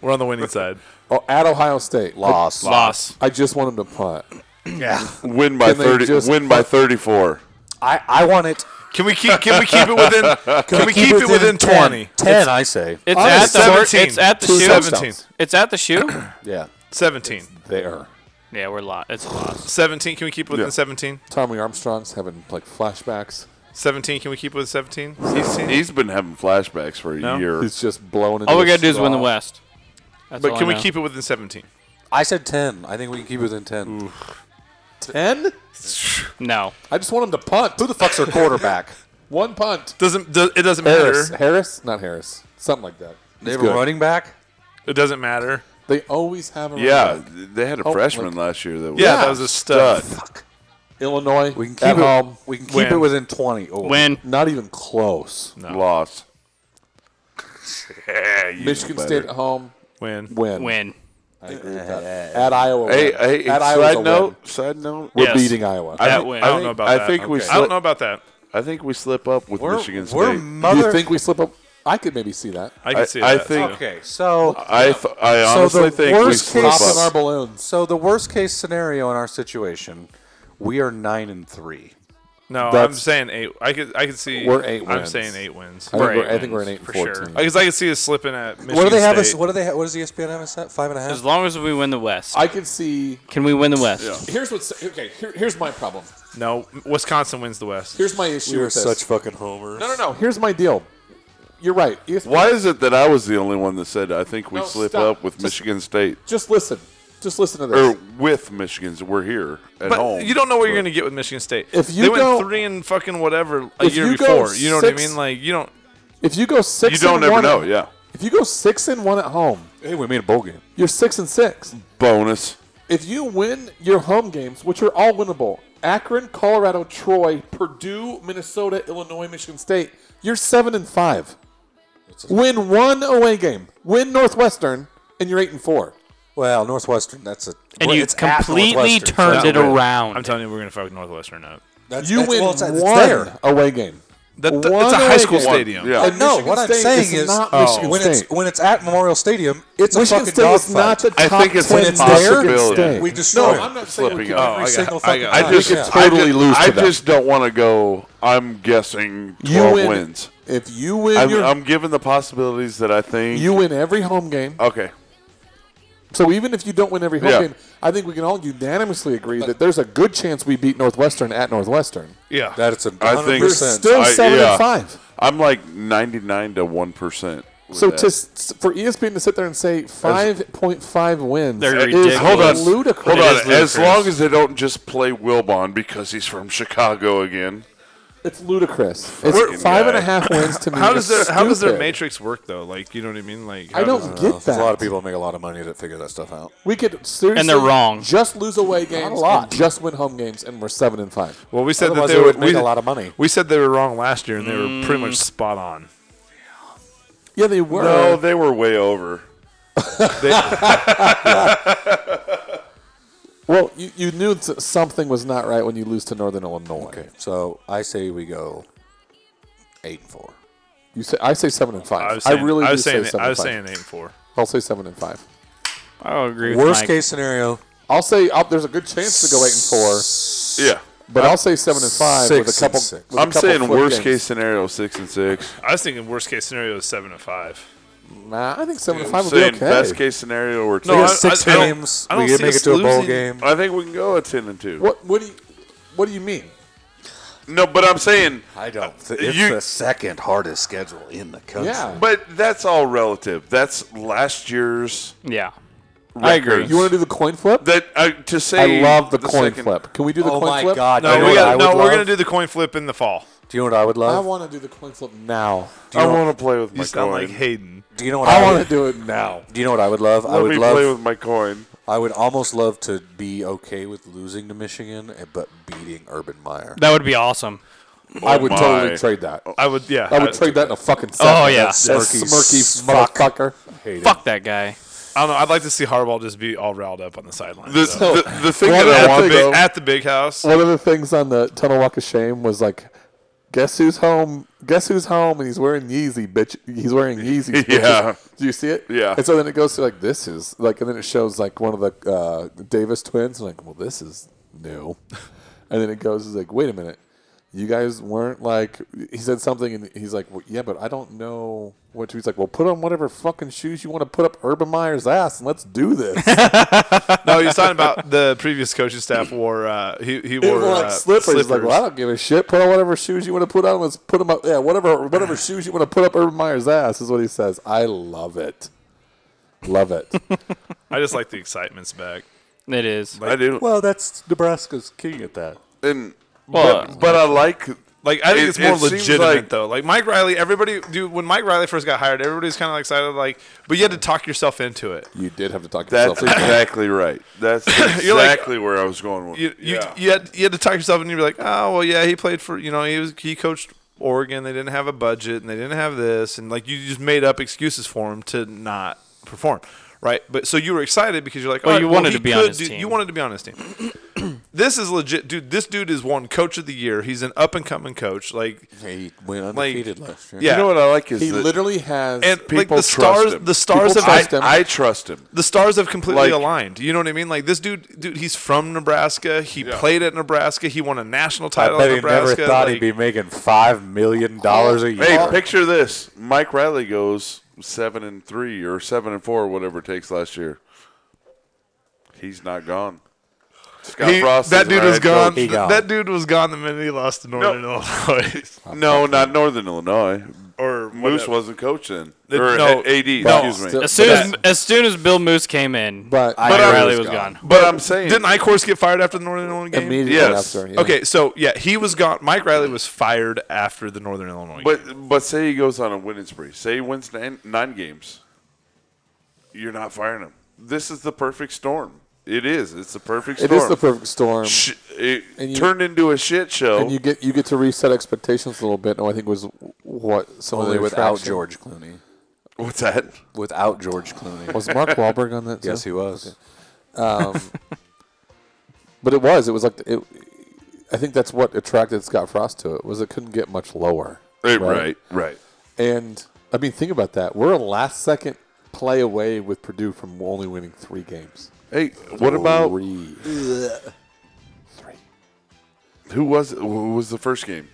we're on the winning side. Oh, at Ohio State, I- Loss. Loss. I, just want them to punt. Yeah. *laughs* Win by Can they thirty. just Win by thirty-four. I, I want it. Can we keep can we keep it within can, we keep, it within 10, twenty? 10 I say. It's Honest, at the. 17. It's at the Two shoe. touchdowns. *clears throat* It's at the shoe. Yeah. 17. there. Yeah, we're lot. It's a loss. 17. Can we keep within Yeah. 17? Tommy Armstrong's having like flashbacks. 17. Can we keep with 17? He's, 16? he's been having flashbacks for a No? year. He's just blown. Into All we the gotta do is win the straw. West. That's But all can I we know. keep it within 17? I said 10. I think we can keep it within 10. Ten? No. I just want him to punt. Who the fuck's our quarterback? *laughs* One punt. Doesn't do, it doesn't Harris. matter. Harris? Not Harris. Something like that. They He's have good. a running back? It doesn't matter. They always have a yeah, running back. they had a Oh, freshman like- last year that was Yeah, that was a stud. Illinois. We can keep at it home. We can keep Win. it within 20. Oh, Win. Not even close. lost. Yeah, you Michigan know State better. at home. Win. Win. Win. I agree with that. At Iowa. Hey, win. hey, uh, at Iowa's a side note. Side note. Win. We're Yes. beating Iowa. I, That think- win. I I don't think- know about I that. think we. Okay. Slip, I don't know about that. I think we slip up with We're, Michigan we're State. Do mother. you think we slip up? I could maybe see that. I can I- see I that. think- okay, so I th- I So honestly the think we worst slip case- Popping our up. balloons. so the worst case scenario in our situation, we are 9 and 3. No, I'm That's- saying eight. I could I could see. We're eight I'm wins. saying eight wins. I think we're, I think we're an eight and for fourteen. sure. Because I could see us slipping at Michigan What do they have us? State. What do they? ha- What does E ESPN have us at? Five and a half. As long as we win the West. I could see. Can we win the West? Here's what's okay. Here, here's my problem. No, Wisconsin wins the West. Here's my issue. we were with this. such fucking homers. No, no, no. Here's my deal. You're right. ESPN Why is it that I was the only one that said I think we No, slip stop. up with Just- Michigan State Just listen. Just listen to or this. with Michigan's? We're here at But home. you don't know what you're going to get with Michigan State. If you they went go- three and fucking whatever a If year you go before, you know what I six- mean? Like you don't. If you go six, You don't and ever one know. at- Yeah. If you go six and one at home, Hey, we made a bowl game. you're six and six. Bonus. If you win your home games, which are all winnable, Akron, Colorado, Troy, Purdue, Minnesota, Illinois, Michigan State, you're seven and five. Win one away game. Win Northwestern, and you're eight and four. Well, Northwestern. That's a and well, you it's at completely Northwestern, turned No, it we're- around. I'm telling you, we're going to fuck Northwestern up. That's, You that's- win well, it's- it's one there. away game. That, that- One it's a high away school game. stadium. Yeah. And no, Michigan what I'm State saying is is, oh. not Michigan when State. it's when it's at Memorial Stadium, it's Michigan a fucking State is dogfight. not the top I think it's ten a in Michigan possibility. State. we destroy. No, it. I'm not saying Slipping we up. every I got- single I fucking got- I time. just Yeah. totally I just, lose to I that. just don't want to go. I'm guessing You twelve win- wins. If you win I'm, your, I'm given the possibilities that I think you win every home game. Okay. So even if you don't win every home Yeah. game, I think we can all unanimously agree that there's a good chance we beat Northwestern at Northwestern. Yeah. That's a I 100%. think- You're still I- seven yeah. and five. I'm like 99 to 1 percent. So to, s- for ESPN to sit there and say five point five wins They're is ridiculous. hold on, ludicrous. hold It on. is ludicrous. As long as they don't just play Wilbon because he's from Chicago again. It's ludicrous. Fucking It's five and guy. a half wins to me. How does It's their how does their stupid. matrix work though? Like you know what I mean? Like I how don't does- get There's that. Uh, a lot of people that make a lot of money that figure that stuff out. We could seriously And they're wrong. Just lose away games, lot. and just win home games, and we're seven and five. Well, we said that Otherwise, they, they were would make we, a lot of money. We said they were wrong last year, and they were pretty Mm. much spot on. Yeah, they were. No, they were way over. Well, you, you knew that something was not right when you lose to Northern Illinois. Okay, so I say we go eight and four. You say I say seven and I five. was I, saying, really I was do saying say seven I and was five. saying eight and four. I'll say seven and five. I'll agree with Worst Mike. case scenario, I'll say I'll, there's a good chance to go eight and four, Yeah. but i will say seven and five six with a and couple. six. with a I'm couple saying flip worst games. case scenario 6 and 6. I was thinking worst case scenario is seven and five. Nah, I think seven and I'm five would be saying okay. best case scenario or 2. No, we I- get six I don't- games. I don't we see us make it to a bowl losing. game. I think we can go a 10 and 2. What what do you what do you mean? No, but I'm saying I don't. Th- it's you- the second hardest schedule in the country. Yeah. but that's all relative. That's last year's Yeah. I agree. You want to do the coin flip? that uh, to I say love the, coin second- flip. Can we do the Oh coin my flip? god! No, you know we what I got, would no. We're love? gonna do the coin flip in the fall. Do you know what I would I love? want to do the coin flip now. I want to play with You my sound coin. like Hayden. do you know what I I, want would? to do it now. Do you know what I would love? I Let would me love. play with my coin. I would almost love to be okay with losing to Michigan, eh, but beating Urban Meyer. That would be awesome. I would Oh my. Oh, totally trade that. I would, yeah. I would I- trade that in a fucking second. yeah. that smirky, That smirky fuck. motherfucker. Fuck that guy. I don't know. I'd like to see Harbaugh just be all riled up on the sideline. The, so. the, the thing Well, that I at, the want *laughs* though, big, at the big house. One of the things on the Tunnel Walk of Shame was like, guess who's home? Guess who's home? And he's wearing Yeezy, bitch. He's wearing *laughs* Yeezy. Yeah. Do you see it? Yeah. And so then it goes to like this is like, and then it shows like one of the *laughs* uh, Davis twins. like, well, this is new. and then it goes is like, wait a minute. you guys weren't like he said something and he's like well, yeah but i don't know what to he's like well put on whatever fucking shoes you want to put up urban meyer's ass and let's do this No, he's talking about *laughs* the previous coaching staff wore uh, he he He wore wore, like, uh, slippers. He's like, well, I don't give a shit. Put on whatever shoes you want to put on. Let's put them up. Yeah, whatever, whatever *sighs* shoes you want to put up Urban Meyer's ass is what he says. I love it. Love it. I just like the excitement's back. It is. I do. *laughs* Well, that's Nebraska's king at that. And Well, but, but I like Like I think It- it's more it seems legitimate like- though. Like Mike Riley, everybody dude, when Mike Riley first got hired, everybody was kind of excited. Like, but you had to talk yourself into it. you did have to talk that's yourself. *laughs* into it. exactly right. That's exactly like- where I was going with. You you, yeah. you had you had to talk yourself into. it. You're like, oh well, yeah, he played for you know he was he coached Oregon. They didn't have a budget and they didn't have this and like you just made up excuses for him to not perform. Right, but so you were excited because you're like, Well, all right, you wanted he to be on could his do- You team. wanted to be on his team. *clears throat* this is legit, dude. This dude is one coach of the year. He's an up and coming coach. Like, He went undefeated last year. yeah, You know what I like is He that literally has. and like people the trust stars, him. the stars People have trust him. I, I trust him. the stars have completely Like- aligned. You know what I mean? Like this dude, dude, he's from Nebraska. He Yeah. played at Nebraska. He won a national I title bet at he never Nebraska. thought he'd like- be making five million dollars a year. Hey, picture this: Mike Riley goes seven and three or seven and four, whatever it takes last year. He's not gone. Scott he- Frost. that is dude our was head gone. coach. He gone. That dude was gone the minute he lost to Northern Illinois. No, not Northern Illinois. or Moose whatever. wasn't coaching. It- or no, AD. no. excuse me. Still- As soon as, But- as soon as Bill Moose came in, But- Mike But I- Riley was gone. But I'm saying, Didn't Icorse get fired after the Northern Illinois game? immediately Yes. after. yeah. Okay, so yeah, he was gone. Mike Riley was fired after the Northern Illinois. game. But but say he goes on a winning spree. Say he wins nine, nine games. You're not firing him. This is the perfect storm. It is. It's the perfect It storm. is the perfect storm. Sh- it And you- turned into a shit show. And you get you get to reset expectations a little bit, and I think was what some of Only the without attraction- George Clooney. What's that? Without George Clooney. Was *laughs* Mark Wahlberg on that? yes, too? he was. But it was. It was like it. I think that's what attracted Scott Frost to it was it couldn't get much lower. Right, right, right. And I mean, think about that. We're a last second play away with Purdue from only winning three games. Hey, what Oh, about three? Three. who was who was the first game?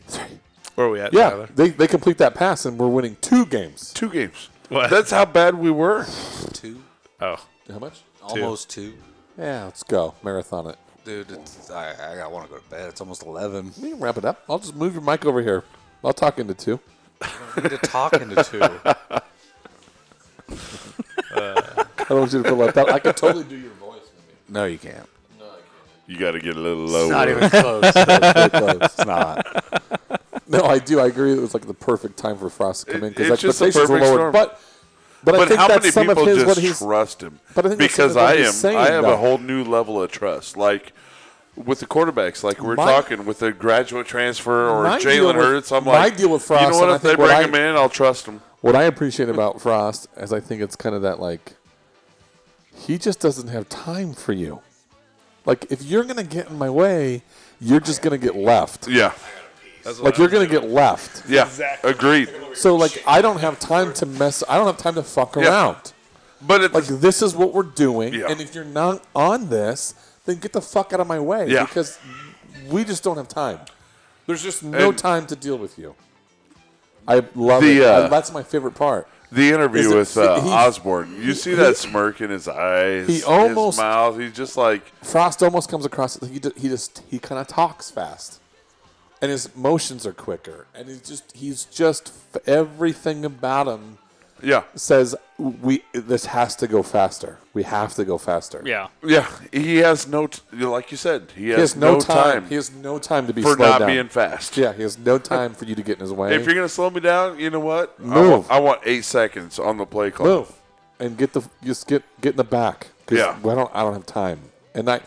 Where are we at? Yeah, Tyler? they, they complete that pass and we're winning two games. Two games. What? That's how bad we were. Two, Oh, How much? almost two. Yeah, let's go marathon it. Dude, it's, I, I want to go to bed. It's almost eleven. We can wrap it up. I'll just move your mic over here. I'll talk into two. Need to talk into two. I don't want you to feel left out. I could totally do your voice. *laughs* No, you can't. You got to get a little lower. close. *laughs* That's really close. it's not. No, I do. I agree. It was like the perfect time for Frost to come in It- because it's just the expectations were perfect lower. storm. But, but, I but think how that's many some people of his what just he's. trust him? But I think that's because something I that he's am, saying, I have though. a whole new level of trust. Like with the quarterbacks, like we we're My- talking with a graduate transfer or My deal Jalen with- Hurts. I'm my like, deal with you Frost, know what? and I If they think what bring I- him in, I'll trust him. What I appreciate about Frost is I think it's kind of that like he just doesn't have time for you. Like if you're gonna get in my way, you're just gonna get left. Yeah, Like you're gonna get left. yeah, agreed. So like I don't have time to mess. I don't have time to fuck Yeah. around. But it's Like this is what we're doing, Yeah. and if you're not on this, then get the fuck out of my way. Yeah. Because we just don't have time. There's just no And- time to deal with you. I love The, it. uh, That's my favorite part. the Is interview it- with uh, he- Osborne. You see that smirk in his eyes, He almost- his mouth. He's just like, Frost almost comes across. He ju- he just he kind of talks fast, and his motions are quicker, and he's just he's just f- everything about him yeah, says we this has to go faster. We have to go faster. Yeah. yeah. He has no, t- like you said, he has, he has no, time. time, He has no time to be for slowed not down. being fast. yeah, he has no time for you to get in his way. If you're gonna slow me down, you know what? I Move. want- I want, eight seconds on the play clock. move and get the just get get in the back. 'Cause Yeah. I don't I don't have time. And I,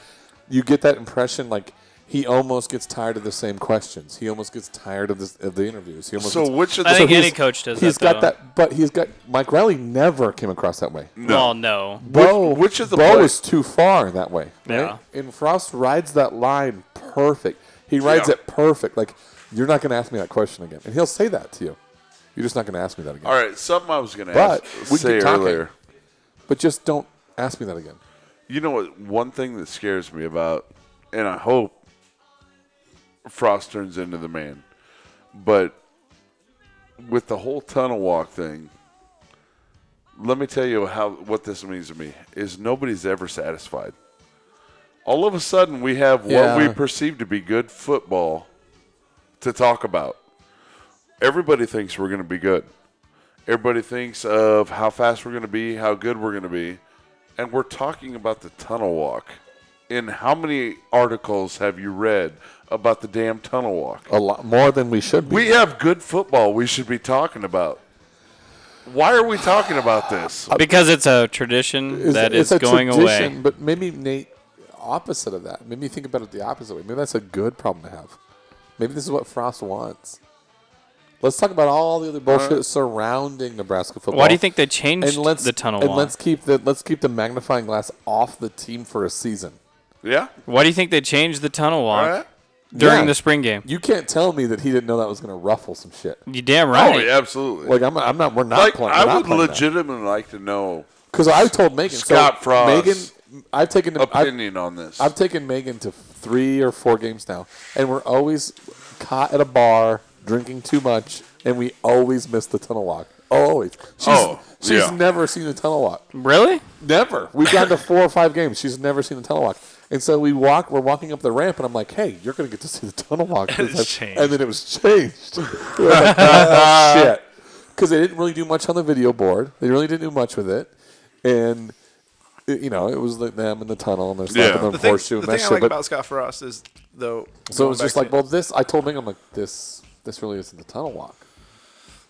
you get that impression like he almost gets tired of the same questions. He almost gets tired of this of the interviews. He almost So gets, which of I the think he's- any coach does He's that. got though. that, but he's got Mike Riley never came across that way. No. no. Bo, which is the Bo play- was too far that way. Right? Yeah. And Frost rides that line perfect. He rides Yeah. it perfect. Like you're not going to ask me that question again, and he'll say that to you. You're just not going to ask me that again. All right, something I was going to But ask. we say keep talking. earlier. But just don't ask me that again. You know what? One thing that scares me about, and I hope Frost turns into the man. But with the whole tunnel walk thing, let me tell you how what this means to me is nobody's ever satisfied. All of a sudden, we have what Yeah. we perceive to be good football to talk about. Everybody thinks we're going to be good. Everybody thinks of how fast we're going to be, how good we're going to be, and we're talking about the tunnel walk. In how many articles have you read about the damn tunnel walk? A lot more than we should be. We have good football we should be talking about. Why are we talking about this? because it's a tradition It's- that it's is a going tradition, away. But maybe Nate, opposite of that. Maybe think about it the opposite way. Maybe that's a good problem to have. Maybe this is what Frost wants. Let's talk about all the other bullshit surrounding Nebraska football. Why do you think they changed And let's the tunnel and walk? let's keep the let's keep the magnifying glass off the team for a season. Yeah. Why do you think they changed the tunnel All walk right. during Yeah. the spring game? You can't tell me that he didn't know that was going to ruffle some shit. You damn right. Oh, yeah, absolutely. Like I'm, I'm not. We're not Like, playing. I would legitimately like to know because I told Megan. Scott so Frost's Megan, I've taken. I've, opinion on this. I've taken Megan to three or four games now, and we're always caught at a bar drinking too much, and we always miss the tunnel walk. Always. She's, Oh, she's yeah. never seen the tunnel walk. Really? Never. *laughs* We've gone to four or five games. She's never seen the tunnel walk. And so we walk. We're walking up the ramp, and I'm like, "Hey, you're gonna get to see the tunnel walk." And it's Like, changed. And then it was changed. *laughs* We're like, "Oh, shit, because they didn't really do much on the video board. They really didn't do much with it, and it- you know, it was like them in the tunnel and they're slapping Yeah. them The The thing, the horseshoe and thing that I shit. like but about Scott Frost is though. so it was going just back like, to- well, this I told Megan, I'm like, this this really isn't the tunnel walk.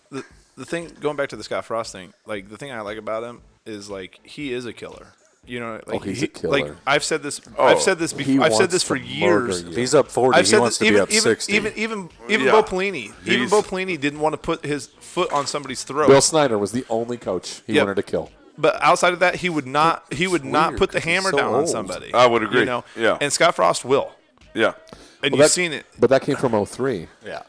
the, the thing going back to the Scott Frost thing, like the thing I like about him is like he is a killer. You know, like Oh, he's he- a killer. Like I've said this, Oh, I've said this he before. I've said wants this for to murder years. you. If he's up 40, I've he said wants this, to be even, up even, 60. even even even Yeah. Bo Pelini, even He's- Bo Pelini didn't want to put his foot on somebody's throat. Bill Snyder was the only coach he Yep. wanted to kill. But outside of that, he would not. He would not weird put the 'cause he's hammer so down on old. somebody. I would agree. You know, Yeah. And Scott Frost will, yeah. and Well, you've that- seen it. but that came from 03. Yeah.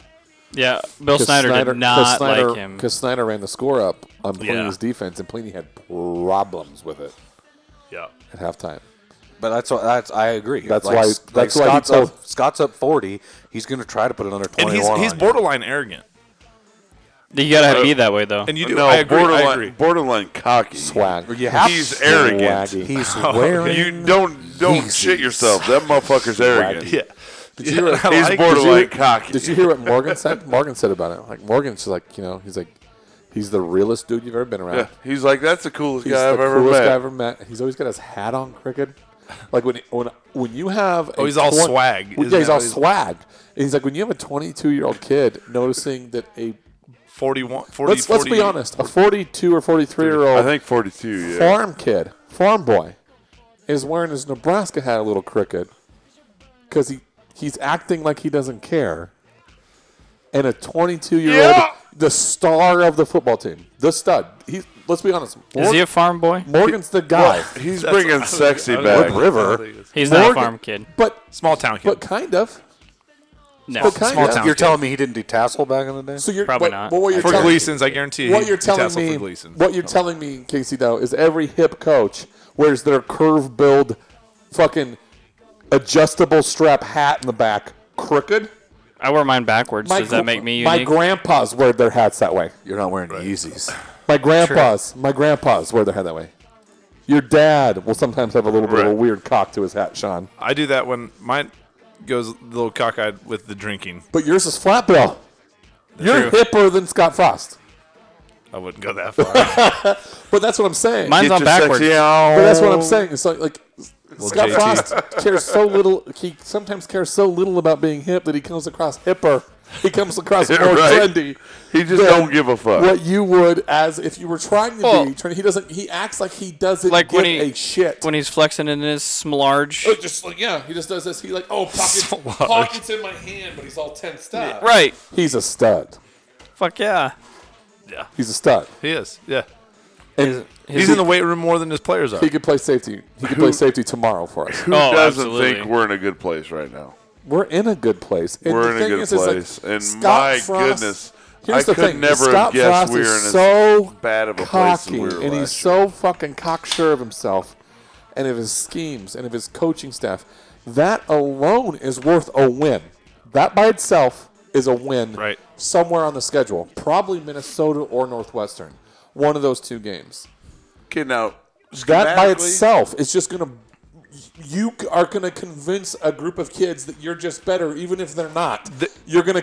Yeah. Bill 'Cause Snyder, did 'cause not Snyder- like him. because Snyder ran the score up on Pliny's Yeah. defense, and Pliny had problems with it Yeah. at halftime. But that's what that's I agree. That's why- S- that's why he Scott's told- up, Scott's up forty. He's going to try to put it under And twenty-one. he's he's on borderline arrogant, You Uh, gotta be that way though. and you do. no, I agree. borderline, I agree. *laughs* borderline cocky. Swag. You have He's arrogant. Swaggy. you. He's wearing. You don't don't He's- shit yourself. That motherfucker's arrogant. Yeah. Did you, I He's like- borderline did you- cocky. did you hear what Morgan said? *laughs* Morgan said about it. Like Morgan's just like you know, he's like, he's the realest dude you've ever been around. Yeah. He's like that's the coolest He's guy the I've ever coolest met. guy I've ever met. He's always got his hat on, crooked. Like when when when you have Oh, he's all swag. Well, Isn't yeah, he's that all what he's- swag. And he's like when you have a 22 year old kid noticing that a 41, 40, let's let's be 40 honest, a 42 or 43 year I old think 42. Yeah. farm kid, farm boy, is wearing his Nebraska hat a little crooked because he he's acting like he doesn't care. And a 22 year Yeah. old, the star of the football team, the stud. He let's be honest. is he Mor- a farm boy? Morgan's the guy. He's That's- I bringing was- sexy I was like- back. River. He's not a Morgan- farm kid. But Small town kid. but kind of. No. But kind Small of. town. You're telling me he didn't do tassel back in the day? So you're Probably but- not. but what you're for telling, Gleason's, I guarantee. what he- you're he telling tasseled me, For Gleason. what you're telling me, Casey, though, is every hip coach wears their curve build, fucking adjustable strap hat in the back, crooked. I wear mine backwards. My Does that gr- make me My unique? grandpas wear their hats that way. You're not wearing Yeezys. My grandpas, my grandpas wear their hat that way. Your dad will sometimes have a little bit of a Right. weird cock to his hat, Sean. I do that when mine goes a little cockeyed with the drinking. But yours is flat bill. You're True. hipper than Scott Frost. I wouldn't go that far. But that's what I'm saying. Mine's Get on your backwards. sexy But on. that's Oh. what I'm saying. It's like, like Scott JT. Frost cares so little. He sometimes cares so little about being hip that he comes across hipper. He comes across *laughs* Yeah, more right. trendy. He just than don't give a fuck. What you would as if you were trying to Well- be trendy. He doesn't. He acts like he doesn't like Like when give he- a shit. When he's flexing in his smarge. Uh, But just like yeah, he just does this. He like oh pockets, *laughs* Slug. pockets in my hand, but he's all tensed up. Right. He's a stud. Fuck yeah. He's a stud. *laughs* he is. Yeah. And He's in the weight room more than his players are. he could play safety. He could play safety tomorrow for us. Who Oh, doesn't absolutely. think we're in a good place right now? We're in a good place. And We're the in a thing good is, is, like, place. And Scott my Frost- goodness, here's I the could thing. never Scott have guessed Frost we were is in as so bad of a place as cocky, we were and he's last so fucking cocksure of himself, and of his schemes, and of his coaching staff. That alone is worth a win. that by itself is a win Right. somewhere on the schedule. Probably Minnesota or Northwestern. One of those two games. Okay, now That by schematically- itself is just going to. You are going to convince a group of kids that you're just better, even if they're not. you're going to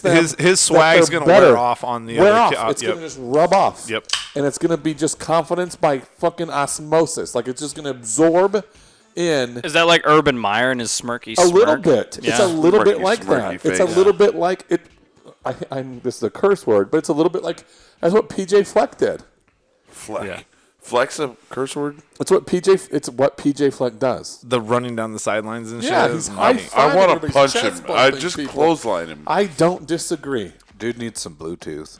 His- them. his- his that swag's they're gonna wear better. off on the wear other off. ki- uh, it's yep. going to just rub off. Yep. And it's going to be just confidence by fucking osmosis. Like it's just going to absorb in Is that like Urban Meyer and his smirky a smirk? little bit. It's Yeah. a little bit Smirky, like that. smirky It's a face. little bit like it. I, I'm this is a curse word, but it's a little bit like that's what PJ Fleck did. Fleck. Yeah. Fleck's a curse word. It's what PJ. F- It's what PJ Fleck does. The running down the sidelines and Yeah, shit. he's is high money. Fine, I want to everybody's punch chest him. I bumping just people. clothesline *laughs* him. I don't disagree. Dude needs some Bluetooth.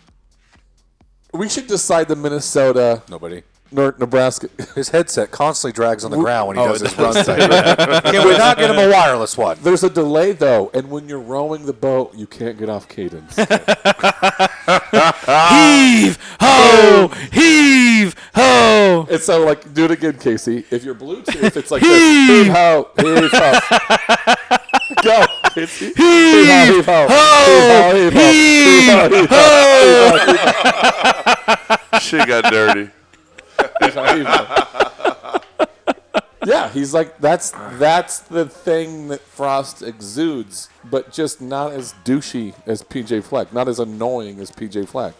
We should decide the Minnesota Nobody. Nor- Nebraska. *laughs* His headset constantly drags on the ground when he does it his run. thing. Can we not get him a wireless one? There's a delay though, and when you're rowing the boat, you can't get off cadence. Heave ho, heave ho. and so, like, do it again, Casey. If you're Bluetooth, it's like this. Heave ho, heave ho. *laughs* Go, Casey. Heave ho, heave ho. Heave ho, heave ho. Heave ho, heave ho. she got dirty. yeah, *laughs* he's like that's that's the thing that Frost exudes, but just not as douchey as PJ Fleck, not as annoying as PJ Fleck.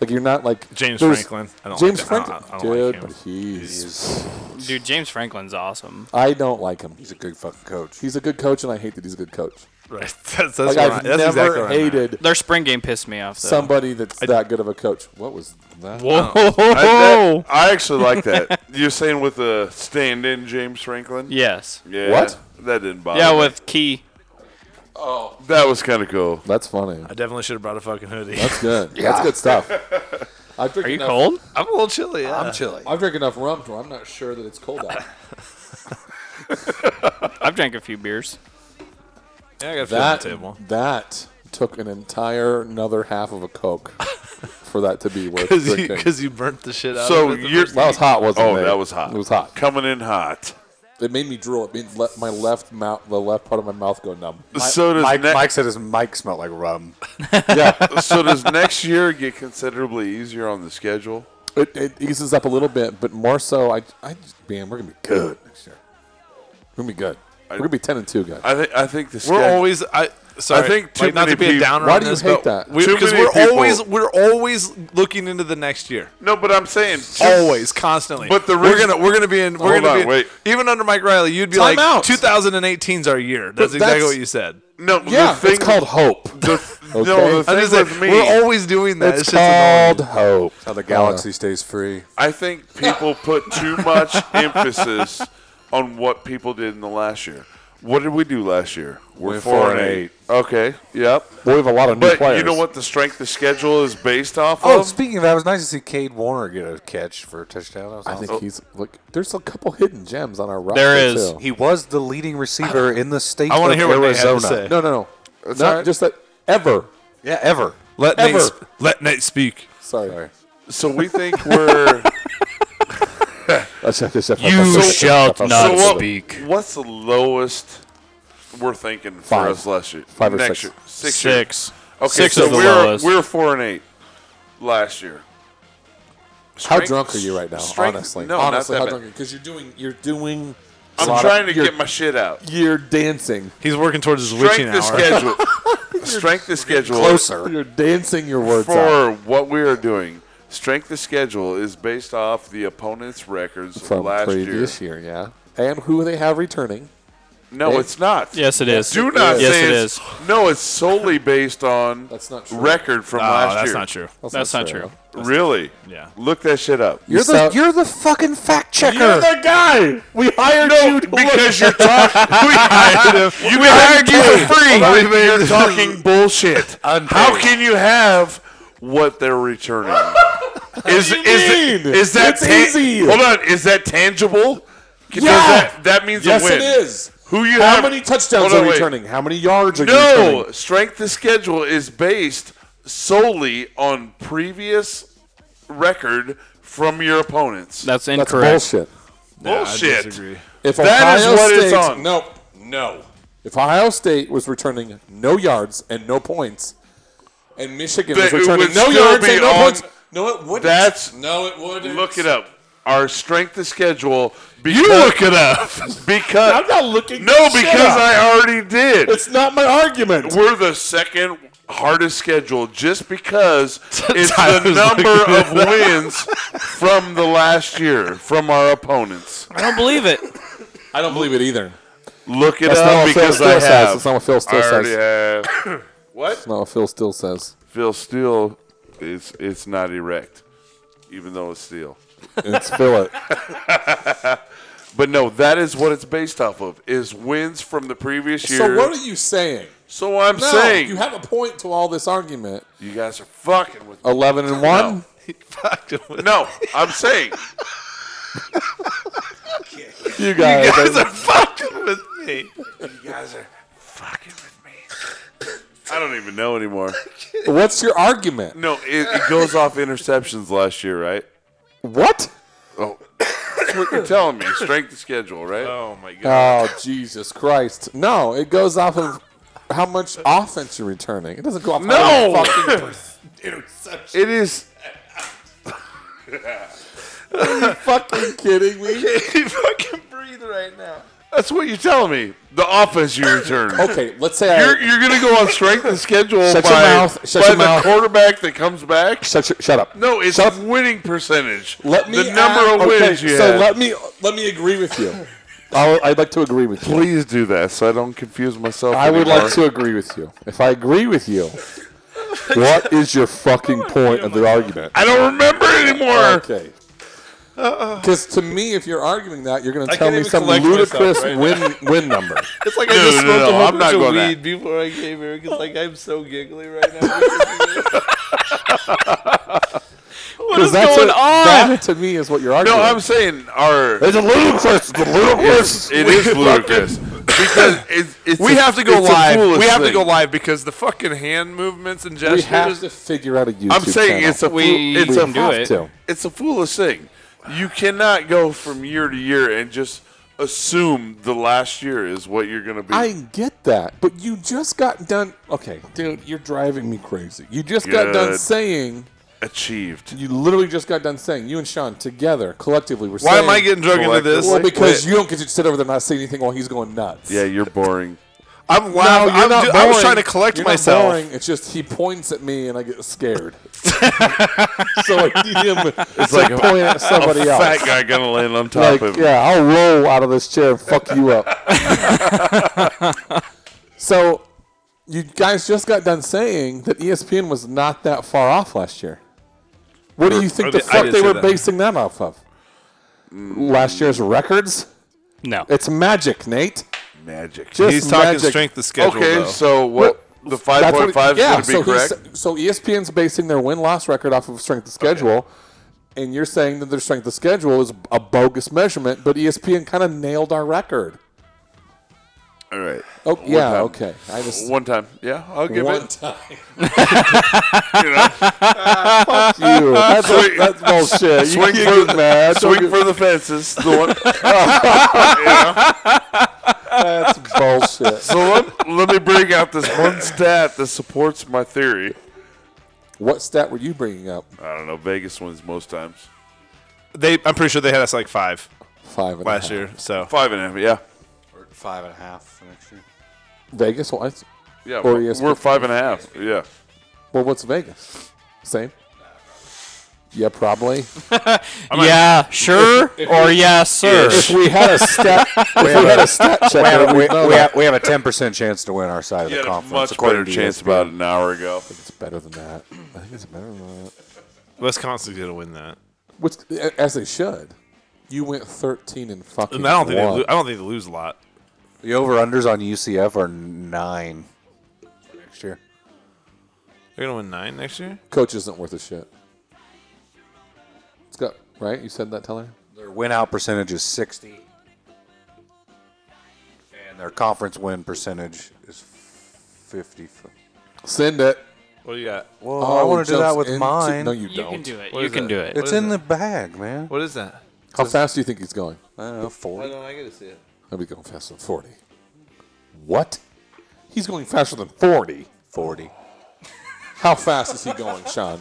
Like you're not like James there's- Franklin. I don't James like that. I Franklin, don't- I don't like dude, him. but he's Dude, James Franklin's awesome. I don't like him. He's a good fucking coach. He's a good coach, and I hate that he's a good coach. *laughs* Right. That's, that's Like where I- I've that's never exactly where I'm at. hated Their spring game pissed me off though. somebody that's that good of a coach. What was that? I, Whoa. that- I actually like that. *laughs* You're saying with the stand-in James Franklin. Yes. Yeah. What? That didn't bother. Yeah, me. with Key. that was kind of cool. That's funny. I definitely should have brought a fucking hoodie. That's good. That's *laughs* good stuff. I drink Are you enough- cold? I'm a little chilly. Yeah. I'm chilly. I've drank enough rum to where I'm not sure that it's cold out. I've drank a few beers. Yeah, *laughs* I got food on that the table. that took an entire another half of a *laughs* coke for that to be worth Because you, drinking. *laughs* 'cause you burnt the shit out So of it. you're. that was hot, wasn't Oh, it? that was hot. It was hot. Coming in hot. It made me drool. It made le- my left mouth, the left part of my mouth, go numb. so does Mike, ne- Mike said his mic smelled like rum. so does next year get considerably easier on the schedule? It, it eases up a little bit, but more so, I, I just, man, we're gonna be good next year. We're gonna be good. we're gonna be ten and two, guys. I think. I think the We're sched- always. I sorry. I think too like, not to many be a peop- downer. Why on do you this, hate but that? we- Too 'cause many we're people- always we're always looking into the next year. No, but I'm saying Always, constantly. But the we're reason- gonna we're gonna be in. We're Hold gonna on, be in- wait. even under Mike Riley. You'd be Time like out. 2018's our year. That's But exactly that's- what you said. No, yeah, the thing, it's called hope. The, Okay. No, the I'm thing just saying, with me, we're always doing that. It's shit's annoying. called hope. How the galaxy stays free. I think people put *laughs* too much emphasis on what people did in the last year. What did we do last year? We're Went four and eight. Okay. Yep. We have a lot of new But players. you know what the strength of schedule is based off Oh, of? speaking of that, it was nice to see Cade Warner get a catch for a touchdown. That was I awesome. Oh. think he's look. There's a couple hidden gems on our roster. There is. Too. he was the leading receiver in the state I of wanna hear what Nate had to Arizona. say. No, no, no. Not all right. just that ever. Yeah, ever. Let Nate, Ever. sp- let Nate speak. Sorry. So we *laughs* think we're. That's- that's- that's- You that's- shalt that's- not so that's- what- speak. What's the lowest we're thinking Five. for us last year? Five or Next six. Year. Six. year. Six. Okay. Six so is the we're, lowest. We're four and eight last year. How Strength- drunk are you right now? strength- honestly, no, not honestly, that how bad. drunk? Because you're doing, you're doing. a I'm lot trying of- to you're- get my shit out. You're dancing. He's working towards his witching Strength hour. the *laughs* schedule. Strength the schedule. Closer. You're dancing your words out for what we are doing, strength of schedule is based off the opponent's records from last year. previous year. Yeah, and who they have returning. No, Hey. it's not. Yes, it is. Do not Yes, say it it's- is. No, it's solely based on That's not true. record from Oh, last that's year. not true. That's not true. Really? Yeah. Look that shit up. You're You're the, you're the fucking fact checker. guy. We hired no, because you're talking. we *laughs* hired him. You hired you for free. You're talking *laughs* bullshit. How can you have what they're *laughs* returning? Is do you is mean? is that It's easy. Hold on, is that tangible? Because Yeah. that, that means Yes, a win. it is. Who you How have? many touchdowns Hold on, are wait. returning? How many yards are you returning? No, strength of schedule is based solely on previous record from your opponents. That's That's incorrect. bullshit. Yeah, I bullshit. disagree. If That is Ohio what it's State- on. Nope. No. If Ohio State was returning no yards and no points, and Michigan was That it returning would no still yards be and no on- points, no, it wouldn't. That's- no, it wouldn't. Look it up. Our strength of schedule. Because, You look it *laughs* up. because I'm not looking. no, because shit up. I already did. It's not my argument. We're the second hardest schedule *laughs* just because it's the Tyler's number of wins from the last year from our opponents. I don't believe it. I don't believe it either. Look it That's not up what Phil because Steele I says. have. That's not what Phil Steele I already says. *coughs* have. That's not what Phil still says. Phil Steele is it's not erect, even though it's steel. It's Phil. *laughs* It. But no, that is what it's based off of is wins from the previous year. So what are you saying? So I'm No, saying you you, have a point to all this argument. guys are fucking with me. Eleven and one. *laughs* No, *laughs* I'm saying You guys, are fucking with me. you guys are fucking with me. I don't even *laughs* know anymore. what's your argument? No, it, it goes off interceptions last year, right? What? Oh, that's what you're telling me. Strength of schedule, right? Oh my god. Oh Jesus Christ! No, it goes off of how much offense you're returning. It doesn't go off. how many No. fucking *laughs* It is. fucking kidding me. can't fucking breathe right now. That's what you're telling me. The offense you return. Okay, let's say You're, I you're gonna go on strength of schedule Oh. Shut by, your mouth. Shut by your the mouth. quarterback that comes back. shut, your, shut up. No, it's Shut up. winning percentage. Let me the number add- of okay, wins you so had. let me let me agree with you. I'll, I'd like to agree with you. Please do that so I don't confuse myself. I would anymore. like to agree with you. If I agree with you, what is your fucking point of the argument? I don't remember anymore. Okay. Because to me, if you're arguing that, you're going to tell can't me even some collect ludicrous myself right win win *laughs* number. It's like I No, just no, smoked no, a whole I'm not bunch of going weed that. before I came here because like I'm so giggly right now. what is that's going what- on? That to me is what you're arguing. No, I'm saying our It's a ludicrous. The ludicrous. it is ludicrous because it's, it's we a- have to go it's a live. foolish We have to thing. go live because the fucking hand movements and we gestures. have to figure out a YouTube. I'm saying channel. it's a fool- We- it's we a do have it. to. it's a foolish thing. You cannot go from year to year and just assume the last year is what you're going to be. I get that, but you just got done. Okay, dude, you're driving me crazy. You just got done Good. saying. achieved. You literally just got done saying. You and Sean together, collectively, were Why saying. am I getting drug into this? Well, Wait, because wait. you don't get to sit over there and not say anything while he's going nuts. Yeah, you're boring. I'm No, loud. you're I'm not ju- I was boring. trying to collect You're not myself. boring. It's just he points at me and I *laughs* get scared. so I need him it's like to point at somebody else. Fat guy going to land on like, top of him. yeah, I'll roll out of this chair and fuck you up. *laughs* so you guys just got done saying that E ESPN was not that far off last year. What do you think I the did- I fuck did they say were that. basing that off of? Last year's records? *laughs* No. It's magic, Nate. Magic. Just He's talking magic. strength of schedule. okay, though. so what? The five That's what point it- five yeah, is so going to be correct. he's- So E ESPN's basing their win loss record off of strength of schedule, and you're saying that their strength of schedule is a bogus measurement, but E ESPN kind of nailed our record. All right. Oh yeah, time. okay. I just One time. Yeah, I'll give one *laughs* it. time. Ah, You Fuck you. know, That's, Swing- that's bullshit. You swing can't for get the- mad. Don't swing get- for the fences. The one. that's *laughs* bullshit. So let, let me bring out this one stat that supports my theory. What stat were you bringing up? I don't know. Vegas wins most times. they, I'm pretty sure they had us like five Five and a last half. year. So Five and a half. Yeah. Five and a half for next year. Vegas. Well, that's- Yeah. Or we're, ESPN. we're five and a half. Yeah. well, what's Vegas? Same. Yeah, probably. yeah, sure, or yeah, sir. If we had a stat, if we had a stat We checker, have, we, we'd know we that. have, we have a 10% chance to win our side of You the had a conference. much according to better E chance ESPN. about an hour ago. It's better than that. I think it's better than that. Wisconsin's gonna win that. Which, a- as they should. You went thirteen and fucking. And I don't think they, one. lo- I don't think they lose a lot. The over-unders on UCF are nine for next year. They're gonna win nine next year. Coach isn't worth a shit. It's got right. You said that, Teller. Their win-out percentage is 60. And their conference win percentage is 50. Send it. What do you got? Well, Oh, I want to do jumps that with into- mine. No, you, you don't. can do it. What you is can it? do it. it's is in the bag, man. Uh, What is that? How fast do you think he's going? I don't know, 40. I get to see it? I'll be going faster than forty. What? He's going faster than 40. 40. How fast is he *laughs* going, Sean?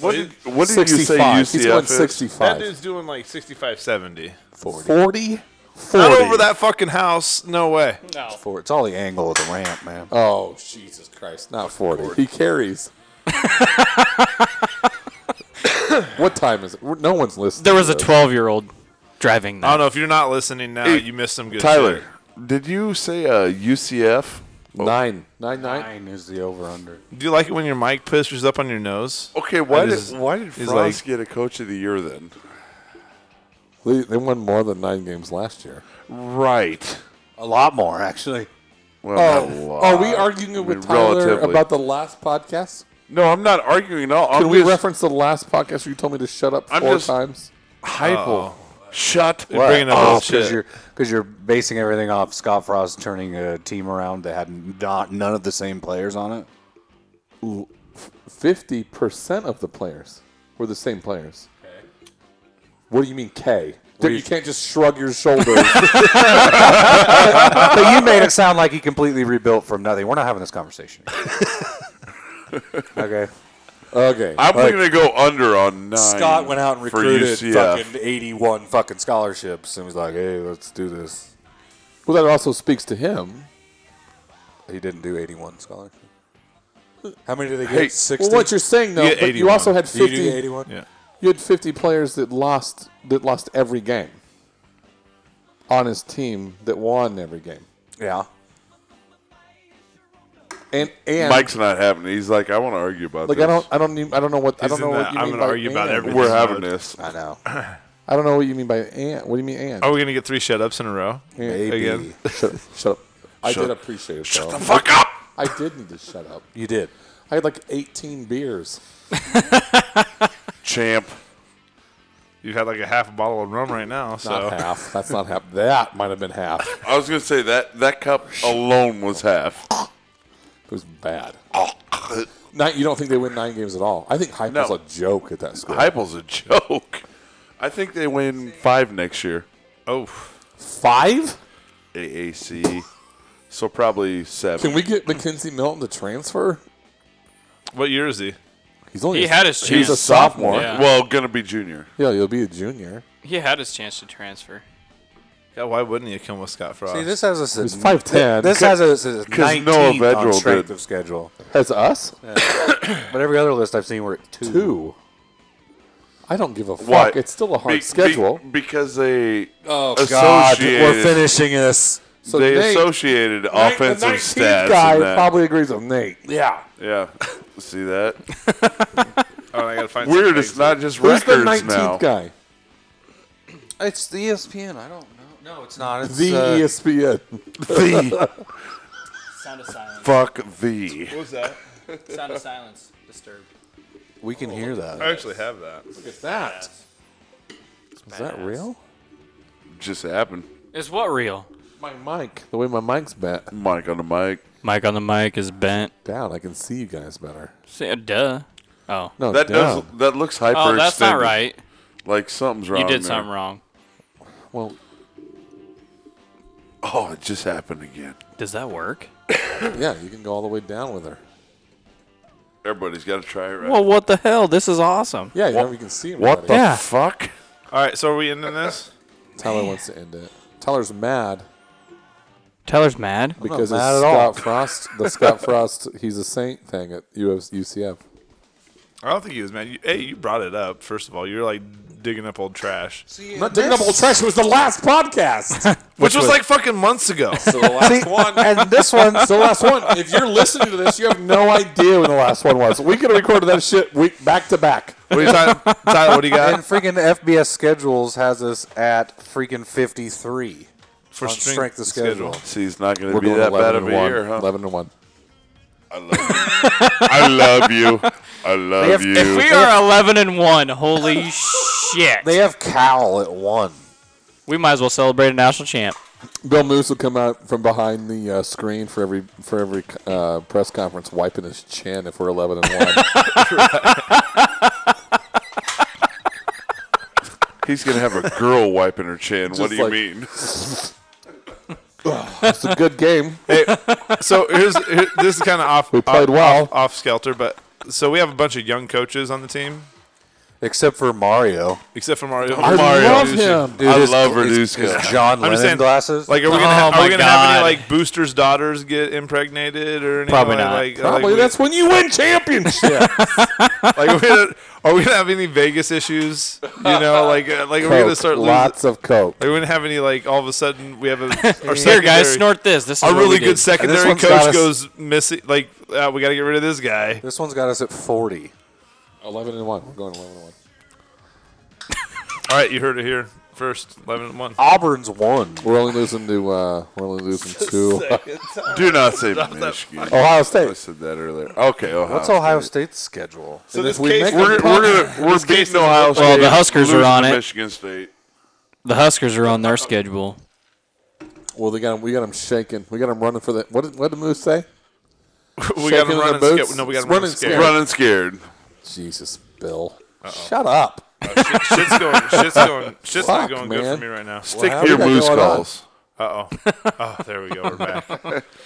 What did, what did you say 65. He's UCF going is? That 65. dude's doing like 65, 70. 40. 40? 40. Not over that fucking house. No way. No. Four. It's all the angle of the ramp, man. Oh, Jesus Christ. Not 40. He *laughs* carries. what time is it? We're- No one's listening. There was to a this. 12 year old driving I that. don't know. If you're not listening now, Hey, you missed some good Tyler, shit. did you say uh, UCF? Nine. Nine, nine. Nine is the over under. Do you like it when your mic pushes up on your nose? Okay, why That did is- why did he's Frost like- get a coach of the year then? They, they won more than nine games last year. Right. A lot more, actually. Well, Oh, not a lot. are we arguing I mean, with Tyler relatively. about the last podcast? No, I'm not arguing at all. Can I'm we just- reference the last podcast where you told me to shut up I'm four just- times? Oh, Hypo? Shut You're bringing up Oh, old because shit. Oh, you're because you're basing everything off Scott Frost turning a team around that had not, none of the same players on it. Fifty percent of the players were the same players. What do you mean K? Dude, you can't just shrug your shoulders. But you made it sound like he completely rebuilt from nothing. We're not having this conversation. okay. okay. I'm like, going to go under on nine. Scott went out and for recruited UCF. fucking 81 fucking scholarships and was like, hey, let's do this. well, that also speaks to him. He didn't do 81 scholarships. How many did they get? Hey, 60? Well, what you're saying though, Yeah, but you 81. also had Did fifty. you do 81? Yeah. You had 50 players that lost that lost every game on his team that won every game. Yeah. And and Mike's not having. it. He's like, I want to argue about like this. I don't I don't need, I don't know what I He's don't know in what that you I'm mean gonna by argue about and. everything. We're having this. I know. I don't know what you mean by and. What do you mean and? Are we going to get three shut ups in a row? Maybe. Again. Shut up. Shut up. I Shut- did appreciate it though. Fuck up. I did need to shut up. You did. I had like 18 beers. Champ. You've had like a half a bottle of rum right now. So Not half. That's not half. That might have been half. I was going to say that that cup alone was half. It was bad. Not, you don't think they win nine games at all? I think hype No. was a joke at that school. Hypo's a joke. I think they win five next year. Oh, Five? AAC. So probably seven. Can we get Mackenzie Milton to transfer? what year is he? He's only He a- had his He's a chance. sophomore. Yeah. Well, gonna be junior. Yeah, he'll be a junior. He had his chance to transfer. Yeah, why wouldn't you come with Scott Frost? See, this has us at He's 5'10". This has us at 19th Noah on Vedral strength did. of schedule. That's us? *coughs* But every other list I've seen, we're at two. Two. I don't give a fuck. Why? It's still a hard Be- be- schedule. because they Oh God, we're associated. finishing this. so they Nate, associated Nate, the offensive 19th stats. guy in that. probably agrees with Nate. Yeah, yeah, see that? oh, I gotta find *laughs* Weird. somebody. It's not just Who's the records 19th now. guy? it's the ESPN. I don't know. No, it's not. It's The E uh, ESPN. The Sound of silence. fuck the. What was that? Sound of silence. Disturbed. we can hear I that. actually have that. Is that? Is that real? Just happened. Is what real? My mic. The way my mic's bent Mike on the mic. Mike on the mic is bent. down, I can see you guys better. Say, uh, duh. Oh. No, That does. down. That looks hyper. Oh, that's not right. Like something's wrong. You did there. something wrong. Well, Oh, it just happened again. Does that work? yeah, you can go all the way down with her. Everybody's got to try it right. Well, what the hell? This is awesome. Yeah, yeah, we can see everybody. what the Yeah. fuck? All right, so are we ending this? Tyler wants to end it. Tyler's mad Tyler's mad. because it's mad at Scott all. Frost. The Scott Frost, he's a saint thing at US, UCF. I don't think he was mad. You, hey, you brought it up. First of all, you're like digging up old trash, I'm not digging up old trash. It was the last podcast. which was like fucking months *laughs* ago. so the last one. And this one. So the last one. If you're listening to this, you have no idea when the last one was. We could have recorded that shit week back to back. what are you talking, Tyler? What do you got *laughs* uh, And freaking FBS schedules has us at freaking fifty-three. for on strength of schedule. See, it's not going We're to be going that 11 bad of and a 1. year, huh? 11 and 1. I love you. I love you. *laughs* I love have- you. if We are 11 and 1. Holy shit. They have Cal at one. We might as well celebrate a national champ. Bill Moose will come out from behind the uh, screen for every for every uh, press conference, wiping his chin if we're eleven and one. He's gonna have a girl wiping her chin. what do you like- mean? It's a good game. Hey, so here's here, this is kind of off. We played off, well. off, off skelter, but so we have a bunch of young coaches on the team, Except for Mario. except for Mario. I Mario. love Dude, him. Dude, I his- love his- Verduzco. his John I'm Lennon just saying, glasses. like, are we gonna, Oh ha- are my we gonna have any God. like boosters' daughters get impregnated or anything? Probably like- not. Like, Probably like, we- that's when you win championships. like are we, gonna, are we gonna have any Vegas issues? You *laughs* know, like uh, like are we gonna Coke. start losing? lots of coke. Are we gonna have any like all of a sudden we have a our Here, guys, secondary- snort this. This is Our what really we good did. secondary one's coach got us- goes missing. Like uh, we got to get rid of this guy. this one's got us at 40. Eleven and one. We're going eleven and one. All right, you heard it here first. Eleven and *laughs* one. Auburn's won. We're only losing to. Uh, we're only *laughs* losing to Do not say Michigan. Ohio I State. said that earlier. Okay, Ohio. What's Ohio State's schedule? So And this if we case, make We're, them we're, punt- gonna, we're beating Ohio State. Well, the Huskers are losing on to it. Michigan State. The Huskers are on their schedule. Well, they got him. We got him shaking. We got him running for the. What did, what did Moose say? we got Shaking him in running. the boots. sca- no, we got him Running running. Yeah. scared. scared. Running scared. Jesus, Bill. Shut up. Shit's going. Shit's going. Shit's Fuck, not going good man. for me right now. Stick how to we your got moose going on? *laughs* calls. Uh oh. Oh, there we go. We're back.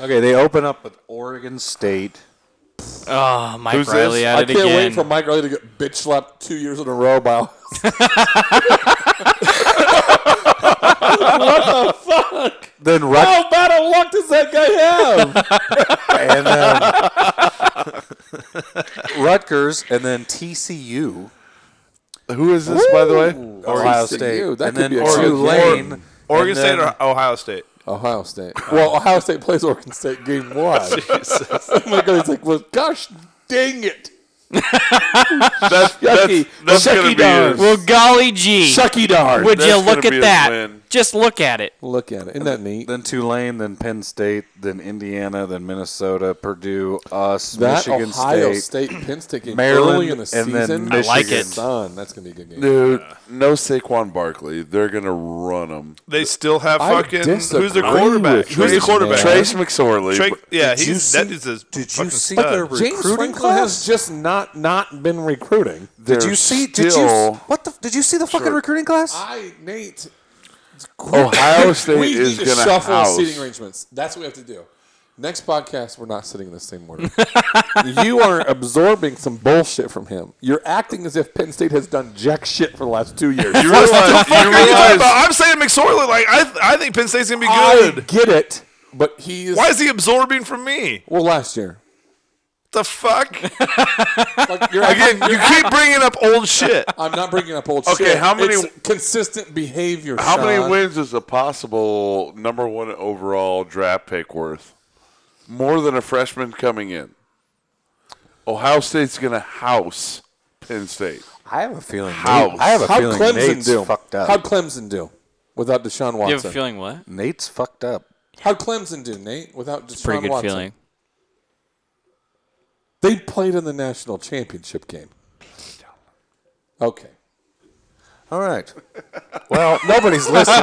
Okay, they open up with Oregon State. Oh, Mike Who's this? Riley at I it can't again. wait for Mike Riley to get bitch slapped two years in a row by. what the fuck? Then Rutgers. How bad a luck does that guy have? and then Rutgers, and then TCU, Who is this, by the way? Ohio TCU, State, that could and then be a good Tulane. game. Oregon and State then- or Ohio State? Ohio State. Well, Ohio State plays Oregon State game one. *laughs* oh my god, he's like, well, gosh, dang it, That's, that's, Yucky. Shucky that's going to be darn. his. well, golly gee. Chucky darn. Would That's you gonna look be at his that? win. Just look at it. Look at it. Isn't that neat? Then Tulane, then Penn State, then Indiana, then Minnesota, Purdue, us, That Michigan Ohio State. State, Penn State game Maryland, early in the and then season. I like Michigan. it. Son, that's gonna be a good game. Dude, no Saquon Barkley. They're going to run him. They still have I fucking. Who's disagree the with quarterback? Trace, Who's the quarterback? man. Trace McSorley. Trey- yeah, Did you he's that see- dude's a did you fucking see stud. their re- James Recruiting Franklin class? has just not not been recruiting. Did you see? Did you what the? Did you see the fucking Sure. recruiting class? I Nate? Ohio State we is need to gonna shuffle house. seating arrangements. That's what we have to do. Next podcast, we're not sitting in the same order. *laughs* you are absorbing some bullshit from him. You're acting as if Penn State has done jack shit for the last two years. You realize, you What are you talking realize about? I'm saying McSorley. Like I, I think Penn State's gonna be I good. get it, but he's Why is he absorbing from me? well last *laughs* year. The fuck? Like, you're Again, acting- you keep bringing up old shit. I'm not bringing up old Okay, shit. how many- It's consistent behavior? how many Sean. wins is a possible number one overall draft pick worth? More than a freshman coming in. Ohio State's going to house Penn State. I have a feeling. How? Nate- I have a How'd feeling Clemson Nate's do? fucked up. How'd Clemson do without Deshaun You have a Watson? feeling what? Nate's fucked up. How'd Clemson do, Nate, without Deshaun Pretty good Watson? feeling. They played in the national championship game. Okay. All right. Well, *laughs* *laughs* nobody's listening.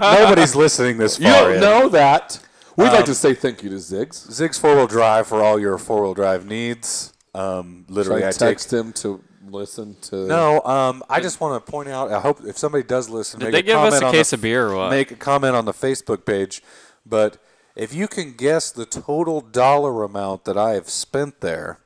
nobody's listening this You far. don't in. know that. We'd like Um, to say thank you to Ziggs. Zig's four wheel drive for all your four wheel drive needs. Um, literally, I I take. text him to listen to. No, um, I just want to point out. I hope if somebody does listen, Did make they a give us comment a on the case of beer or what? Make a comment on the Facebook page. But if you can guess the total dollar amount that I have spent there,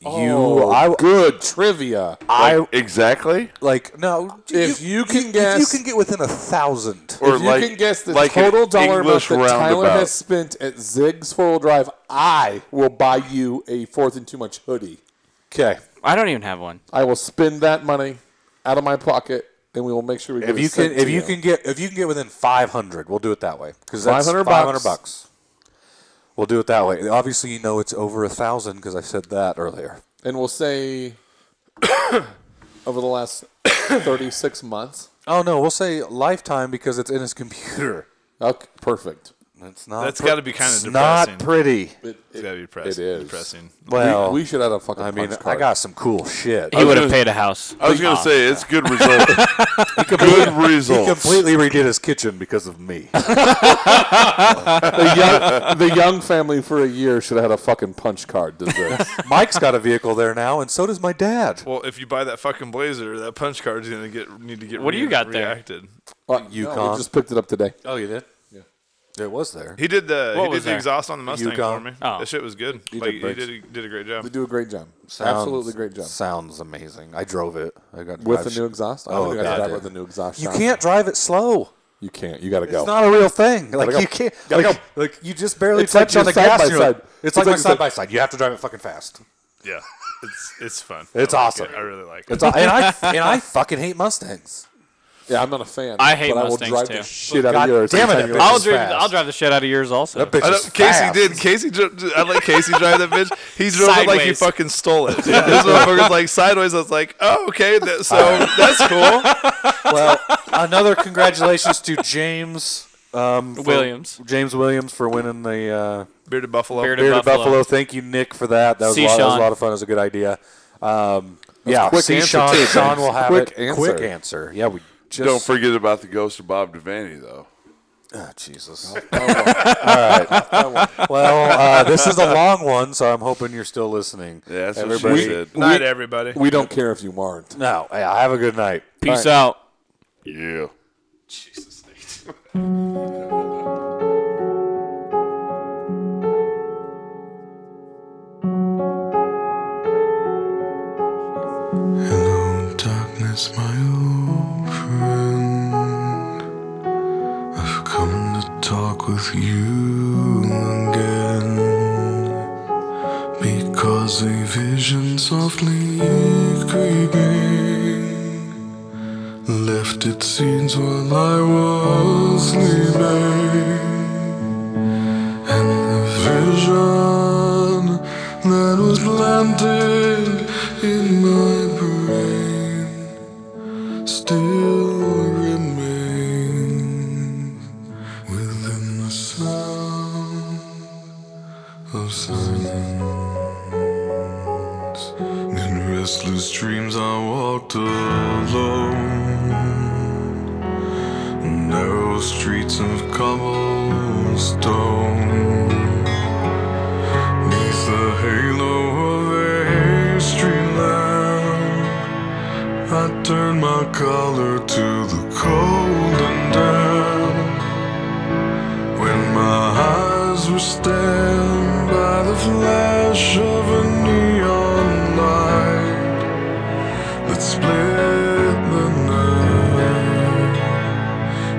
you, Oh, I, good trivia. I Exactly. like no. If you can guess- if you can get within a thousand. if you can guess the total dollar amount that Tyler has spent at Ziggs four wheel drive, I will buy you a fourth and too much hoodie. Okay, I don't even have one. I will spend that money out of my pocket, and we will make sure we get if it you can, sent to if you can get, if you can get within five hundred, we'll do it that way. Because five 500 hundred bucks. bucks. We'll do it that way. Obviously, you know it's over a thousand because I said that earlier. and we'll say *coughs* over the last thirty-six months. Oh no, we'll say lifetime because it's in his computer. Okay, perfect. It's not. That's pret- gotta be kinda it's depressing. Not pretty. It, It's gotta be it depressing. is Depressing. Well, we, we should have a fucking. I mean, punch I card. got some cool shit. He would have gonna- paid a house. I was going to say it's good *laughs* results. good He results. completely redid his kitchen because of me. the young, the young family for a year should have had a fucking punch card. Does this? *laughs* *laughs* Mike's got a vehicle there now, and so does my dad. Well, if you buy that fucking blazer, that punch card's gonna get need to get. What do you got there? reacted. Uh, You no, can't. we just picked it up today. Oh, you did. It was there. He did the he What was did the there? exhaust on the Mustang Yukon? for me. Oh. That shit was good. You like did he brakes. did a, did a great job. They do a great job. Sounds- Absolutely great job. Sounds amazing. I drove it. I got With I've the sh- new exhaust, I Oh, don't think I God, drive yeah. with the new exhaust. You shot. can't drive it slow. You can't. You gotta go. It's not a real thing. Like go. you can't. Gotta like, go. like, you just barely It's like touch your on the side gas. by and you're like- side. It's, like, It's my like- *laughs* side by side. You have to drive it fucking fast. Yeah, it's it's fun. It's I like awesome. it. I really like It's it. all, and I and I fucking hate Mustangs. yeah, I'm not a fan. I hate but Mustangs, I will drive too. the shit out God of yours. damn it, anytime that you bitch want. I'll is drive. fast. I'll drive the shit out of yours also. That bitch I know, is Casey fast. did. Casey, dri- I like Casey drive that bitch. He drove it like he Sideways. fucking stole it. This motherfucker's like sideways. I was like, oh okay, that, *laughs* so that's cool. Well, another congratulations to James um, for- Williams. James Williams for winning the uh, Bearded Buffalo. Bearded Bearded Buffalo. Buffalo. Thank you, Nick, for that. That was, a See, lot, that was a Sean. lot of fun. It was a good idea. Um, yeah, quick see answer, Sean. too. Sean will have Quick it. answer. Quick answer. Yeah, we just Don't forget about the ghost of Bob Devaney, though. Ah, Jesus. *laughs* All right. Well, uh, this is a long one, so I'm hoping you're still listening. Yeah, that's what she Everybody- said. Night, everybody. We don't care if you aren't. No, yeah, have a good night. Peace out. Yeah. Hello, darkness, my old friend. I've come to talk with you again because a vision softly creeping left its seeds while I was sleeping. And the vision that was planted in my brain still remains within the sound of silence. In restless dreams, I walked alone narrow streets of cobblestone. Neath the halo of a street lamp, I turn my collar to the cold and damp. When my eyes were stabbed by the flash of a neon light that split the night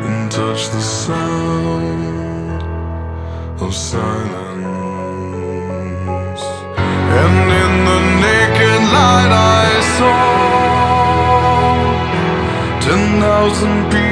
and touch the sound of silence. And in the naked light, I saw ten thousand people.